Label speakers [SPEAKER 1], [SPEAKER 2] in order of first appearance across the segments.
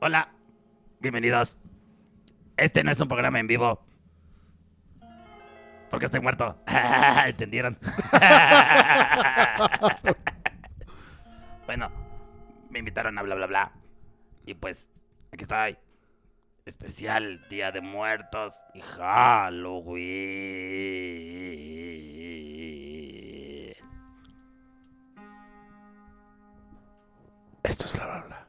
[SPEAKER 1] Hola, bienvenidos. Este no es un programa en vivo. Porque estoy muerto. ¿Entendieron? bueno, me invitaron a bla bla bla. Y pues, aquí estoy. Especial Día de Muertos y Halloween.
[SPEAKER 2] Esto es bla bla bla.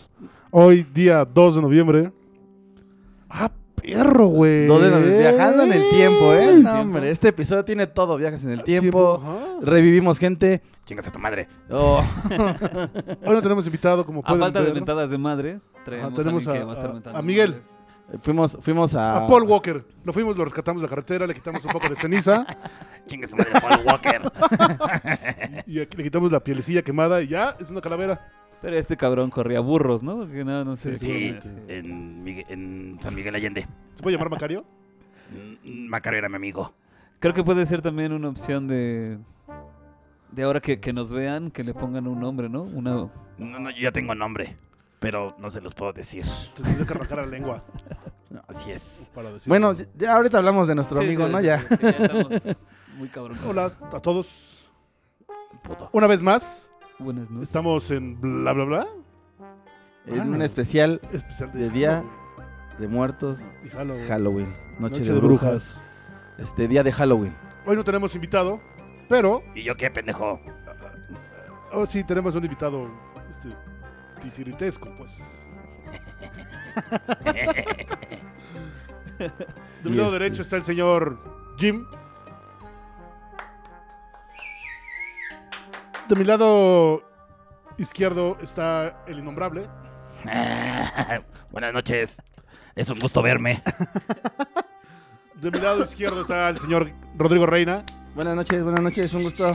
[SPEAKER 2] Hoy, día 2 de noviembre. Ah, perro, güey.
[SPEAKER 3] Dos de noviembre, Viajando en el tiempo, ¿eh?
[SPEAKER 2] El
[SPEAKER 3] No, hombre, este episodio tiene todo. Viajes en el tiempo.
[SPEAKER 2] ajá.
[SPEAKER 3] Revivimos gente.
[SPEAKER 1] Chingas a tu madre.
[SPEAKER 3] Oh,
[SPEAKER 2] Hoy no tenemos invitado, como
[SPEAKER 4] A
[SPEAKER 2] pueden
[SPEAKER 4] falta de
[SPEAKER 2] ver.
[SPEAKER 4] mentadas de madre, traemos
[SPEAKER 2] tenemos
[SPEAKER 4] a, alguien
[SPEAKER 2] a-
[SPEAKER 4] que va a estar
[SPEAKER 2] a-
[SPEAKER 4] mentando
[SPEAKER 2] a Miguel.
[SPEAKER 4] madres.
[SPEAKER 3] fuimos, fuimos a.
[SPEAKER 2] A Paul Walker. Lo fuimos, lo rescatamos de la carretera, le quitamos un poco de ceniza
[SPEAKER 1] Chingas a tu madre, Paul Walker.
[SPEAKER 2] y aquí le quitamos la pielecilla quemada y ya es una calavera.
[SPEAKER 4] Pero este cabrón corría burros, ¿no? Porque no, no sé.
[SPEAKER 1] Sí,
[SPEAKER 4] seguramente.
[SPEAKER 1] en, Migue- en San Miguel Allende.
[SPEAKER 2] ¿Se puede llamar Macario?
[SPEAKER 1] Mm, Macario era mi amigo.
[SPEAKER 4] Creo que puede ser también una opción de. De ahora que, que nos vean, que le pongan un nombre, ¿no? Una.
[SPEAKER 1] No, no, yo ya tengo nombre, pero no se los puedo decir.
[SPEAKER 2] Tendría que arrancar la lengua
[SPEAKER 1] No, así es.
[SPEAKER 2] para decir.
[SPEAKER 3] Bueno, ya ahorita hablamos de nuestro
[SPEAKER 4] Sí,
[SPEAKER 3] amigo,
[SPEAKER 4] sí,
[SPEAKER 3] ¿no?
[SPEAKER 4] sí,
[SPEAKER 3] Ya.
[SPEAKER 4] porque estamos muy cabrón.
[SPEAKER 2] Hola a todos.
[SPEAKER 1] Puto.
[SPEAKER 2] Una vez más,
[SPEAKER 4] Buenas noches.
[SPEAKER 2] estamos en bla bla bla.
[SPEAKER 3] En un especial
[SPEAKER 2] Especial
[SPEAKER 3] De día. de muertos.
[SPEAKER 2] Halloween. Y Halloween.
[SPEAKER 3] Halloween. Noche, de, brujas. Este día de Halloween.
[SPEAKER 2] Hoy no tenemos invitado, pero
[SPEAKER 1] ¿Y yo qué, pendejo?
[SPEAKER 2] hoy sí tenemos un invitado este, titiritesco, pues. De mi
[SPEAKER 3] Y
[SPEAKER 2] lado
[SPEAKER 3] este-
[SPEAKER 2] derecho está el señor Jim. De mi lado izquierdo está el innombrable.
[SPEAKER 1] Buenas noches. Es un gusto verme.
[SPEAKER 2] De mi lado izquierdo está el señor Rodrigo Reina.
[SPEAKER 3] Buenas noches, buenas noches, un gusto.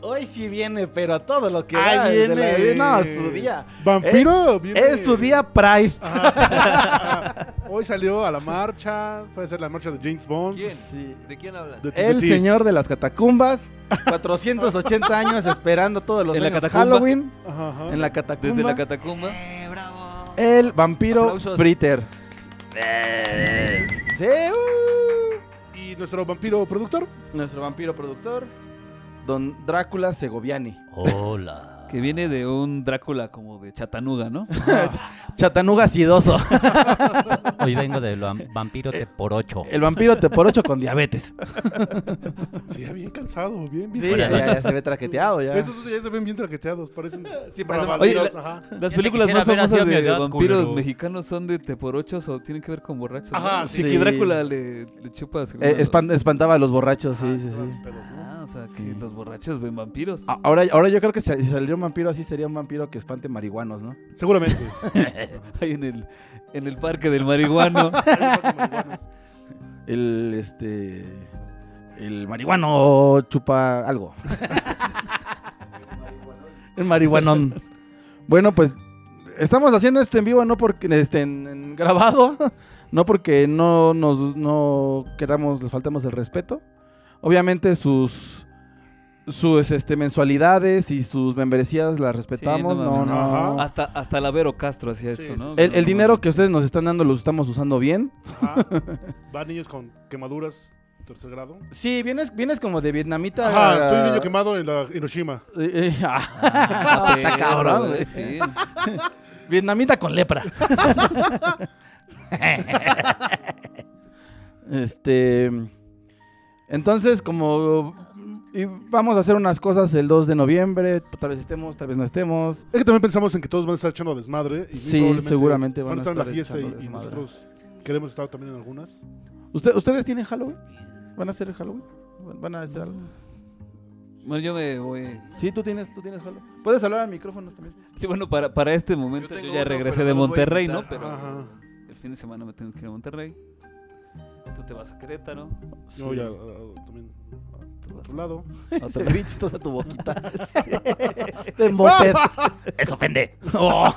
[SPEAKER 3] Hoy sí viene, pero a todo lo que
[SPEAKER 2] Ahí
[SPEAKER 3] da, desde la-
[SPEAKER 2] viene.
[SPEAKER 3] No, su día.
[SPEAKER 2] Vampiro. viene.
[SPEAKER 3] Eh, Es su día Pride.
[SPEAKER 2] Ajá. Hoy salió a la marcha. Fue a hacer la marcha de James Bond.
[SPEAKER 5] ¿Quién?
[SPEAKER 3] Sí.
[SPEAKER 5] ¿De quién hablan?
[SPEAKER 2] De
[SPEAKER 3] El
[SPEAKER 2] Tititi.
[SPEAKER 3] señor de las catacumbas, 480 años esperando todos los
[SPEAKER 4] En la
[SPEAKER 3] años
[SPEAKER 4] catacumba.
[SPEAKER 3] Halloween
[SPEAKER 2] Ajá, ajá.
[SPEAKER 3] en la catacumba.
[SPEAKER 4] Desde la catacumba.
[SPEAKER 3] el vampiro
[SPEAKER 5] Aplausos.
[SPEAKER 3] Fritter.
[SPEAKER 1] Eh,
[SPEAKER 3] Sí, uh.
[SPEAKER 2] Y nuestro vampiro productor.
[SPEAKER 3] Nuestro vampiro productor, Don Drácula Segoviani.
[SPEAKER 1] Hola.
[SPEAKER 4] Que viene de un Drácula como de Chatanuga, ¿no?
[SPEAKER 3] Chatanuga sidoso.
[SPEAKER 6] Hoy vengo de vam- vampiro de por ocho.
[SPEAKER 3] Eh, El vampiro te por ocho con diabetes.
[SPEAKER 2] Sí, ya bien cansado. Bien, bien.
[SPEAKER 3] Sí, ya, ya- ya se ve traqueteado ya.
[SPEAKER 2] Estos dos ya se ven bien traqueteados. Parecen.
[SPEAKER 3] Sí, parecen-
[SPEAKER 2] para
[SPEAKER 4] Oye,
[SPEAKER 2] vampiros,
[SPEAKER 4] la-
[SPEAKER 2] Ajá.
[SPEAKER 4] Las
[SPEAKER 6] te
[SPEAKER 4] películas
[SPEAKER 6] quisiera
[SPEAKER 4] más
[SPEAKER 6] ver así a
[SPEAKER 4] famosas
[SPEAKER 6] mi
[SPEAKER 4] de
[SPEAKER 6] edad,
[SPEAKER 4] vampiros
[SPEAKER 6] culero.
[SPEAKER 4] mexicanos son de teporochos o tienen que ver con borrachos. ¿no?
[SPEAKER 2] Ajá,
[SPEAKER 4] Así
[SPEAKER 3] sí.
[SPEAKER 4] que Drácula le, le chupa. según
[SPEAKER 3] Eh,
[SPEAKER 4] a los-
[SPEAKER 3] espan- espantaba a los borrachos, sí,
[SPEAKER 2] Ah,
[SPEAKER 3] sí, sí.
[SPEAKER 2] pedos, ¿no?
[SPEAKER 4] Ah, o sea, que
[SPEAKER 3] Sí. Ah.
[SPEAKER 4] los borrachos ven vampiros.
[SPEAKER 3] A- Ahora, ahora yo creo que si si saliera un vampiro así, sería un vampiro que espante marihuanos, ¿no?
[SPEAKER 2] Seguramente.
[SPEAKER 4] Ahí en el, en el parque del marihuano.
[SPEAKER 3] Ah. El, este... El marihuano chupa algo. el marihuanón. Bueno, pues estamos haciendo este en vivo, no porque... Este, en, en grabado. No porque no nos... No queramos, les faltamos el respeto. Obviamente sus... Sus este, mensualidades y sus membresías las respetamos.
[SPEAKER 4] no
[SPEAKER 3] no,
[SPEAKER 4] mames.
[SPEAKER 3] no.
[SPEAKER 2] Ajá.
[SPEAKER 4] hasta, hasta el Avero Castro hacía
[SPEAKER 2] Sí,
[SPEAKER 4] esto,
[SPEAKER 2] sí,
[SPEAKER 4] ¿no?
[SPEAKER 2] sí.
[SPEAKER 3] El, el dinero que ustedes nos están dando lo estamos usando bien.
[SPEAKER 2] Ajá. Van niños con quemaduras. Tercer grado.
[SPEAKER 3] Sí, vienes, vienes como de vietnamita.
[SPEAKER 2] Ajá, soy un niño quemado en la Hiroshima.
[SPEAKER 3] Eh, eh, ah,
[SPEAKER 4] Ah,
[SPEAKER 3] Está
[SPEAKER 4] perro,
[SPEAKER 3] cabrón,
[SPEAKER 4] güey,
[SPEAKER 3] güey.
[SPEAKER 4] sí.
[SPEAKER 3] vietnamita con lepra. este. Entonces, como. y vamos a hacer unas cosas el 2 de noviembre. Tal vez estemos, tal vez no estemos.
[SPEAKER 2] Es que también pensamos en que todos van a estar echando desmadre. Y muy
[SPEAKER 3] Sí,
[SPEAKER 2] probablemente
[SPEAKER 3] seguramente
[SPEAKER 2] van a estar en la fiesta y,
[SPEAKER 3] echando
[SPEAKER 2] y
[SPEAKER 3] desmadre.
[SPEAKER 2] nosotros queremos estar también en algunas.
[SPEAKER 3] ¿Usted- ¿Ustedes tienen Halloween? ¿Van a hacer Halloween? ¿Van a hacer algo?
[SPEAKER 4] Bueno, yo me voy.
[SPEAKER 3] Sí, tú tienes, tú tienes jalo. Puedes hablar al micrófono también.
[SPEAKER 4] Sí, bueno, para, para este momento
[SPEAKER 5] Yo
[SPEAKER 4] yo,
[SPEAKER 5] tengo
[SPEAKER 4] ya
[SPEAKER 5] uno,
[SPEAKER 4] regresé
[SPEAKER 5] pero
[SPEAKER 4] de
[SPEAKER 5] no los voy a
[SPEAKER 4] Monterrey, ¿no?
[SPEAKER 5] invitar.
[SPEAKER 4] Pero
[SPEAKER 2] Ajá.
[SPEAKER 4] el fin de semana me tengo que ir a Monterrey. Tú te vas a Querétaro.
[SPEAKER 2] Yo ya, ah, ah, también.
[SPEAKER 4] Tú
[SPEAKER 2] A
[SPEAKER 4] vas
[SPEAKER 2] tu lado.
[SPEAKER 4] a otro-
[SPEAKER 3] bicho toda tu boquita. Te emboté.
[SPEAKER 1] Eso ofende. Oh.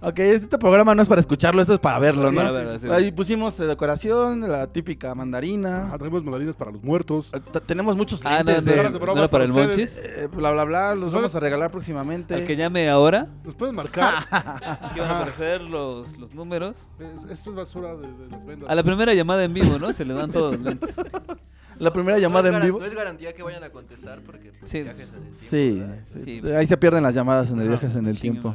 [SPEAKER 3] ok, este programa no es para escucharlo, esto es para verlo, ¿no?
[SPEAKER 4] Sí, sí, sí, sí.
[SPEAKER 3] Ahí pusimos eh, decoración, la típica mandarina.
[SPEAKER 2] Ah, traemos mandarinas para los muertos.
[SPEAKER 3] Eh, t- Tenemos muchos
[SPEAKER 4] Ah, no,
[SPEAKER 3] lentes,
[SPEAKER 4] no,
[SPEAKER 2] de-
[SPEAKER 4] no,
[SPEAKER 2] de
[SPEAKER 4] no,
[SPEAKER 2] bromas
[SPEAKER 4] era para
[SPEAKER 2] para
[SPEAKER 4] el
[SPEAKER 2] ustedes.
[SPEAKER 4] Monchis.
[SPEAKER 3] Eh, bla, bla, bla, los vamos a regalar próximamente.
[SPEAKER 4] Al que llame ahora,
[SPEAKER 2] ¿Nos pueden marcar?
[SPEAKER 4] que van a aparecer los, los números.
[SPEAKER 2] Es- Esto es basura de, de las vendas.
[SPEAKER 4] A la primera llamada en vivo, ¿no? Se le dan todos los lentes.
[SPEAKER 3] La primera
[SPEAKER 5] No es,
[SPEAKER 3] llamada en
[SPEAKER 5] garan-
[SPEAKER 3] vivo.
[SPEAKER 5] no es garantía que vayan a contestar porque pues,
[SPEAKER 4] Sí.
[SPEAKER 5] viajes en el tiempo,
[SPEAKER 3] Sí,
[SPEAKER 5] ¿verdad?
[SPEAKER 3] sí.
[SPEAKER 4] Sí,
[SPEAKER 3] ahí se pierden las llamadas en el
[SPEAKER 2] Ajá.
[SPEAKER 3] viajes en el tiempo.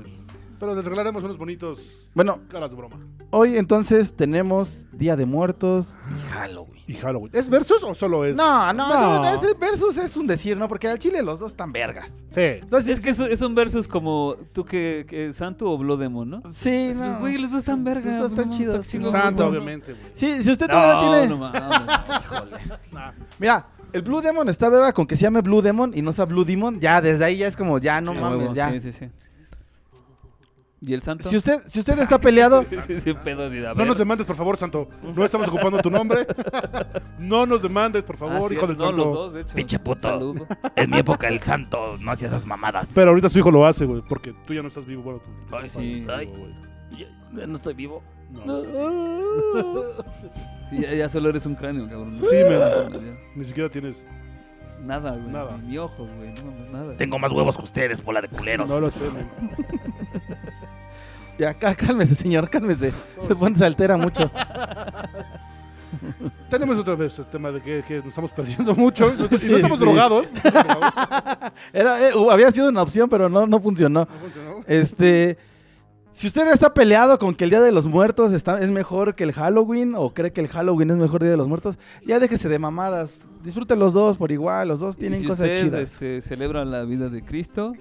[SPEAKER 2] Pero les regalaremos unos bonitos
[SPEAKER 3] Bueno,
[SPEAKER 2] caras de broma.
[SPEAKER 3] hoy entonces tenemos Día de Muertos y Halloween.
[SPEAKER 2] Y Halloween. ¿Es versus o solo es?
[SPEAKER 3] No, no, no,
[SPEAKER 2] No.
[SPEAKER 3] no, ese versus es un decir, ¿no? Porque al Chile los dos están vergas.
[SPEAKER 2] Sí.
[SPEAKER 4] Entonces, es que es, es un versus como tú que, que Santo o Blodemon, ¿no?
[SPEAKER 3] Sí,
[SPEAKER 4] Pues,
[SPEAKER 3] no.
[SPEAKER 4] güey, los dos están verga.
[SPEAKER 3] Los dos están
[SPEAKER 4] no,
[SPEAKER 3] chidos.
[SPEAKER 4] está chingón,
[SPEAKER 2] Santo,
[SPEAKER 4] no.
[SPEAKER 2] obviamente, güey.
[SPEAKER 3] Sí, si usted todavía
[SPEAKER 4] No,
[SPEAKER 3] tiene...
[SPEAKER 4] no mames.
[SPEAKER 3] Mira, el Blue Demon está verga con que se llame Blue Demon y no sea Blue Demon. Ya, desde ahí ya es como, ya, no
[SPEAKER 4] Sí,
[SPEAKER 3] mames,
[SPEAKER 4] huevo,
[SPEAKER 3] ya.
[SPEAKER 4] Sí, sí, sí. ¿Y el Santo?
[SPEAKER 3] Si usted, si usted está peleado,
[SPEAKER 4] Sí, sí, pedo, sí, a
[SPEAKER 2] No
[SPEAKER 4] ver.
[SPEAKER 2] nos demandes, por favor, Santo. No estamos ocupando tu nombre. No nos demandes, por
[SPEAKER 4] Ah,
[SPEAKER 2] favor,
[SPEAKER 4] sí,
[SPEAKER 2] hijo del
[SPEAKER 4] no,
[SPEAKER 2] Santo.
[SPEAKER 4] los dos, de hecho.
[SPEAKER 1] Pinche puto.
[SPEAKER 4] Saludo.
[SPEAKER 1] En mi época el santo no hacía esas mamadas.
[SPEAKER 2] Pero ahorita su hijo lo hace, güey, porque tú ya no estás vivo. Bueno, tú- tú
[SPEAKER 1] Ay,
[SPEAKER 2] estás
[SPEAKER 4] sí.
[SPEAKER 2] vivo,
[SPEAKER 1] Ay.
[SPEAKER 2] güey.
[SPEAKER 1] Yo- yo no estoy vivo.
[SPEAKER 2] No.
[SPEAKER 4] Sí, ya, ya solo eres un cráneo, cabrón.
[SPEAKER 2] Sí, men. Ni siquiera tienes.
[SPEAKER 4] Nada, güey.
[SPEAKER 2] Nada.
[SPEAKER 4] Ni ojos, güey. No, mames, nada.
[SPEAKER 1] Tengo más huevos que ustedes, bola de culeros.
[SPEAKER 2] No lo sé, men.
[SPEAKER 3] ya, cá- cálmese, señor, cálmese. Se pone, se altera mucho.
[SPEAKER 2] Tenemos otra vez el tema de que, que nos estamos perdiendo mucho. Y no, y no
[SPEAKER 3] Sí,
[SPEAKER 2] estamos
[SPEAKER 3] sí.
[SPEAKER 2] drogados.
[SPEAKER 3] Era, eh, había sido una opción, pero no, no funcionó.
[SPEAKER 2] No funcionó.
[SPEAKER 3] Este. Si usted está peleado con que el Día de los Muertos está, es mejor que el Halloween o cree que el Halloween es mejor Día de los Muertos, ya déjese de mamadas. Disfruten los dos por igual, los dos
[SPEAKER 4] Y
[SPEAKER 3] tienen
[SPEAKER 4] si
[SPEAKER 3] cosas
[SPEAKER 4] usted,
[SPEAKER 3] chidas.
[SPEAKER 4] este, celebra la vida de Cristo.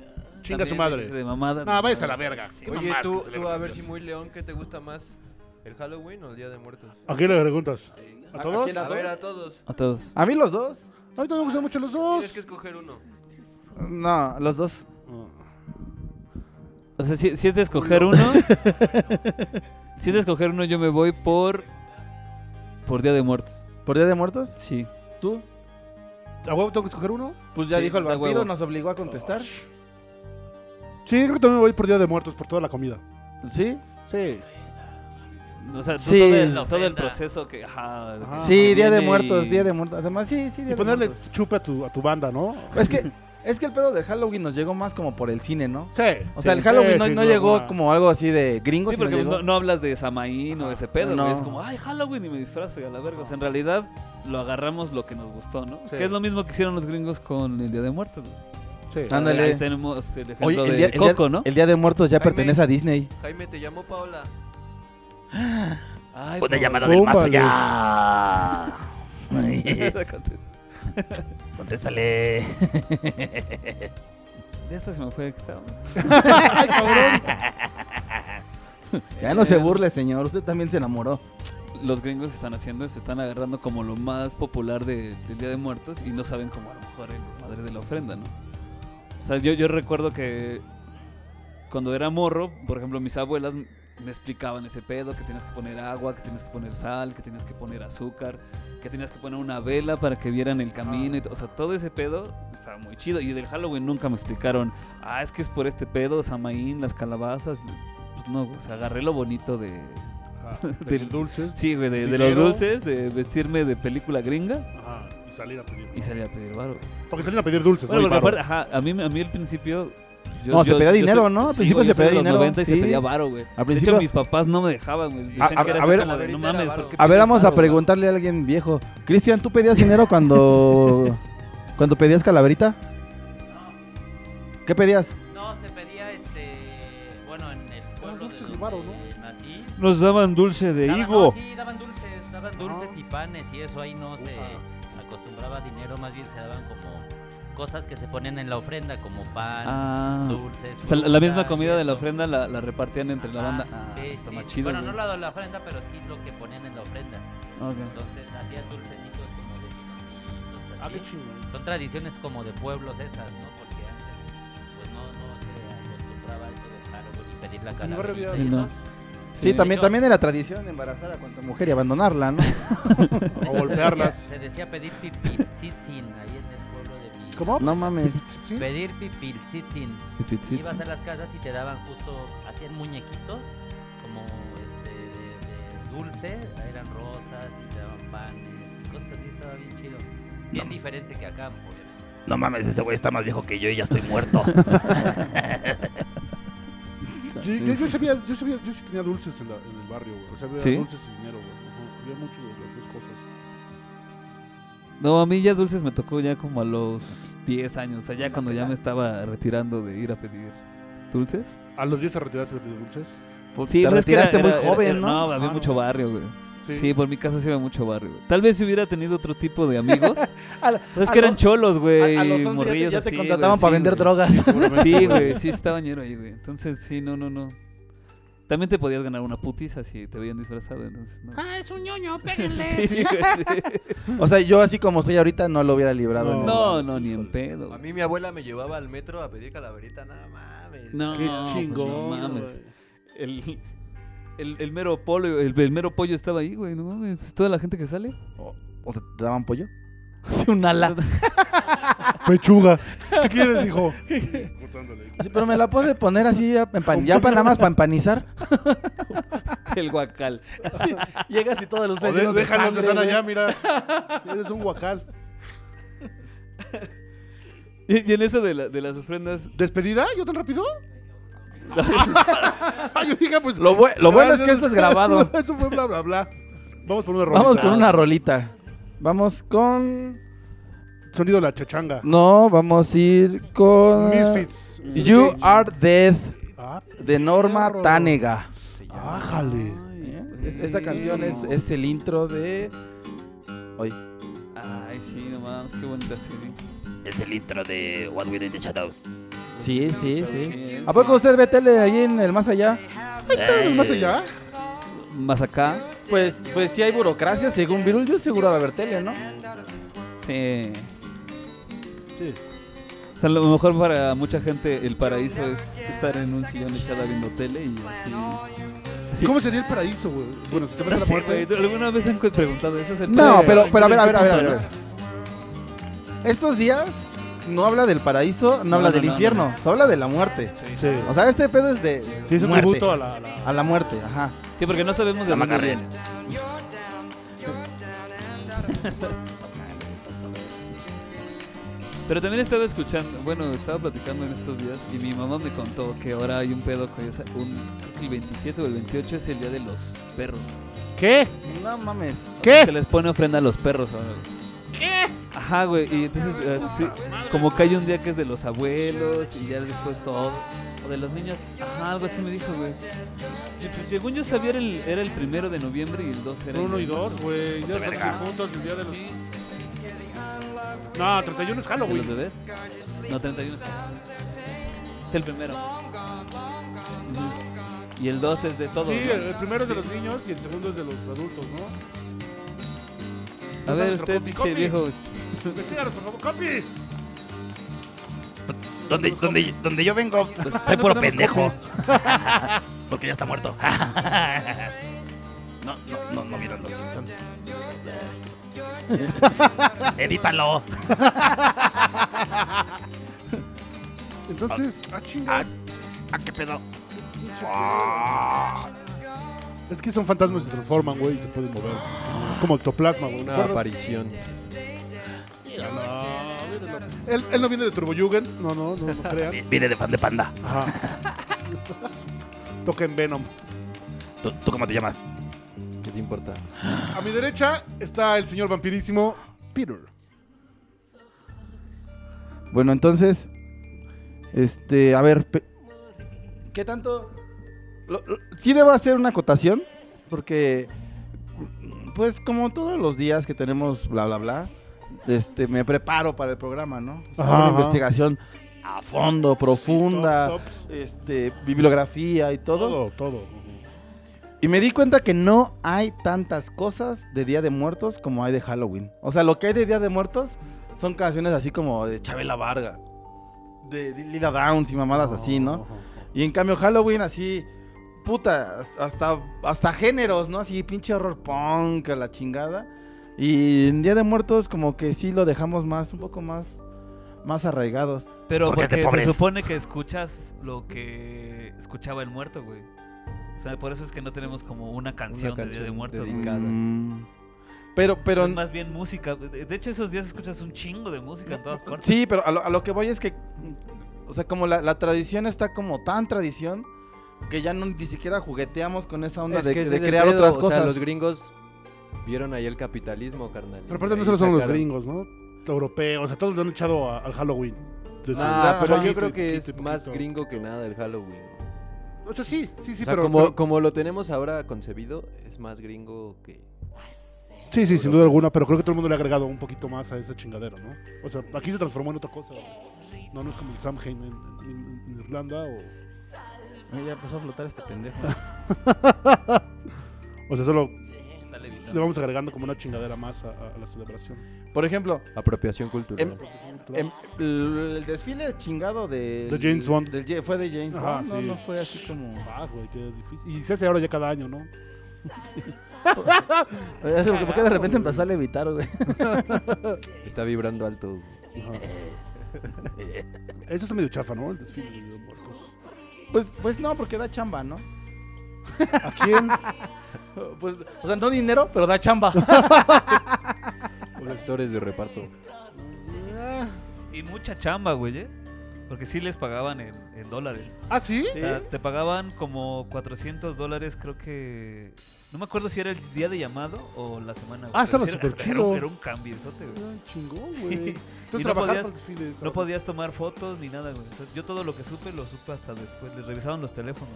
[SPEAKER 2] Chinga su
[SPEAKER 4] también
[SPEAKER 2] madre.
[SPEAKER 4] déjese De mamada,
[SPEAKER 2] No, Ah, váyase a la verga. Qué
[SPEAKER 5] Oye,
[SPEAKER 1] mamadas
[SPEAKER 5] tú,
[SPEAKER 1] que se le
[SPEAKER 5] tú a
[SPEAKER 1] ocurren.
[SPEAKER 5] ver si muy león, ¿qué te gusta más? ¿El Halloween o el Día de Muertos?
[SPEAKER 2] ¿A quién le preguntas? ¿A
[SPEAKER 3] ¿A
[SPEAKER 2] todos?
[SPEAKER 3] quién
[SPEAKER 5] A ver,
[SPEAKER 3] a
[SPEAKER 5] a todos.
[SPEAKER 4] A todos.
[SPEAKER 3] mí los dos.
[SPEAKER 2] A mí también me gustan mucho los
[SPEAKER 5] Tienes
[SPEAKER 2] dos.
[SPEAKER 5] que escoger uno.
[SPEAKER 3] No, los dos.
[SPEAKER 4] O sea, si, si es de escoger uno. si es de escoger uno, yo me voy por. Por Día de Muertos.
[SPEAKER 3] ¿Por Día de Muertos?
[SPEAKER 4] Sí.
[SPEAKER 3] ¿Tú?
[SPEAKER 2] ¿A huevo tengo que escoger uno?
[SPEAKER 3] Pues ya
[SPEAKER 4] Sí,
[SPEAKER 3] dijo el
[SPEAKER 4] de
[SPEAKER 3] vampiro,
[SPEAKER 4] huevo.
[SPEAKER 3] nos obligó a contestar.
[SPEAKER 2] Sí, creo que también me voy por Día de Muertos, por toda la comida.
[SPEAKER 3] ¿Sí?
[SPEAKER 2] Sí.
[SPEAKER 4] O sea, tú
[SPEAKER 3] Sí.
[SPEAKER 4] todo, el, todo el proceso que. Ajá,
[SPEAKER 2] Ajá. Ah,
[SPEAKER 3] sí, Día de
[SPEAKER 4] viene
[SPEAKER 3] Muertos,
[SPEAKER 4] y-
[SPEAKER 3] Día de Muertos. Además, sí, sí, Día
[SPEAKER 2] Y
[SPEAKER 3] de
[SPEAKER 2] ponerle
[SPEAKER 3] Muertos.
[SPEAKER 2] chupe a tu, a tu banda, ¿no?
[SPEAKER 3] Es que, es que el pedo del Halloween nos llegó más como por el cine, ¿no?
[SPEAKER 2] Sí.
[SPEAKER 3] O sea, el Halloween no, no llegó
[SPEAKER 2] como
[SPEAKER 3] como algo así de gringo.
[SPEAKER 4] Sí,
[SPEAKER 3] sino
[SPEAKER 4] porque
[SPEAKER 3] llegó-
[SPEAKER 4] no, no hablas de Samaín o de ese pedo,
[SPEAKER 3] No.
[SPEAKER 4] güey. Es como, ay, Halloween y me disfrazo y a la verga. O sea, en realidad lo agarramos lo que nos gustó, ¿no?
[SPEAKER 2] Sí.
[SPEAKER 4] Que es lo mismo que hicieron los gringos con el Día de Muertos. güey.
[SPEAKER 2] Sí.
[SPEAKER 3] Ah, Ándale.
[SPEAKER 4] Ahí tenemos el ejemplo
[SPEAKER 3] Oye, el
[SPEAKER 4] de
[SPEAKER 3] día, el día-
[SPEAKER 4] Coco, ¿no?
[SPEAKER 3] el Día de Muertos ya
[SPEAKER 5] Jaime.
[SPEAKER 3] pertenece a Disney.
[SPEAKER 5] Jaime, te llamo Paola.
[SPEAKER 1] Una
[SPEAKER 4] Ay, por-
[SPEAKER 1] llamada del más
[SPEAKER 2] Pómbale.
[SPEAKER 1] allá. Contéstale.
[SPEAKER 4] De esta se me fue que estaba.
[SPEAKER 2] Ay, cabrón.
[SPEAKER 3] Ya no se
[SPEAKER 4] Eh,
[SPEAKER 3] burle, señor. Usted también se enamoró.
[SPEAKER 4] Los gringos están haciendo eso, están agarrando como lo más popular de- del Día de Muertos y no saben cómo a lo mejor el desmadre de la ofrenda, ¿no? O sea, yo, yo recuerdo que cuando era morro, por ejemplo, mis abuelas m- me explicaban ese pedo, que tenías que poner agua, que tenías que poner sal, que tenías que poner azúcar, que tenías que poner una vela para que vieran el camino. y t- o sea, todo ese pedo estaba muy chido. Y del Halloween nunca me explicaron, ah, es que es por este pedo, Samaín, las calabazas. Pues no, o sea, agarré lo bonito de...
[SPEAKER 2] Ajá, de
[SPEAKER 4] Del-
[SPEAKER 2] los dulces.
[SPEAKER 4] Sí, güey, de, de los
[SPEAKER 2] Dinero.
[SPEAKER 4] dulces, de vestirme de película gringa
[SPEAKER 2] Ajá, y salir a pedir.
[SPEAKER 4] y salir a pedir varo. güey.
[SPEAKER 2] Porque salían a pedir dulces.
[SPEAKER 4] Bueno,
[SPEAKER 2] no,
[SPEAKER 4] porque
[SPEAKER 2] Y varo.
[SPEAKER 4] aparte, ajá, a mí, a mí al principio. yo-
[SPEAKER 3] No, se
[SPEAKER 4] yo-
[SPEAKER 3] pedía
[SPEAKER 4] yo
[SPEAKER 3] dinero,
[SPEAKER 4] soy-
[SPEAKER 3] ¿no? Al
[SPEAKER 4] sí,
[SPEAKER 3] principio
[SPEAKER 4] güey, yo
[SPEAKER 3] se
[SPEAKER 4] soy de
[SPEAKER 3] pedía dinero,
[SPEAKER 4] Los 90 y se
[SPEAKER 3] sí.
[SPEAKER 4] pedía varo, güey.
[SPEAKER 3] Al
[SPEAKER 4] De
[SPEAKER 3] principio.
[SPEAKER 4] hecho, mis papás no me dejaban, güey. Decían
[SPEAKER 3] A-
[SPEAKER 4] que
[SPEAKER 3] a-
[SPEAKER 4] era
[SPEAKER 3] a ver-
[SPEAKER 4] así como de, no mames, ¿por qué
[SPEAKER 3] A ver,
[SPEAKER 4] pides
[SPEAKER 3] vamos a
[SPEAKER 4] varo, güey?"
[SPEAKER 3] preguntarle a alguien viejo. Cristian, ¿tú pedías dinero cuando. cuando pedías calaverita? ¿Qué pedías?
[SPEAKER 7] No, se pedía este. Bueno, en el pueblo de
[SPEAKER 2] dulces y
[SPEAKER 7] donde
[SPEAKER 2] varo, ¿no?
[SPEAKER 7] nací.
[SPEAKER 4] Nos daban dulce de
[SPEAKER 7] daban-
[SPEAKER 4] higo.
[SPEAKER 7] Ah, no, sí, daban dulces, daban dulces
[SPEAKER 2] Ah.
[SPEAKER 7] y panes y eso ahí no se
[SPEAKER 2] Ufa.
[SPEAKER 7] acostumbraba a dinero, más bien se daban como cosas que se ponen en la ofrenda, como pan,
[SPEAKER 4] Ah.
[SPEAKER 7] dulces.
[SPEAKER 4] O sea, la- la misma
[SPEAKER 7] frutas,
[SPEAKER 4] comida de la
[SPEAKER 7] eso.
[SPEAKER 4] ofrenda la, la repartían entre la
[SPEAKER 7] Ajá,
[SPEAKER 4] banda. Ah,
[SPEAKER 7] sí,
[SPEAKER 4] eso está
[SPEAKER 7] sí.
[SPEAKER 4] más chido.
[SPEAKER 7] Bueno,
[SPEAKER 4] güey.
[SPEAKER 7] no la de la ofrenda, pero sí lo que ponían en la ofrenda.
[SPEAKER 4] Ok.
[SPEAKER 7] Entonces hacían dulcecitos como de piloncitos,
[SPEAKER 2] Ah, qué
[SPEAKER 7] así.
[SPEAKER 2] chingón.
[SPEAKER 7] Son tradiciones como de pueblos esas, ¿no? Porque antes pues no, no se acostumbraba a eso de Halloween y pedir la
[SPEAKER 2] mi barrio
[SPEAKER 7] calaverita.
[SPEAKER 2] había-
[SPEAKER 7] y
[SPEAKER 4] Sí, no.
[SPEAKER 7] eso.
[SPEAKER 3] Sí,
[SPEAKER 4] Sí.
[SPEAKER 3] también, también era tradición embarazar a cuanta mujer y abandonarla, ¿no?
[SPEAKER 2] O golpearlas.
[SPEAKER 7] Se decía pedir pipil tzitzin ahí en el pueblo de mi.
[SPEAKER 2] ¿Cómo?
[SPEAKER 3] No mames.
[SPEAKER 2] Sí.
[SPEAKER 7] Pedir pipil tzitzin.
[SPEAKER 4] Pizzitzin.
[SPEAKER 7] Ibas a las casas y te daban justo, hacían muñequitos como este de, de dulce, eran rosas y te daban panes y cosas así, estaba bien chido. Bien diferente que acá, obviamente.
[SPEAKER 1] No mames, ese güey está más viejo que yo y ya estoy muerto.
[SPEAKER 2] Yo, yo, yo sabía, yo sabía, yo sí tenía dulces en, la- en el barrio, güey. O sea, había
[SPEAKER 4] ¿Sí?
[SPEAKER 2] dulces y dinero, güey. Ujú, Había mucho de las dos cosas.
[SPEAKER 4] No, a mí ya dulces me tocó ya como a los 10 años. O sea, ya cuando ya me estaba retirando de ir a pedir dulces.
[SPEAKER 2] ¿A los 10 te retiraste de pedir dulces?
[SPEAKER 4] Sí,
[SPEAKER 3] Pues te
[SPEAKER 4] pero es que
[SPEAKER 3] retiraste muy joven, ¿no?
[SPEAKER 4] No, había
[SPEAKER 2] Ah,
[SPEAKER 4] mucho
[SPEAKER 2] no.
[SPEAKER 4] barrio, güey. Sí, por mi casa sí había mucho barrio. güey. Tal vez si hubiera tenido otro tipo de amigos.
[SPEAKER 3] A la-
[SPEAKER 4] Pues es
[SPEAKER 3] a
[SPEAKER 4] que eran
[SPEAKER 3] lo-
[SPEAKER 4] cholos, güey.
[SPEAKER 3] a- a los once ya te-
[SPEAKER 4] morrillos
[SPEAKER 3] ya te
[SPEAKER 4] así,
[SPEAKER 3] contrataban
[SPEAKER 4] güey,
[SPEAKER 3] para
[SPEAKER 4] sí,
[SPEAKER 3] vender
[SPEAKER 4] güey.
[SPEAKER 3] drogas.
[SPEAKER 4] Sí, güey, sí está bañero ahí, güey. Entonces, sí, no, no, no. También te podías ganar una putiza si te veían disfrazado, entonces no.
[SPEAKER 8] Ah, es un ñoño, péguenle.
[SPEAKER 4] Sí, güey, sí.
[SPEAKER 3] O sea, yo así como estoy ahorita no lo hubiera
[SPEAKER 2] No.
[SPEAKER 3] librado. en el-
[SPEAKER 4] No, no, ni en pedo.
[SPEAKER 5] A
[SPEAKER 4] güey.
[SPEAKER 5] mí mi abuela me llevaba al metro a pedir calaverita, nada mames.
[SPEAKER 4] No,
[SPEAKER 2] Qué
[SPEAKER 4] pues,
[SPEAKER 2] chingón.
[SPEAKER 4] no mames.
[SPEAKER 2] güey.
[SPEAKER 4] El, el, el mero pollo, el, el mero pollo estaba ahí, güey, no mames. pues, Toda la gente que sale.
[SPEAKER 3] O, o sea, ¿te daban pollo? Sí, un ala.
[SPEAKER 2] Pechuga. ¿Qué quieres, hijo? Cortándole.
[SPEAKER 3] Sí, pero me la puedes poner así ya, empan- ya para nada más para empanizar.
[SPEAKER 4] El guacal.
[SPEAKER 3] Llegas y todos los
[SPEAKER 2] O de- déjalos, están allá, mira. Eres un guacal.
[SPEAKER 4] Y, y en eso de, la- de las ofrendas.
[SPEAKER 2] ¿Despedida? ¿Yo tan rápido? Ah, yo dije, pues.
[SPEAKER 3] Lo, bue- lo bueno es que esto es grabado.
[SPEAKER 2] esto fue bla, bla, bla. Vamos por una ronda.
[SPEAKER 3] Vamos con una rolita. Vamos con.
[SPEAKER 2] Sonido de la chachanga.
[SPEAKER 3] No, vamos a ir con.
[SPEAKER 2] Misfits.
[SPEAKER 3] You Are Death
[SPEAKER 2] Ah,
[SPEAKER 3] de Norma
[SPEAKER 2] perro.
[SPEAKER 3] Tanega.
[SPEAKER 2] Ah, Ájale.
[SPEAKER 3] ¿Eh? Es- esta canción es, es el intro de. Oye,
[SPEAKER 4] Ay, sí, no mames, qué bonita serie.
[SPEAKER 1] es el intro de What We Do in the Shadows.
[SPEAKER 3] sí, sí, sí.
[SPEAKER 4] Sí,
[SPEAKER 3] ¿A poco usted ve tele ahí en el más allá?
[SPEAKER 2] ¿Estás más allá?
[SPEAKER 4] Más acá.
[SPEAKER 3] Pues, pues sí hay burocracia, según Beetlejuice seguro va a haber tele, ¿no?
[SPEAKER 4] Sí.
[SPEAKER 2] Sí.
[SPEAKER 4] O sea, a lo mejor para mucha gente el paraíso es estar en un sillón echada viendo tele y así. Sí.
[SPEAKER 2] ¿Cómo sería el paraíso, güey? Bueno, si te vas a la
[SPEAKER 4] Sí,
[SPEAKER 2] muerte.
[SPEAKER 4] güey, ¿Alguna vez se han preguntado eso? ¿Es el
[SPEAKER 3] No,
[SPEAKER 4] paraíso?
[SPEAKER 3] pero, pero a ver, a ver, a ver, a ver.
[SPEAKER 4] ¿En
[SPEAKER 3] a
[SPEAKER 4] qué
[SPEAKER 3] ver. Estos días no habla del paraíso, no,
[SPEAKER 4] No,
[SPEAKER 3] habla
[SPEAKER 4] no,
[SPEAKER 3] del
[SPEAKER 4] no,
[SPEAKER 3] infierno, se habla de la muerte.
[SPEAKER 2] Sí.
[SPEAKER 3] O sea, este pedo es de
[SPEAKER 2] Sí, es un
[SPEAKER 3] muerte.
[SPEAKER 2] tributo a la. a la-
[SPEAKER 3] A la muerte, ajá.
[SPEAKER 4] punto? Sí, porque no sabemos de
[SPEAKER 1] La
[SPEAKER 4] dónde
[SPEAKER 1] Macarena.
[SPEAKER 4] viene. Pero también estaba escuchando, bueno, estaba platicando en estos días y mi mamá me contó que ahora hay un pedo con esa- un, creo que el 27 o el 28 es el día de los perros.
[SPEAKER 2] ¿Qué?
[SPEAKER 3] No mames.
[SPEAKER 4] ¿Qué? Se les pone ofrenda a los perros ahora, güey. Ajá, güey, y entonces, eh, sí, como que hay un día que es de los abuelos y ya después todo, o de los niños, ajá, algo así me dijo, güey. Sí, pues, Según yo sabía, era el, era el primero de noviembre y el 2 era el
[SPEAKER 2] Uno y
[SPEAKER 4] de-
[SPEAKER 2] dos, güey. Ya
[SPEAKER 1] Verga.
[SPEAKER 2] están juntos el día de los. No, 31 es
[SPEAKER 4] de los
[SPEAKER 2] Halloween.
[SPEAKER 4] bebés. No, 31. Es el primero. Ujú. Y el 2 es de todos.
[SPEAKER 2] Sí,
[SPEAKER 4] ¿no?
[SPEAKER 2] el el primero es de los niños y el segundo es de los adultos, ¿no?
[SPEAKER 4] A ver,
[SPEAKER 2] nuestro
[SPEAKER 4] usted,
[SPEAKER 2] copi,
[SPEAKER 4] pinche
[SPEAKER 2] copi.
[SPEAKER 4] viejo.
[SPEAKER 2] Investíganos, por favor, copy.
[SPEAKER 1] Donde, donde, donde yo vengo, soy puro pendejo. Porque ya está muerto. No, no, no, no vieron los Simpsons. Edítalo.
[SPEAKER 2] Entonces, ah,
[SPEAKER 1] Ah,
[SPEAKER 2] chinga.
[SPEAKER 1] ah, qué pedo.
[SPEAKER 2] ah, Es que son fantasmas que se transforman, güey, y se pueden mover. Como ectoplasma, güey.
[SPEAKER 5] Una
[SPEAKER 2] ¿Recuerdas?
[SPEAKER 5] aparición.
[SPEAKER 2] Él, él no viene de Turbojugend. No, no, no, no crean.
[SPEAKER 1] Vi- Viene de fan de panda.
[SPEAKER 2] Ajá. Toca en Venom.
[SPEAKER 1] ¿Tú, tú cómo te llamas?
[SPEAKER 5] ¿Qué te importa?
[SPEAKER 2] A mi derecha está el señor vampirísimo Peter.
[SPEAKER 3] Bueno, entonces, este, a ver, pe- ¿qué tanto? Lo- lo- sí debo hacer una acotación, porque, pues como todos los días que tenemos bla, bla, bla, este, me preparo para el programa, ¿no? O sea,
[SPEAKER 2] Ajá,
[SPEAKER 3] una
[SPEAKER 2] ajá.
[SPEAKER 3] investigación a fondo, profunda,
[SPEAKER 2] Tops, tops,
[SPEAKER 3] este, bibliografía y todo.
[SPEAKER 2] Todo, todo.
[SPEAKER 3] Y me di cuenta que no hay tantas cosas de Día de Muertos como hay de Halloween. O sea, lo que hay de Día de Muertos son canciones así como de Chabela Varga, de Lila Downs y mamadas así, ¿no? Y en cambio Halloween así, puta, hasta, hasta géneros, ¿no? Así pinche horror punk a la chingada. Y en Día de Muertos como que sí lo dejamos más, un poco más, más arraigados.
[SPEAKER 4] Pero
[SPEAKER 1] Porque es de
[SPEAKER 4] porque,
[SPEAKER 1] pobres.
[SPEAKER 4] se supone que escuchas lo que escuchaba el muerto, güey. O sea, por eso es que no tenemos como una canción, de Día de
[SPEAKER 3] canción
[SPEAKER 4] Muertos. güey.
[SPEAKER 3] dedicada. Mm. Pero, pero...
[SPEAKER 4] Es más bien música. De de hecho, esos días escuchas un chingo de música en todas partes.
[SPEAKER 3] Sí, pero a lo, a lo que voy es que, mm, o sea, como la, la tradición está como tan tradición que ya no ni siquiera jugueteamos con esa onda de,
[SPEAKER 5] que ese
[SPEAKER 3] de
[SPEAKER 5] es el
[SPEAKER 3] crear
[SPEAKER 5] pedo,
[SPEAKER 3] otras
[SPEAKER 5] o sea,
[SPEAKER 3] cosas.
[SPEAKER 5] los gringos vieron ahí el capitalismo, carnal.
[SPEAKER 2] Pero
[SPEAKER 5] y
[SPEAKER 2] aparte no
[SPEAKER 5] ahí
[SPEAKER 2] solo son los
[SPEAKER 5] sacaron-
[SPEAKER 2] gringos, ¿no? Europeos, o sea, todos le han echado a- al Halloween. Desde-
[SPEAKER 5] Ah, pero yo
[SPEAKER 2] poquito,
[SPEAKER 5] creo que es
[SPEAKER 2] poquito,
[SPEAKER 5] más
[SPEAKER 2] poquito.
[SPEAKER 5] gringo que nada el Halloween.
[SPEAKER 2] O sea, sí, sí, sí,
[SPEAKER 5] o sea,
[SPEAKER 2] pero,
[SPEAKER 5] como,
[SPEAKER 2] pero-
[SPEAKER 5] como lo tenemos ahora concebido, es más gringo que...
[SPEAKER 2] Sí, sí, sin duda alguna, pero creo que todo el mundo le ha agregado un poquito más a esa chingadera, ¿no? O sea, aquí se transformó en otra cosa. No, no es como el Samhain en, en- en Irlanda o...
[SPEAKER 3] Ay, Ya empezó a flotar este pendejo.
[SPEAKER 2] O sea, solo
[SPEAKER 4] Está levitando.
[SPEAKER 2] le vamos agregando como una chingadera más a, a- a la celebración.
[SPEAKER 3] Por ejemplo,
[SPEAKER 5] Apropiación cultural.
[SPEAKER 3] em, el, el desfile chingado de...
[SPEAKER 2] De James Bond.
[SPEAKER 3] del Ye- fue de James
[SPEAKER 2] Ajá,
[SPEAKER 3] Bond, no,
[SPEAKER 2] sí.
[SPEAKER 3] no fue así como...
[SPEAKER 2] Ah, güey, qué difícil. Y se hace ahora ya cada año, ¿no?
[SPEAKER 3] Oye, ¿Por qué- por qué de repente empezó a levitar, güey?
[SPEAKER 5] Está vibrando alto.
[SPEAKER 2] Eso está medio chafa, ¿no? El desfile de muertos.
[SPEAKER 3] Pues, pues no, porque da chamba, ¿no?
[SPEAKER 2] ¿A quién?
[SPEAKER 3] Pues, o sea, no dinero, pero da chamba.
[SPEAKER 5] Actores de reparto.
[SPEAKER 4] Y mucha chamba, güey, ¿eh? Porque sí les pagaban en, en dólares.
[SPEAKER 2] ¿Ah, sí?
[SPEAKER 4] O sea, te pagaban como 400 dólares, creo que... No me acuerdo si era el día de llamado o la semana. güey,
[SPEAKER 2] Ah,
[SPEAKER 4] pero
[SPEAKER 2] estaba
[SPEAKER 4] sí era-
[SPEAKER 2] súper
[SPEAKER 4] Era, un-
[SPEAKER 2] chido.
[SPEAKER 4] era un cambiezote, güey.
[SPEAKER 2] Ah, chingón,
[SPEAKER 4] Sí.
[SPEAKER 2] güey.
[SPEAKER 4] Y no
[SPEAKER 2] Entonces trabajar
[SPEAKER 4] podías-
[SPEAKER 2] para el desfile.
[SPEAKER 4] No
[SPEAKER 2] estaba-
[SPEAKER 4] podías tomar fotos ni nada, güey. O sea, yo todo lo que supe lo supe hasta después. Les revisaban los teléfonos.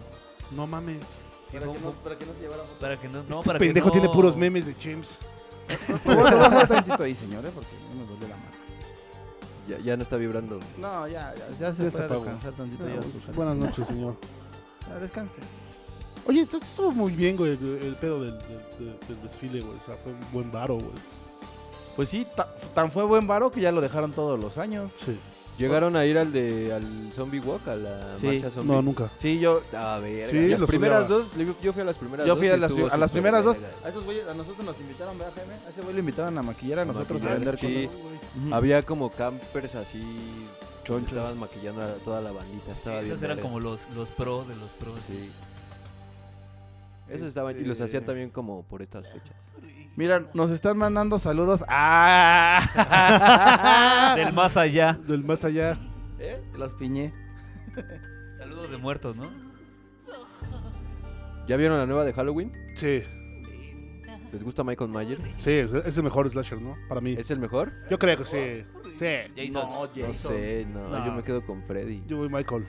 [SPEAKER 2] No mames.
[SPEAKER 4] Sí, fue un- para que no, no,
[SPEAKER 2] este
[SPEAKER 4] para que
[SPEAKER 2] pendejo tiene
[SPEAKER 4] no-
[SPEAKER 2] puros memes de James.
[SPEAKER 3] Por favor, te voy a dejar tantito ahí, señores, porque no me duele la mano.
[SPEAKER 5] Ya, ya no está vibrando.
[SPEAKER 3] No, ya, ya, ya se Ah, puede
[SPEAKER 2] apagó.
[SPEAKER 3] descansar tantito. ya, su-
[SPEAKER 2] Ah, Buenas noches, señor.
[SPEAKER 3] ya, descanse.
[SPEAKER 2] Oye, esto estuvo muy bien, güey, el, el pedo del, del- del- del desfile, güey. O sea, fue un buen varo, güey.
[SPEAKER 3] Pues sí, ta- tan fue buen varo que ya lo dejaron todos los años.
[SPEAKER 2] Sí.
[SPEAKER 5] ¿Llegaron a ir al de al Zombie Walk? A la
[SPEAKER 3] Sí.
[SPEAKER 5] marcha zombie.
[SPEAKER 2] No, nunca.
[SPEAKER 3] Sí, yo,
[SPEAKER 5] A ver,
[SPEAKER 2] Sí,
[SPEAKER 5] las
[SPEAKER 2] lo
[SPEAKER 5] primeras
[SPEAKER 2] fui a-
[SPEAKER 5] dos, yo- yo fui a las primeras
[SPEAKER 3] yo
[SPEAKER 5] dos.
[SPEAKER 3] fui
[SPEAKER 5] y
[SPEAKER 3] a las,
[SPEAKER 5] estuvo
[SPEAKER 3] a las
[SPEAKER 5] súper
[SPEAKER 3] primeras dos.
[SPEAKER 5] verga.
[SPEAKER 3] A esos güeyes, a nosotros nos invitaron, ¿verdad, Jaime? A ese güey lo invitaron a maquillar a
[SPEAKER 5] A
[SPEAKER 3] nosotros a
[SPEAKER 5] maquillar,
[SPEAKER 3] vender
[SPEAKER 5] sí.
[SPEAKER 3] cosas.
[SPEAKER 5] Había como campers así, chonchos. Estaban maquillando a toda la bandita.
[SPEAKER 4] Sí,
[SPEAKER 5] Estaba bien
[SPEAKER 4] esos eran
[SPEAKER 5] verga.
[SPEAKER 4] como los, los pro de los pros.
[SPEAKER 5] Sí. Esos estaban, y los
[SPEAKER 3] Este-
[SPEAKER 5] hacían también como por estas fechas.
[SPEAKER 3] Mira, nos están mandando saludos. ¡Ah!
[SPEAKER 4] Del más allá.
[SPEAKER 2] Del más allá.
[SPEAKER 3] ¿Eh? Los piñé.
[SPEAKER 4] Saludos de muertos, ¿no?
[SPEAKER 5] ¿Ya vieron la nueva de Halloween?
[SPEAKER 2] Sí.
[SPEAKER 5] ¿Les gusta Michael Myers?
[SPEAKER 2] Sí, es es el mejor slasher, ¿no? Para mí.
[SPEAKER 5] ¿Es el mejor?
[SPEAKER 2] Yo creo que sí. Sí.
[SPEAKER 4] Jason.
[SPEAKER 5] No sé, no,
[SPEAKER 2] No.
[SPEAKER 5] yo me quedo con Freddy.
[SPEAKER 2] Yo voy Michael.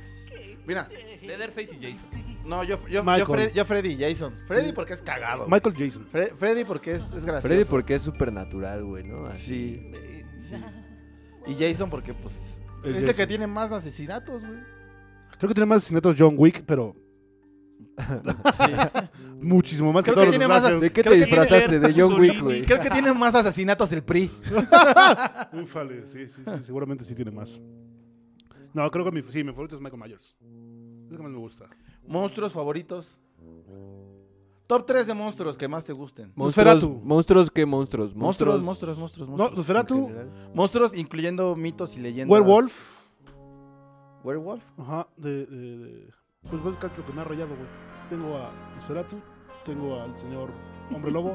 [SPEAKER 3] Mira,
[SPEAKER 4] Leatherface y Jason.
[SPEAKER 3] no, yo, yo, yo,
[SPEAKER 2] Michael.
[SPEAKER 3] Fred- yo Freddy y Jason. Freddy porque es cagado.
[SPEAKER 2] Michael Jason.
[SPEAKER 3] Fre- Freddy porque es, es gracioso.
[SPEAKER 5] Freddy porque es supernatural, güey, ¿no? Así.
[SPEAKER 3] Sí. sí. Y Jason porque, pues,
[SPEAKER 2] Es
[SPEAKER 3] es el
[SPEAKER 2] Jason.
[SPEAKER 3] que tiene más asesinatos, güey.
[SPEAKER 2] Creo que tiene más asesinatos John Wick, pero muchísimo más
[SPEAKER 3] Creo
[SPEAKER 2] que todos los
[SPEAKER 3] que tiene más
[SPEAKER 2] slashers.
[SPEAKER 5] ¿De qué
[SPEAKER 3] Creo
[SPEAKER 5] te
[SPEAKER 3] que tiene
[SPEAKER 5] disfrazaste? De John Wick, güey.
[SPEAKER 3] Creo que tiene más asesinatos el PRI.
[SPEAKER 2] Ufale, sí, sí, sí, seguramente sí tiene más. No, creo que mi, sí, mi favorito es Michael Myers. Es el que más me gusta.
[SPEAKER 3] Monstruos favoritos. Top 3 de monstruos que más te gusten.
[SPEAKER 5] Monstruos,
[SPEAKER 2] Nosferatu.
[SPEAKER 5] monstruos, ¿qué monstruos?
[SPEAKER 3] Monstruos, monstruos, monstruos,
[SPEAKER 2] No,
[SPEAKER 3] monstruos.
[SPEAKER 2] Nosferatu,
[SPEAKER 3] Monstruos incluyendo mitos y leyendas.
[SPEAKER 2] Werewolf.
[SPEAKER 3] Werewolf.
[SPEAKER 2] Ajá, de, de, de- Pues es casi lo que me ha rayado, güey. Tengo a Nosferatu, tengo al señor Hombre Lobo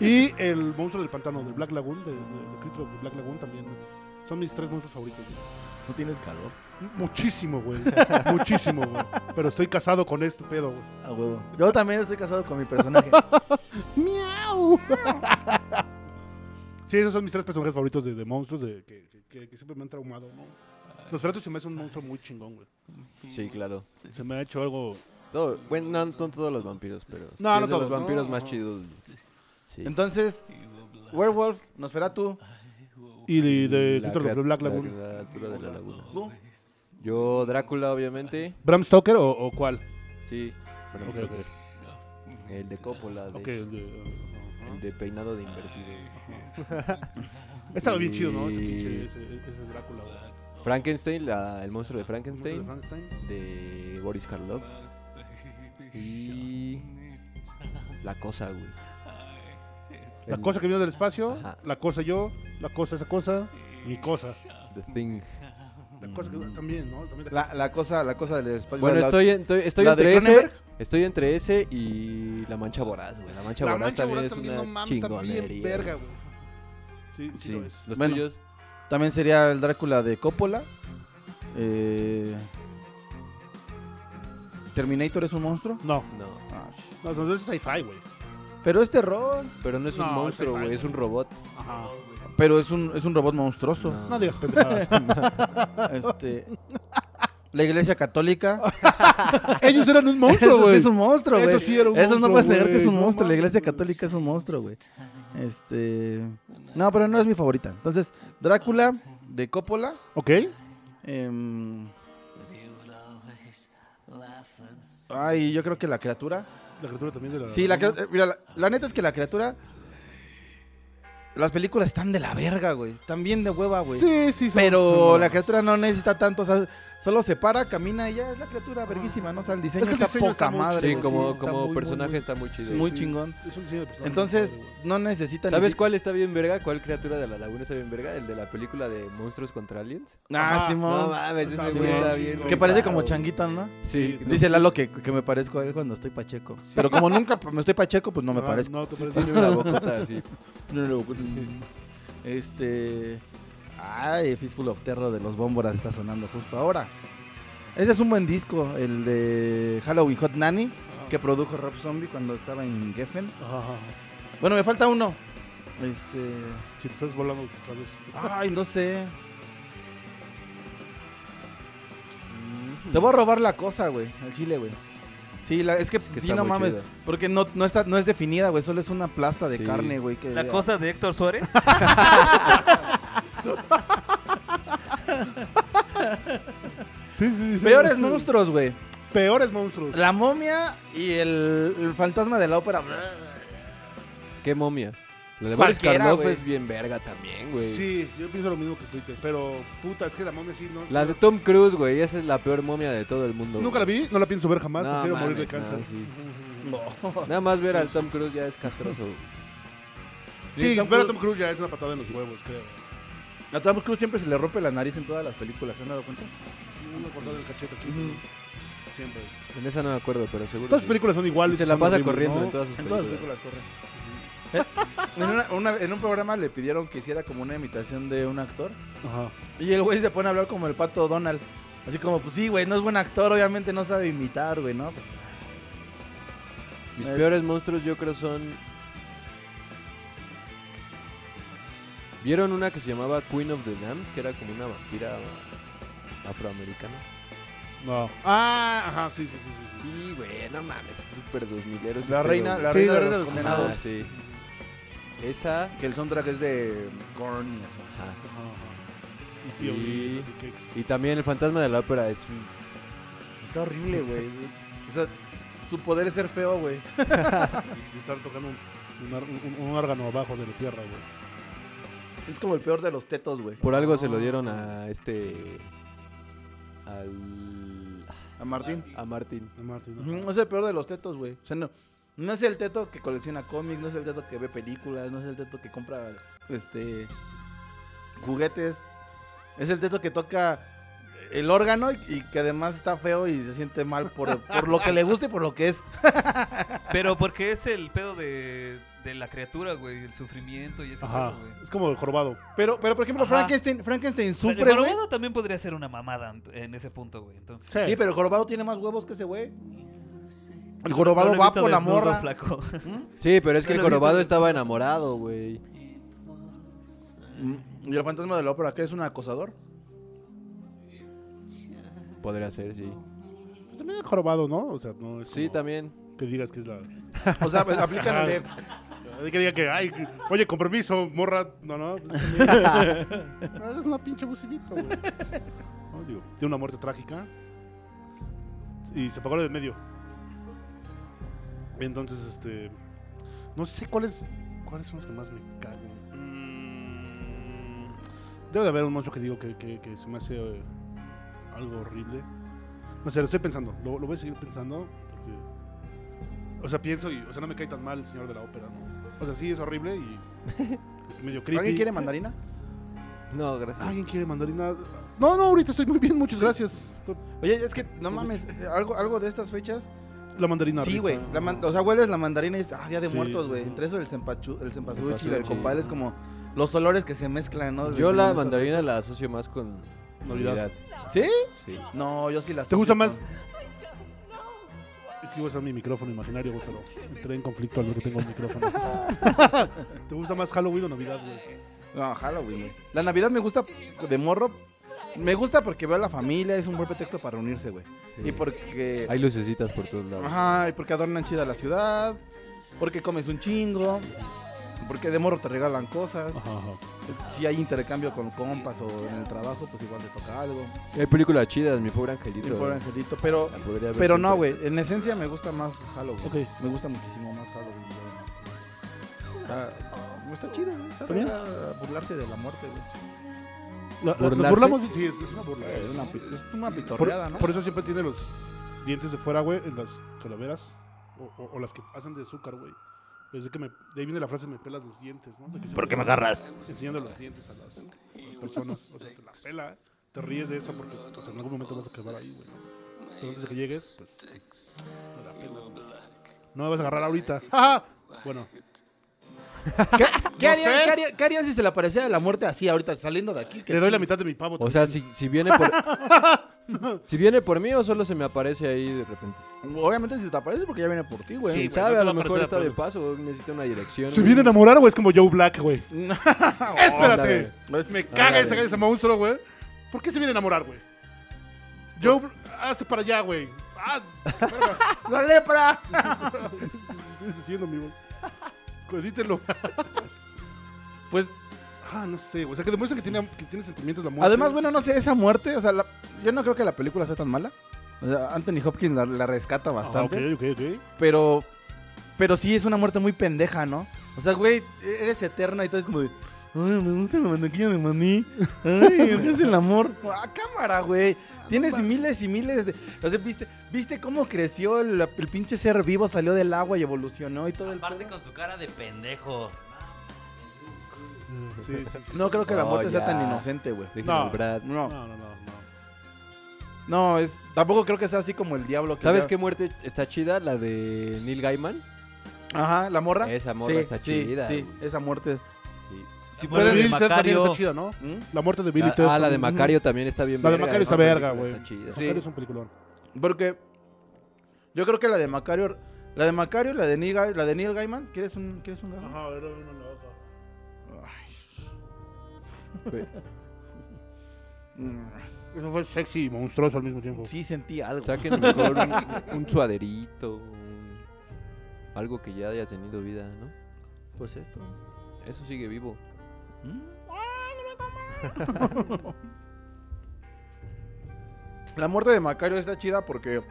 [SPEAKER 2] y el monstruo del pantano, del Black Lagoon, de, de, de Creature of the Black Lagoon también. güey. Son mis tres monstruos favoritos. güey.
[SPEAKER 3] No tienes calor.
[SPEAKER 2] Muchísimo, güey. Muchísimo, güey. Pero estoy casado con este pedo, güey.
[SPEAKER 3] A huevo. Yo también estoy casado con mi personaje.
[SPEAKER 2] ¡Miau! sí, esos son mis tres personajes favoritos de, de monstruos de, que, que- que- que siempre me han traumado, ¿no? Nosferatu se me hace un monstruo muy chingón, güey.
[SPEAKER 5] Sí, claro.
[SPEAKER 2] Se me ha hecho algo...
[SPEAKER 5] Todo- bueno, no, no todos los vampiros, pero. sí
[SPEAKER 2] no
[SPEAKER 5] es de
[SPEAKER 2] todos,
[SPEAKER 5] los vampiros
[SPEAKER 2] no,
[SPEAKER 5] más
[SPEAKER 2] no.
[SPEAKER 5] chidos. Sí.
[SPEAKER 3] Entonces, Werewolf, Nosferatu,
[SPEAKER 2] Y de, de- ¿qué tal los
[SPEAKER 5] criat-
[SPEAKER 2] de Black Lagoon.
[SPEAKER 5] La criatura de la laguna.
[SPEAKER 3] ¿tú?
[SPEAKER 5] Yo, Drácula, obviamente.
[SPEAKER 2] ¿Bram Stoker o, o cuál?
[SPEAKER 5] Sí. Bram
[SPEAKER 2] Ok,
[SPEAKER 5] Stoker. El de Coppola. de
[SPEAKER 2] Ok,
[SPEAKER 5] hecho.
[SPEAKER 2] el de...
[SPEAKER 5] El de peinado de invertido.
[SPEAKER 2] Estaba bien chido, ¿no? Ese
[SPEAKER 5] Y-
[SPEAKER 2] pinche, ese, ese Drácula. güey.
[SPEAKER 5] Frankenstein, la- el monstruo de
[SPEAKER 2] ¿El
[SPEAKER 5] Frankenstein.
[SPEAKER 2] monstruo de Frankenstein?
[SPEAKER 5] De Boris Karloff. Y. La cosa, güey.
[SPEAKER 2] La
[SPEAKER 5] El-
[SPEAKER 2] cosa que vino del espacio,
[SPEAKER 5] Ajá.
[SPEAKER 2] la cosa yo, la cosa esa cosa, mi cosa.
[SPEAKER 5] The Thing.
[SPEAKER 2] La cosa que también, ¿no? También
[SPEAKER 3] Mm. la, la cosa, la cosa del espacio.
[SPEAKER 5] Bueno,
[SPEAKER 3] la-
[SPEAKER 5] estoy, en- estoy, estoy
[SPEAKER 3] la de
[SPEAKER 5] entre ese.
[SPEAKER 3] Cronenberg.
[SPEAKER 5] Estoy entre ese y La Mancha Voraz, güey. La Mancha
[SPEAKER 2] la
[SPEAKER 5] Voraz
[SPEAKER 2] mancha voraz también,
[SPEAKER 5] también es
[SPEAKER 2] no
[SPEAKER 5] una
[SPEAKER 2] mames, está
[SPEAKER 5] chingonería.
[SPEAKER 2] bien verga, güey. Sí, sí,
[SPEAKER 5] Sí,
[SPEAKER 2] lo es.
[SPEAKER 5] los
[SPEAKER 3] Bueno.
[SPEAKER 5] tuyos.
[SPEAKER 3] También sería el Drácula de Coppola. Eh, Terminator es un monstruo.
[SPEAKER 2] No,
[SPEAKER 5] No.
[SPEAKER 2] no, no, eso es sci-fi, güey.
[SPEAKER 3] Pero es terror.
[SPEAKER 5] Pero no es un
[SPEAKER 2] No,
[SPEAKER 5] monstruo,
[SPEAKER 2] sci-fi.
[SPEAKER 5] güey. Es un robot.
[SPEAKER 2] Ajá.
[SPEAKER 3] Pero es un, es un robot monstruoso.
[SPEAKER 5] No.
[SPEAKER 2] No digas pendejadas.
[SPEAKER 3] Este, la iglesia católica.
[SPEAKER 2] Ellos eran un monstruo,
[SPEAKER 3] Eso sí
[SPEAKER 2] güey.
[SPEAKER 3] es un monstruo, güey.
[SPEAKER 2] Eso sí era un
[SPEAKER 3] Eso no
[SPEAKER 2] monstruo,
[SPEAKER 3] puedes negar que
[SPEAKER 2] güey.
[SPEAKER 3] es un
[SPEAKER 2] No
[SPEAKER 3] monstruo. La
[SPEAKER 2] mames,
[SPEAKER 3] iglesia
[SPEAKER 2] güey.
[SPEAKER 3] católica es un monstruo, güey. Este. No, pero no es mi favorita. Entonces, Drácula de Coppola.
[SPEAKER 2] Ok.
[SPEAKER 3] em, Ay, yo creo que la criatura.
[SPEAKER 2] La criatura también de la.
[SPEAKER 3] Sí, la criatura. Mira, la, la neta es que la criatura. Las películas están de la verga, güey. Están bien de hueva, güey.
[SPEAKER 2] Sí, sí, son- son
[SPEAKER 3] Pero
[SPEAKER 2] mamadas.
[SPEAKER 3] la criatura no necesita tanto, o sea, solo se para, camina y ya es la criatura verguísima, ¿no? O sea, el diseño
[SPEAKER 2] Es que el
[SPEAKER 3] está
[SPEAKER 2] diseño
[SPEAKER 3] poca
[SPEAKER 2] está muy
[SPEAKER 3] madre.
[SPEAKER 5] Sí,
[SPEAKER 2] chido,
[SPEAKER 3] güey,
[SPEAKER 5] como,
[SPEAKER 3] está
[SPEAKER 5] como
[SPEAKER 3] muy, muy,
[SPEAKER 5] personaje
[SPEAKER 3] muy-
[SPEAKER 5] está muy chido.
[SPEAKER 3] muy,
[SPEAKER 2] sí.
[SPEAKER 3] chingón.
[SPEAKER 2] Es un diseño de personaje.
[SPEAKER 3] Entonces,
[SPEAKER 2] muy padre, güey.
[SPEAKER 3] no necesita ni
[SPEAKER 5] ¿Sabes
[SPEAKER 3] si-
[SPEAKER 5] cuál está bien verga? ¿Cuál criatura de la laguna está bien verga? El de la película de Monstruos contra Aliens.
[SPEAKER 3] Ah,
[SPEAKER 2] Ajá,
[SPEAKER 3] Simón.
[SPEAKER 5] mames,
[SPEAKER 2] Está
[SPEAKER 3] bien
[SPEAKER 2] chingón.
[SPEAKER 3] que parece como
[SPEAKER 5] changuito.
[SPEAKER 3] changuito, ¿no?
[SPEAKER 5] Sí,
[SPEAKER 2] Sí,
[SPEAKER 3] Dice Lalo que, que me parezco a él cuando estoy pacheco. Pero como nunca me estoy pacheco, pues no me
[SPEAKER 2] Ah,
[SPEAKER 3] parezco.
[SPEAKER 2] No, te
[SPEAKER 5] sí,
[SPEAKER 2] parece.
[SPEAKER 5] tiene una bocota así.
[SPEAKER 3] pues, Este. Ay, Fistful of Terror de los Bomboras está sonando justo ahora. Ese es un buen disco, el de Halloween Hot Nanny,
[SPEAKER 5] Ah.
[SPEAKER 3] que produjo Rob Zombie cuando estaba en Geffen.
[SPEAKER 2] Ajá, ajá.
[SPEAKER 3] Bueno, me falta uno. Este.
[SPEAKER 2] Si te estás volando, tal vez.
[SPEAKER 3] Ay, no sé. Te voy a robar la cosa, güey. Al chile, güey. Sí, la- es que,
[SPEAKER 5] que
[SPEAKER 3] sí,
[SPEAKER 5] está
[SPEAKER 3] no
[SPEAKER 5] muy
[SPEAKER 3] mames.
[SPEAKER 5] chida.
[SPEAKER 3] Porque no, no, está, no es definida, güey. Solo es una plasta de
[SPEAKER 5] Sí.
[SPEAKER 3] carne, güey. que-
[SPEAKER 4] La cosa de Héctor Suárez.
[SPEAKER 2] Sí, sí, sí.
[SPEAKER 3] Peores
[SPEAKER 2] sí.
[SPEAKER 3] monstruos, güey.
[SPEAKER 2] Peores monstruos.
[SPEAKER 3] La momia y el, el fantasma de la ópera.
[SPEAKER 5] ¿Qué momia? La de Boris
[SPEAKER 3] Cualquiera,
[SPEAKER 5] Karloff
[SPEAKER 3] güey.
[SPEAKER 5] es bien verga también, güey.
[SPEAKER 2] Sí, yo pienso lo mismo que Twitter. Pero, puta, es que la momia sí no.
[SPEAKER 5] La de Tom Cruise, güey. Esa es la peor momia de todo el mundo.
[SPEAKER 2] Nunca la vi, no la pienso ver jamás.
[SPEAKER 5] No,
[SPEAKER 2] prefiero morir de
[SPEAKER 5] mames,
[SPEAKER 2] cáncer.
[SPEAKER 5] no, sí.
[SPEAKER 3] No.
[SPEAKER 5] güey. Nada más ver al Tom Cruise ya es castroso. güey.
[SPEAKER 2] Sí,
[SPEAKER 3] Tom
[SPEAKER 2] pero
[SPEAKER 3] Cruise-
[SPEAKER 2] Tom Cruise ya es una patada en los huevos, creo.
[SPEAKER 3] A Tom Cruise siempre se le rompe la nariz en todas las películas. ¿Se han dado cuenta?
[SPEAKER 2] Una cortada del cachete aquí. Siempre.
[SPEAKER 5] En esa no me acuerdo, pero seguro.
[SPEAKER 2] Todas las
[SPEAKER 5] sí.
[SPEAKER 2] películas son
[SPEAKER 5] Y
[SPEAKER 2] iguales.
[SPEAKER 5] se la
[SPEAKER 2] son
[SPEAKER 5] pasa
[SPEAKER 2] horribles,
[SPEAKER 5] corriendo
[SPEAKER 2] ¿no?
[SPEAKER 5] en todas sus
[SPEAKER 3] En todas las
[SPEAKER 5] películas.
[SPEAKER 3] películas corre. en, una- una- en un programa le pidieron que hiciera como una imitación de un actor.
[SPEAKER 2] Ajá.
[SPEAKER 3] Y el güey se pone a hablar como el pato Donald. Así como, pues sí, güey, no es buen actor, obviamente no sabe imitar, güey, ¿no?
[SPEAKER 5] Mis
[SPEAKER 3] Eh.
[SPEAKER 5] peores monstruos yo creo son... ¿Vieron una que se llamaba Queen of the Damned? Que era como una vampira afroamericana.
[SPEAKER 2] No. Ah, ajá, sí, sí, sí. sí, sí.
[SPEAKER 5] Sí, güey, no mames, es súper dos mileros.
[SPEAKER 3] La reina, la
[SPEAKER 2] Sí,
[SPEAKER 3] reina,
[SPEAKER 2] la reina
[SPEAKER 3] de los
[SPEAKER 2] de los
[SPEAKER 3] condenados.
[SPEAKER 5] Ah, sí. Esa...
[SPEAKER 3] Que el soundtrack es de Korn y eso.
[SPEAKER 5] Ajá.
[SPEAKER 2] Ajá, ajá.
[SPEAKER 5] Y-
[SPEAKER 2] Y, Pioli, cupcakes.
[SPEAKER 5] Y también el fantasma de la ópera es... un-
[SPEAKER 3] Pues Está horrible, güey. O sea, su poder es ser feo, güey.
[SPEAKER 2] y están tocando un, un, ar- un- un órgano abajo de la tierra, güey.
[SPEAKER 3] Es como el peor de los tetos, güey.
[SPEAKER 5] Por algo se lo dieron a este... Al...
[SPEAKER 3] A Martín.
[SPEAKER 5] A Martin.
[SPEAKER 2] De Martin, ¿no?
[SPEAKER 3] Ujú, Es el peor de los tetos, güey. O sea, no, no es el teto que colecciona cómics, no es el teto que ve películas, no es el teto que compra este juguetes. Es el teto que toca el órgano y, y que además está feo y se siente mal por, por lo que le gusta y por lo que es.
[SPEAKER 4] Pero porque es el pedo de, de la criatura, güey. El sufrimiento y ese
[SPEAKER 2] Ajá.
[SPEAKER 4] pedo, güey.
[SPEAKER 2] Es como el jorobado.
[SPEAKER 3] Pero, pero por ejemplo,
[SPEAKER 4] Ajá.
[SPEAKER 3] Frankenstein, Frankenstein
[SPEAKER 4] Pero
[SPEAKER 3] sufre, güey.
[SPEAKER 4] Jorobado también podría ser una mamada en ese punto, güey. Entonces.
[SPEAKER 3] Sí, pero el jorobado tiene más huevos que ese güey. El
[SPEAKER 4] No
[SPEAKER 3] jorobado
[SPEAKER 4] lo he
[SPEAKER 3] va
[SPEAKER 4] visto
[SPEAKER 3] por la
[SPEAKER 4] desnudo,
[SPEAKER 3] morra.
[SPEAKER 4] flaco.
[SPEAKER 5] Sí, pero es que
[SPEAKER 3] ¿No lo viste?
[SPEAKER 5] el jorobado estaba enamorado, güey.
[SPEAKER 3] Mm, Y el fantasma de la ópera, que es un acosador.
[SPEAKER 5] Podría ser, sí.
[SPEAKER 2] Pues también es jorobado, ¿no? O sea, no es
[SPEAKER 5] Sí,
[SPEAKER 2] como
[SPEAKER 5] también.
[SPEAKER 2] que digas que es la...
[SPEAKER 3] O sea, pues, aplican el de-
[SPEAKER 2] Así que diga que, ay, oye, compromiso, morra. No, no. No, Eres Ah, una pinche bucibito, güey. No, digo, tiene una muerte trágica. Y se pagó lo del medio. Entonces, este. No sé cuáles cuáles son los que más me cago. Mm, Debe de haber un monstruo que digo que, que- que se me hace eh, algo horrible. No sé, lo estoy pensando. Lo, lo voy a seguir pensando. Porque o sea, pienso y, o sea, no me cae tan mal el señor de la ópera, ¿no? O sea, sí es horrible y es medio creepy.
[SPEAKER 3] ¿Alguien quiere mandarina?
[SPEAKER 5] No, gracias.
[SPEAKER 2] ¿Alguien quiere mandarina? No, no, ahorita estoy muy bien, muchas gracias.
[SPEAKER 3] Oye, es que no mames, eh, algo, algo de estas fechas.
[SPEAKER 2] La mandarina.
[SPEAKER 3] sí,
[SPEAKER 2] rifa.
[SPEAKER 3] güey. la man- O sea, hueles la mandarina y dices, ah, día de
[SPEAKER 2] Sí.
[SPEAKER 3] muertos, güey. Entre eso, el sempachu, el cempasúchil y el
[SPEAKER 5] Cempasúchil.
[SPEAKER 3] copal es como los olores que se mezclan, ¿no?
[SPEAKER 5] Yo la
[SPEAKER 3] Esas-
[SPEAKER 5] mandarina la asocio más con
[SPEAKER 2] Navidad.
[SPEAKER 5] Navidad.
[SPEAKER 3] ¿Sí?
[SPEAKER 5] Sí.
[SPEAKER 3] No, yo sí las.
[SPEAKER 2] ¿Te gusta más? Es que usa mi micrófono imaginario, güey, pero entré en conflicto al ver que tengo el micrófono. ¿Te gusta más Halloween o Navidad, güey?
[SPEAKER 3] No, Halloween. güey. La Navidad me gusta de morro. Me gusta porque veo a la familia, es un buen pretexto para reunirse, güey. Y porque.
[SPEAKER 5] Hay lucecitas por todos lados.
[SPEAKER 3] Ajá, y porque adornan chida la ciudad. Porque comes un chingo. Porque de morro te regalan cosas.
[SPEAKER 2] Ajá, ajá.
[SPEAKER 3] Si hay intercambio con compas o en el trabajo, pues igual te toca algo.
[SPEAKER 5] Hay películas chidas, mi pobre angelito.
[SPEAKER 3] Mi pobre angelito. Pero,
[SPEAKER 5] La podría ver
[SPEAKER 3] pero
[SPEAKER 5] siempre.
[SPEAKER 3] no, güey. En esencia me gusta más Halloween.
[SPEAKER 2] Ok.
[SPEAKER 3] Me gusta muchísimo más Halloween. güey. Está, está chido, güey. Está
[SPEAKER 2] ¿Está bien?
[SPEAKER 3] a burlarse de la muerte, güey.
[SPEAKER 2] La- la- ¿Nos
[SPEAKER 5] ¿Burlarse?
[SPEAKER 2] burlamos? Sí, es, es una burla.
[SPEAKER 3] Es una, pi- es una
[SPEAKER 2] Por,
[SPEAKER 3] pitorreada, ¿no?
[SPEAKER 2] por eso siempre tiene los dientes de fuera, güey, en las calaveras. O, o- o las que hacen de azúcar, güey. Es que me- de ahí viene la frase, me pelas los dientes, ¿no? De que
[SPEAKER 1] ¿Por
[SPEAKER 2] siempre
[SPEAKER 1] qué me agarras?
[SPEAKER 2] enseñando los dientes a las, a las personas. O sea, te la pela, te ríes de eso porque o sea, en algún momento vas a acabar ahí, güey. Pero antes de que llegues, pues, me la pelas, güey. No me vas a agarrar ahorita. ¡Ja, ja! Bueno,
[SPEAKER 3] ¿Qué harían, qué harían- qué harían si se le apareciera la muerte así ahorita, saliendo de aquí? ¿Qué
[SPEAKER 2] le doy la
[SPEAKER 3] chingos?
[SPEAKER 2] mitad de mi pavo.
[SPEAKER 5] O sea, si, si viene por. si viene por mí o solo se me aparece ahí de repente.
[SPEAKER 3] Obviamente si te aparece porque ya viene por ti, güey.
[SPEAKER 2] Sí,
[SPEAKER 5] ¿Quién
[SPEAKER 2] güey, no te
[SPEAKER 5] sabe? a
[SPEAKER 2] va
[SPEAKER 5] lo
[SPEAKER 2] a
[SPEAKER 5] mejor
[SPEAKER 2] aparecer
[SPEAKER 5] está
[SPEAKER 2] de
[SPEAKER 5] de
[SPEAKER 2] pronto.
[SPEAKER 5] paso, necesita una dirección.
[SPEAKER 2] Si viene enamorado, güey, es como Joe Black, güey. ¡Espérate!
[SPEAKER 3] ¿Ves?
[SPEAKER 2] Me caga
[SPEAKER 5] Ándale.
[SPEAKER 2] ese, ese monstruo, güey. ¿Por qué se viene a enamorar, güey? Joe, hazte para allá, güey. Ah, verga.
[SPEAKER 3] ¡La lepra!
[SPEAKER 2] Sigues haciendo mi voz. Codítelo.
[SPEAKER 3] Pues,
[SPEAKER 2] Ah, no sé, güey. O sea, que demuestra que tiene, que tiene sentimientos la muerte.
[SPEAKER 3] además, bueno, no sé, esa muerte, o sea, la- yo no creo que la película sea tan mala. O sea, Anthony Hopkins la, la rescata
[SPEAKER 2] Ah,
[SPEAKER 3] bastante,
[SPEAKER 2] ok, ok, ok.
[SPEAKER 3] pero pero sí es una muerte muy pendeja, ¿no? O sea, güey, eres eterna y todo es como de, ay, me gusta la mantequilla de maní, ay, me hace el amor. Ah, cámara, güey. Tienes miles y miles de... O sea, ¿viste, viste cómo creció el, el pinche ser vivo, salió del agua y evolucionó y todo el...
[SPEAKER 7] Aparte con su cara de pendejo.
[SPEAKER 2] Sí, sí, sí.
[SPEAKER 3] No creo que la
[SPEAKER 5] Oh,
[SPEAKER 3] muerte sea
[SPEAKER 5] ya.
[SPEAKER 3] tan inocente, güey.
[SPEAKER 5] Dije,
[SPEAKER 2] No.
[SPEAKER 5] "No, Brad".
[SPEAKER 3] No,
[SPEAKER 2] No, no, no. no.
[SPEAKER 3] no, es... Tampoco creo que sea así como el diablo que...
[SPEAKER 5] ¿Sabes
[SPEAKER 3] ya-
[SPEAKER 5] qué muerte está chida? La de Neil Gaiman.
[SPEAKER 3] Ajá, la morra.
[SPEAKER 5] Esa morra está chida.
[SPEAKER 3] Sí, esa muerte.
[SPEAKER 4] Si
[SPEAKER 2] La de
[SPEAKER 4] pueden
[SPEAKER 2] Billy
[SPEAKER 4] de
[SPEAKER 2] Ted también
[SPEAKER 4] Macario.
[SPEAKER 2] está chida, ¿no?
[SPEAKER 3] ¿Mm?
[SPEAKER 2] La muerte de Billy
[SPEAKER 5] La-
[SPEAKER 2] Ted.
[SPEAKER 5] ah, la de
[SPEAKER 2] también.
[SPEAKER 5] Macario también está bien.
[SPEAKER 2] La de
[SPEAKER 5] verga,
[SPEAKER 2] Macario
[SPEAKER 5] esa
[SPEAKER 2] está verga,
[SPEAKER 5] película
[SPEAKER 2] güey.
[SPEAKER 5] Está chida.
[SPEAKER 2] Macario
[SPEAKER 3] Sí.
[SPEAKER 2] es un peliculón.
[SPEAKER 3] Porque yo creo que la de Macario, la de Macario, la de Neil, Ga- la de Neil Gaiman, ¿quieres un quieres un gajo?
[SPEAKER 2] Ajá, era una loca.
[SPEAKER 3] Mm,
[SPEAKER 2] Eso fue sexy y monstruoso al mismo tiempo.
[SPEAKER 3] Sí sentí algo.
[SPEAKER 5] Saquen mejor un, un suaderito. un- Algo que ya haya tenido vida, ¿no?
[SPEAKER 3] Pues esto.
[SPEAKER 5] Eso sigue vivo.
[SPEAKER 3] Mm. La muerte de Macario está chida porque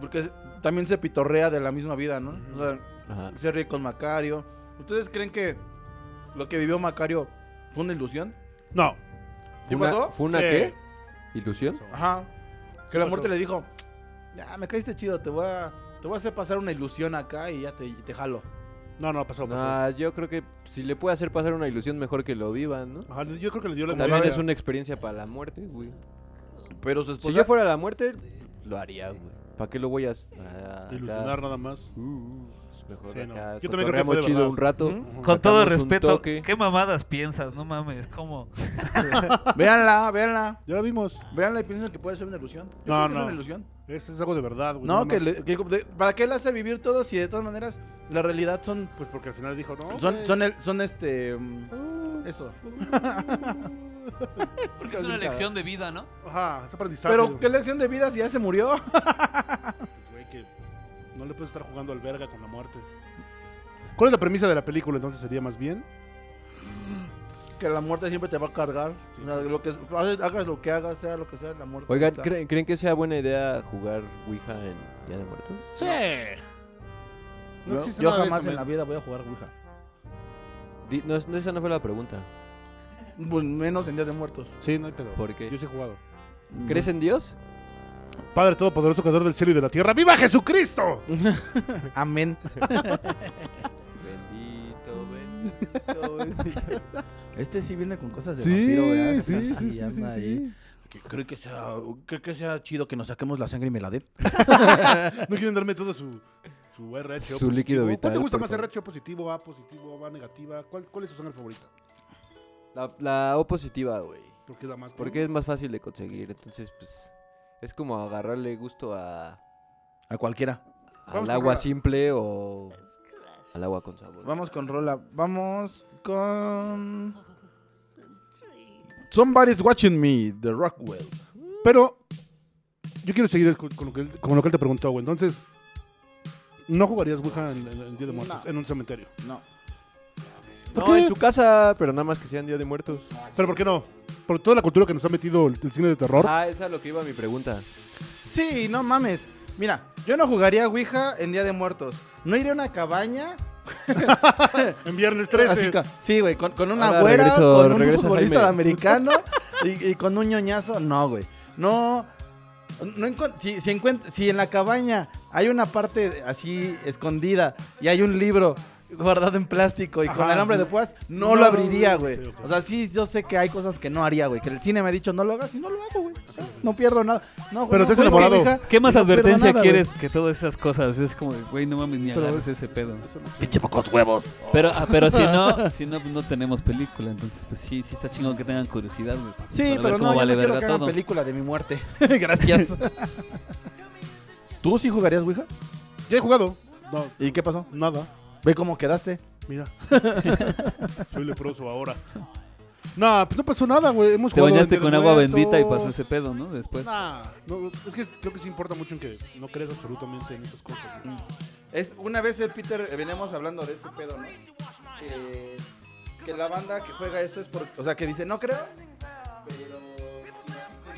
[SPEAKER 3] porque también se pitorrea de la misma vida, ¿no? O sea,
[SPEAKER 5] Ajá.
[SPEAKER 3] se ríe con Macario. ¿Ustedes creen que lo que vivió Macario fue una ilusión?
[SPEAKER 2] No.
[SPEAKER 3] ¿Sí
[SPEAKER 5] ¿Fue una-
[SPEAKER 3] pasó?
[SPEAKER 5] ¿Fue una
[SPEAKER 2] Sí.
[SPEAKER 5] qué? ¿Ilusión?
[SPEAKER 3] Ajá. Que la
[SPEAKER 2] pasó?
[SPEAKER 3] muerte le dijo, ya me caíste chido, te voy a, te voy a hacer pasar una ilusión acá y ya te, te jalo.
[SPEAKER 2] No, no, pasó, pasó.
[SPEAKER 5] Nah, Ah, yo creo que si le puede hacer pasar una ilusión, mejor que lo vivan, ¿no?
[SPEAKER 2] Ajá, yo creo que le
[SPEAKER 3] Pues
[SPEAKER 2] dio la
[SPEAKER 5] También
[SPEAKER 2] idea.
[SPEAKER 5] es una experiencia para la muerte, güey.
[SPEAKER 3] Pero su
[SPEAKER 5] Si
[SPEAKER 3] esposa...
[SPEAKER 5] yo fuera la muerte, lo haría, güey. ¿Para qué lo voy a...? a- acá?
[SPEAKER 2] Ilusionar nada más.
[SPEAKER 5] Uh, uh, es mejor
[SPEAKER 2] Sí, no.
[SPEAKER 5] acá.
[SPEAKER 2] Yo también creo que
[SPEAKER 5] cotorreamos
[SPEAKER 2] fue de
[SPEAKER 5] chido
[SPEAKER 2] verdad.
[SPEAKER 5] un rato.
[SPEAKER 3] Ujú.
[SPEAKER 4] Con todo
[SPEAKER 5] Sacamos un
[SPEAKER 4] respeto,
[SPEAKER 5] toque.
[SPEAKER 4] ¿qué mamadas piensas? No mames, ¿cómo?
[SPEAKER 3] Véanla, véanla.
[SPEAKER 2] Ya la vimos.
[SPEAKER 3] Véanla y piensen que puede ser una ilusión. Yo
[SPEAKER 2] No,
[SPEAKER 3] creo que es
[SPEAKER 2] no.
[SPEAKER 3] una ilusión.
[SPEAKER 2] Ese es algo de verdad, güey.
[SPEAKER 3] No,
[SPEAKER 2] nada
[SPEAKER 3] que,
[SPEAKER 2] más.
[SPEAKER 3] le- que- de- ¿para qué la hace vivir todo si de todas maneras la realidad son...
[SPEAKER 2] Pues porque al final dijo, no.
[SPEAKER 3] Son,
[SPEAKER 2] güey. Uh,
[SPEAKER 3] son, el- son este... mm, Eso.
[SPEAKER 4] Porque es una lección de vida, ¿no?
[SPEAKER 2] Ajá, es aprendizaje. Pues,
[SPEAKER 3] Pero qué lección de vida si ya se murió.
[SPEAKER 2] Güey, que No le puedes estar jugando al verga con la muerte. ¿Cuál es la premisa de la película entonces? Sería más bien.
[SPEAKER 3] Que la muerte siempre te va a cargar. O sea, lo que, hagas lo que hagas, sea lo que sea, la muerte.
[SPEAKER 5] Oigan,
[SPEAKER 3] está.
[SPEAKER 5] ¿creen, creen que sea buena idea jugar Ouija en Día de Muertos?
[SPEAKER 2] Sí. No,
[SPEAKER 3] Yo-
[SPEAKER 2] existe
[SPEAKER 3] yo
[SPEAKER 2] nada de
[SPEAKER 3] jamás
[SPEAKER 2] eso, men.
[SPEAKER 3] en la vida voy a jugar Ouija.
[SPEAKER 5] Di- no, es- no, esa no fue la pregunta.
[SPEAKER 3] Pues menos en Día de Muertos.
[SPEAKER 2] Sí, no hay pedo.
[SPEAKER 5] ¿Por qué?
[SPEAKER 2] Yo sí he jugado.
[SPEAKER 4] Mm.
[SPEAKER 5] ¿Crees en Dios?
[SPEAKER 2] Padre Todopoderoso, Creador del cielo y de la tierra. ¡Viva Jesucristo!
[SPEAKER 3] Amén.
[SPEAKER 5] Bendito, bendito,
[SPEAKER 3] Este sí viene con cosas de
[SPEAKER 2] Sí,
[SPEAKER 3] vampiro, ¿verdad?
[SPEAKER 2] sí, sí,
[SPEAKER 3] Así
[SPEAKER 2] sí,
[SPEAKER 3] anda
[SPEAKER 2] sí,
[SPEAKER 3] ahí.
[SPEAKER 2] sí.
[SPEAKER 3] Que cree que sea, cree que sea chido que nos saquemos la sangre y me la den.
[SPEAKER 2] No quieren darme todo su, su RH.
[SPEAKER 5] Su líquido
[SPEAKER 2] ¿Cuál te
[SPEAKER 5] vital,
[SPEAKER 2] gusta
[SPEAKER 5] por
[SPEAKER 2] más
[SPEAKER 5] favor.
[SPEAKER 2] RH positivo, A positivo, A negativa? ¿Cuál, cuál es tu sangre favorita?
[SPEAKER 5] La, la O positiva, güey.
[SPEAKER 2] Porque da más.
[SPEAKER 5] Porque es más fácil de conseguir. Entonces, pues. Es como agarrarle gusto a,
[SPEAKER 3] A cualquiera.
[SPEAKER 2] Vamos
[SPEAKER 5] al
[SPEAKER 2] con
[SPEAKER 5] agua
[SPEAKER 2] la-
[SPEAKER 5] simple o al agua con sabor.
[SPEAKER 3] Vamos con Rola. Vamos con.
[SPEAKER 9] Somebody's watching me, The Rockwell.
[SPEAKER 2] Pero yo quiero seguir con, con lo, que, él- con lo que él te preguntó, güey. Entonces, ¿no jugarías Ouija en, en- en Día de Muertos? En un cementerio.
[SPEAKER 3] No.
[SPEAKER 2] ¿Por
[SPEAKER 5] no,
[SPEAKER 2] qué?
[SPEAKER 5] en su casa, pero nada más que sean Día de Muertos.
[SPEAKER 2] ¿Pero por qué no? Por toda la cultura que nos ha metido el, el cine de terror.
[SPEAKER 5] Ah, esa es lo que iba mi pregunta.
[SPEAKER 3] Sí, no mames. Mira, yo no jugaría Ouija en Día de Muertos. No iré a una cabaña.
[SPEAKER 2] En Viernes 13.
[SPEAKER 3] Así ca- sí, güey, con, con una
[SPEAKER 5] Ahora
[SPEAKER 3] güera,
[SPEAKER 5] regreso-
[SPEAKER 3] con un
[SPEAKER 5] regreso,
[SPEAKER 3] futbolista
[SPEAKER 5] Jaime.
[SPEAKER 3] americano y, y con un ñoñazo. No, güey. No. no encon- si, si, encuent- si en la cabaña hay una parte así escondida y hay un libro guardado en plástico y con
[SPEAKER 2] Ajá,
[SPEAKER 3] alambre
[SPEAKER 2] sí.
[SPEAKER 3] de púas, no,
[SPEAKER 2] No,
[SPEAKER 3] lo abriría,
[SPEAKER 2] sí,
[SPEAKER 3] güey.
[SPEAKER 2] ok.
[SPEAKER 3] O sea, sí, yo sé que hay cosas que no haría, güey. Que el cine me ha dicho no lo hagas y no lo hago, güey. O sea, No pierdo nada. No, güey,
[SPEAKER 2] Pero
[SPEAKER 3] no
[SPEAKER 2] te has
[SPEAKER 3] juegues con
[SPEAKER 2] enamorado.
[SPEAKER 3] Ouija
[SPEAKER 4] ¿Qué más
[SPEAKER 3] y no pierdo
[SPEAKER 4] advertencia
[SPEAKER 3] nada,
[SPEAKER 4] quieres que todas esas cosas? Es como, de, güey, no mames ni
[SPEAKER 2] Pero
[SPEAKER 4] agarres
[SPEAKER 2] es-
[SPEAKER 4] ese pedo.
[SPEAKER 3] Oh.
[SPEAKER 1] Pinche pocos huevos.
[SPEAKER 4] Pero, ah, pero si no, si no, no tenemos película. Entonces, pues sí, sí está chingón que tengan curiosidad, güey. para
[SPEAKER 3] Sí,
[SPEAKER 4] ver
[SPEAKER 3] pero
[SPEAKER 4] cómo
[SPEAKER 3] no,
[SPEAKER 4] vale
[SPEAKER 3] yo no quiero
[SPEAKER 4] verga
[SPEAKER 3] que hagan
[SPEAKER 4] todo.
[SPEAKER 3] película de mi muerte. Gracias. ¿Tú sí jugarías Ouija?
[SPEAKER 2] Ya he jugado. No,
[SPEAKER 3] ¿Y qué pasó?
[SPEAKER 2] nada.
[SPEAKER 3] Ve cómo quedaste.
[SPEAKER 2] Mira. Soy leproso ahora. No, pues no pasó nada, güey. Hemos
[SPEAKER 4] Te
[SPEAKER 2] jugado
[SPEAKER 4] bañaste
[SPEAKER 2] en
[SPEAKER 4] con agua
[SPEAKER 2] Muertos.
[SPEAKER 4] bendita y pasó ese pedo, ¿no? Después.
[SPEAKER 2] Nah, no, es que creo que sí importa mucho en que no crees absolutamente en estas cosas. Ah, güey.
[SPEAKER 3] Es, una vez el Peter, eh, veníamos hablando de ese pedo, ¿no? Que, que la banda que juega esto es por... O sea, que dice, no creo, pero...